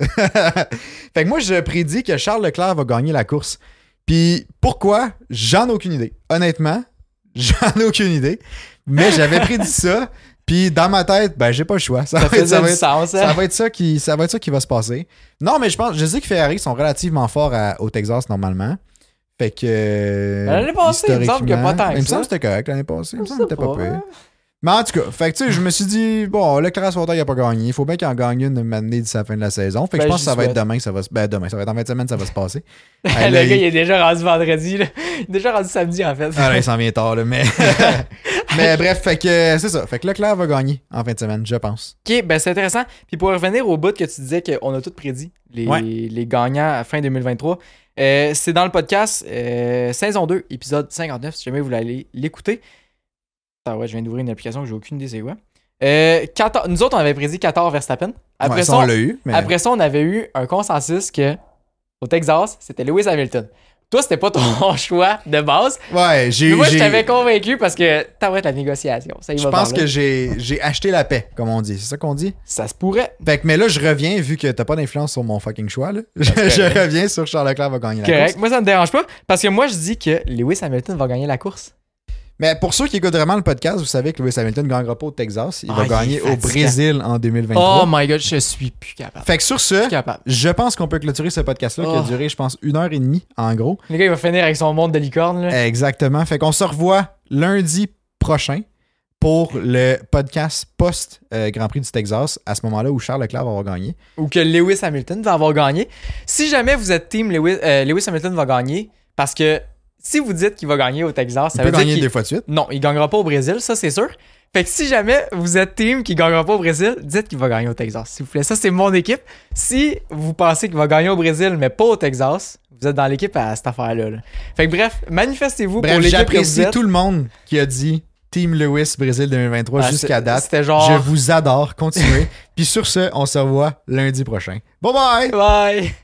B: fait que moi, je prédis que Charles Leclerc va gagner la course. Puis, pourquoi J'en ai aucune idée. Honnêtement, j'en ai aucune idée. Mais j'avais prédit ça. Puis, dans ma tête, ben, j'ai pas le choix. Ça,
A: Ça
B: va être-
A: faisait
B: ça va
A: du
B: être-
A: sens, hein.
B: ça va être ça qui ça va être ça qui va se passer. Non, mais je pense je sais que Ferrari sont relativement forts à- au Texas normalement. Fait que euh,
A: L'année passée, il me semble qu'il y a pas tant que
B: Il me
A: ça.
B: semble que c'était correct l'année passée, il me
A: Je
B: semble que
A: sais
B: c'était pas
A: pas. hein.
B: pire. Mais en tout cas, fait que tu sais, je me suis dit bon, le Class Water il a pas gagné, il faut bien qu'il en gagne une m'amener d'ici la fin de la saison. Fait
A: Ben,
B: que je pense
A: j'y
B: que ça va être
A: souhaite.
B: demain que ça va se ben demain, ça va être en fin de semaine ça va se passer.
A: le
B: Hey, là,
A: gars,
B: il-
A: il est déjà rendu vendredi. Là. Il est déjà rendu samedi, en fait.
B: Ah là, il s'en vient tard là, mais mais bref, fait que euh, c'est ça, fait que Leclerc va gagner en fin de semaine, je pense.
A: ok, ben c'est intéressant. Puis pour revenir au bout que tu disais qu'on a tout prédit, les,
B: Ouais.
A: les gagnants à fin 2023, euh, c'est dans le podcast euh, saison 2, épisode 59, si jamais vous voulez aller l'écouter. Attends, ouais, je viens d'ouvrir une application que j'ai aucune idée c'est quoi. Euh, 14 nous autres, on avait prédit 14 Verstappen. Après,
B: Ouais,
A: ça,
B: ça, on
A: on-
B: l'a eu, mais
A: après ça, on avait eu un consensus que au Texas, c'était Lewis Hamilton. Toi, c'était pas ton choix de base.
B: Ouais, j'ai
A: Mais moi, je
B: j'ai-
A: t'avais convaincu parce que t'arrêtes la négociation. Ça y
B: Je
A: va
B: pense
A: par là.
B: que j'ai j'ai acheté la paix, comme on dit. C'est ça qu'on dit?
A: ça se pourrait.
B: Fait que, mais là, je reviens, vu que t'as pas d'influence sur mon fucking choix, là. Je,
A: correct.
B: je reviens sur Charles Leclerc va gagner la
A: Correct.
B: course.
A: Moi, ça me dérange pas parce que moi, je dis que Lewis Hamilton va gagner la course.
B: Mais pour ceux qui écoutent vraiment le podcast, vous savez que Lewis Hamilton ne gagnera pas au Texas. Il
A: Ah,
B: va
A: il est
B: gagner au
A: fatigant.
B: Brésil en
A: Oh
B: 2023.
A: my god, je suis plus capable.
B: fait que sur ce,
A: Plus capable.
B: je pense qu'on peut clôturer ce podcast-là qui a
A: Oh.
B: duré, je pense, une heure et demie, en gros.
A: Le gars, il va finir avec son monde de licorne.
B: Euh.
A: Là.
B: Exactement. Fait qu'on se revoit lundi prochain pour le podcast post-Grand Prix du Texas, à ce moment-là où Charles Leclerc va avoir gagné.
A: ou que Lewis Hamilton va avoir gagné. Si jamais vous êtes team Lewis, euh, Lewis Hamilton va gagner, parce que si vous dites qu'il va gagner au Texas,
B: Il
A: ça
B: peut
A: veut dire
B: gagner
A: qu'il...
B: deux fois de suite.
A: Non, il gagnera pas au Brésil, ça c'est sûr. Fait que si jamais vous êtes team qui gagnera pas au Brésil, dites qu'il va gagner au Texas, s'il vous plaît. Ça, c'est mon équipe. Si vous pensez qu'il va gagner au Brésil, mais pas au Texas, vous êtes dans l'équipe à cette affaire-là. là. Fait que bref, manifestez-vous pour
B: Bref,
A: l'équipe que vous
B: j'apprécie
A: êtes.
B: tout le monde qui a dit Team Lewis Brésil 2023
A: Ah,
B: jusqu'à
A: c'est-
B: date.
A: C'était genre...
B: Je vous adore. Continuez. Puis sur ce, on se revoit lundi prochain. Bye bye!
A: Bye!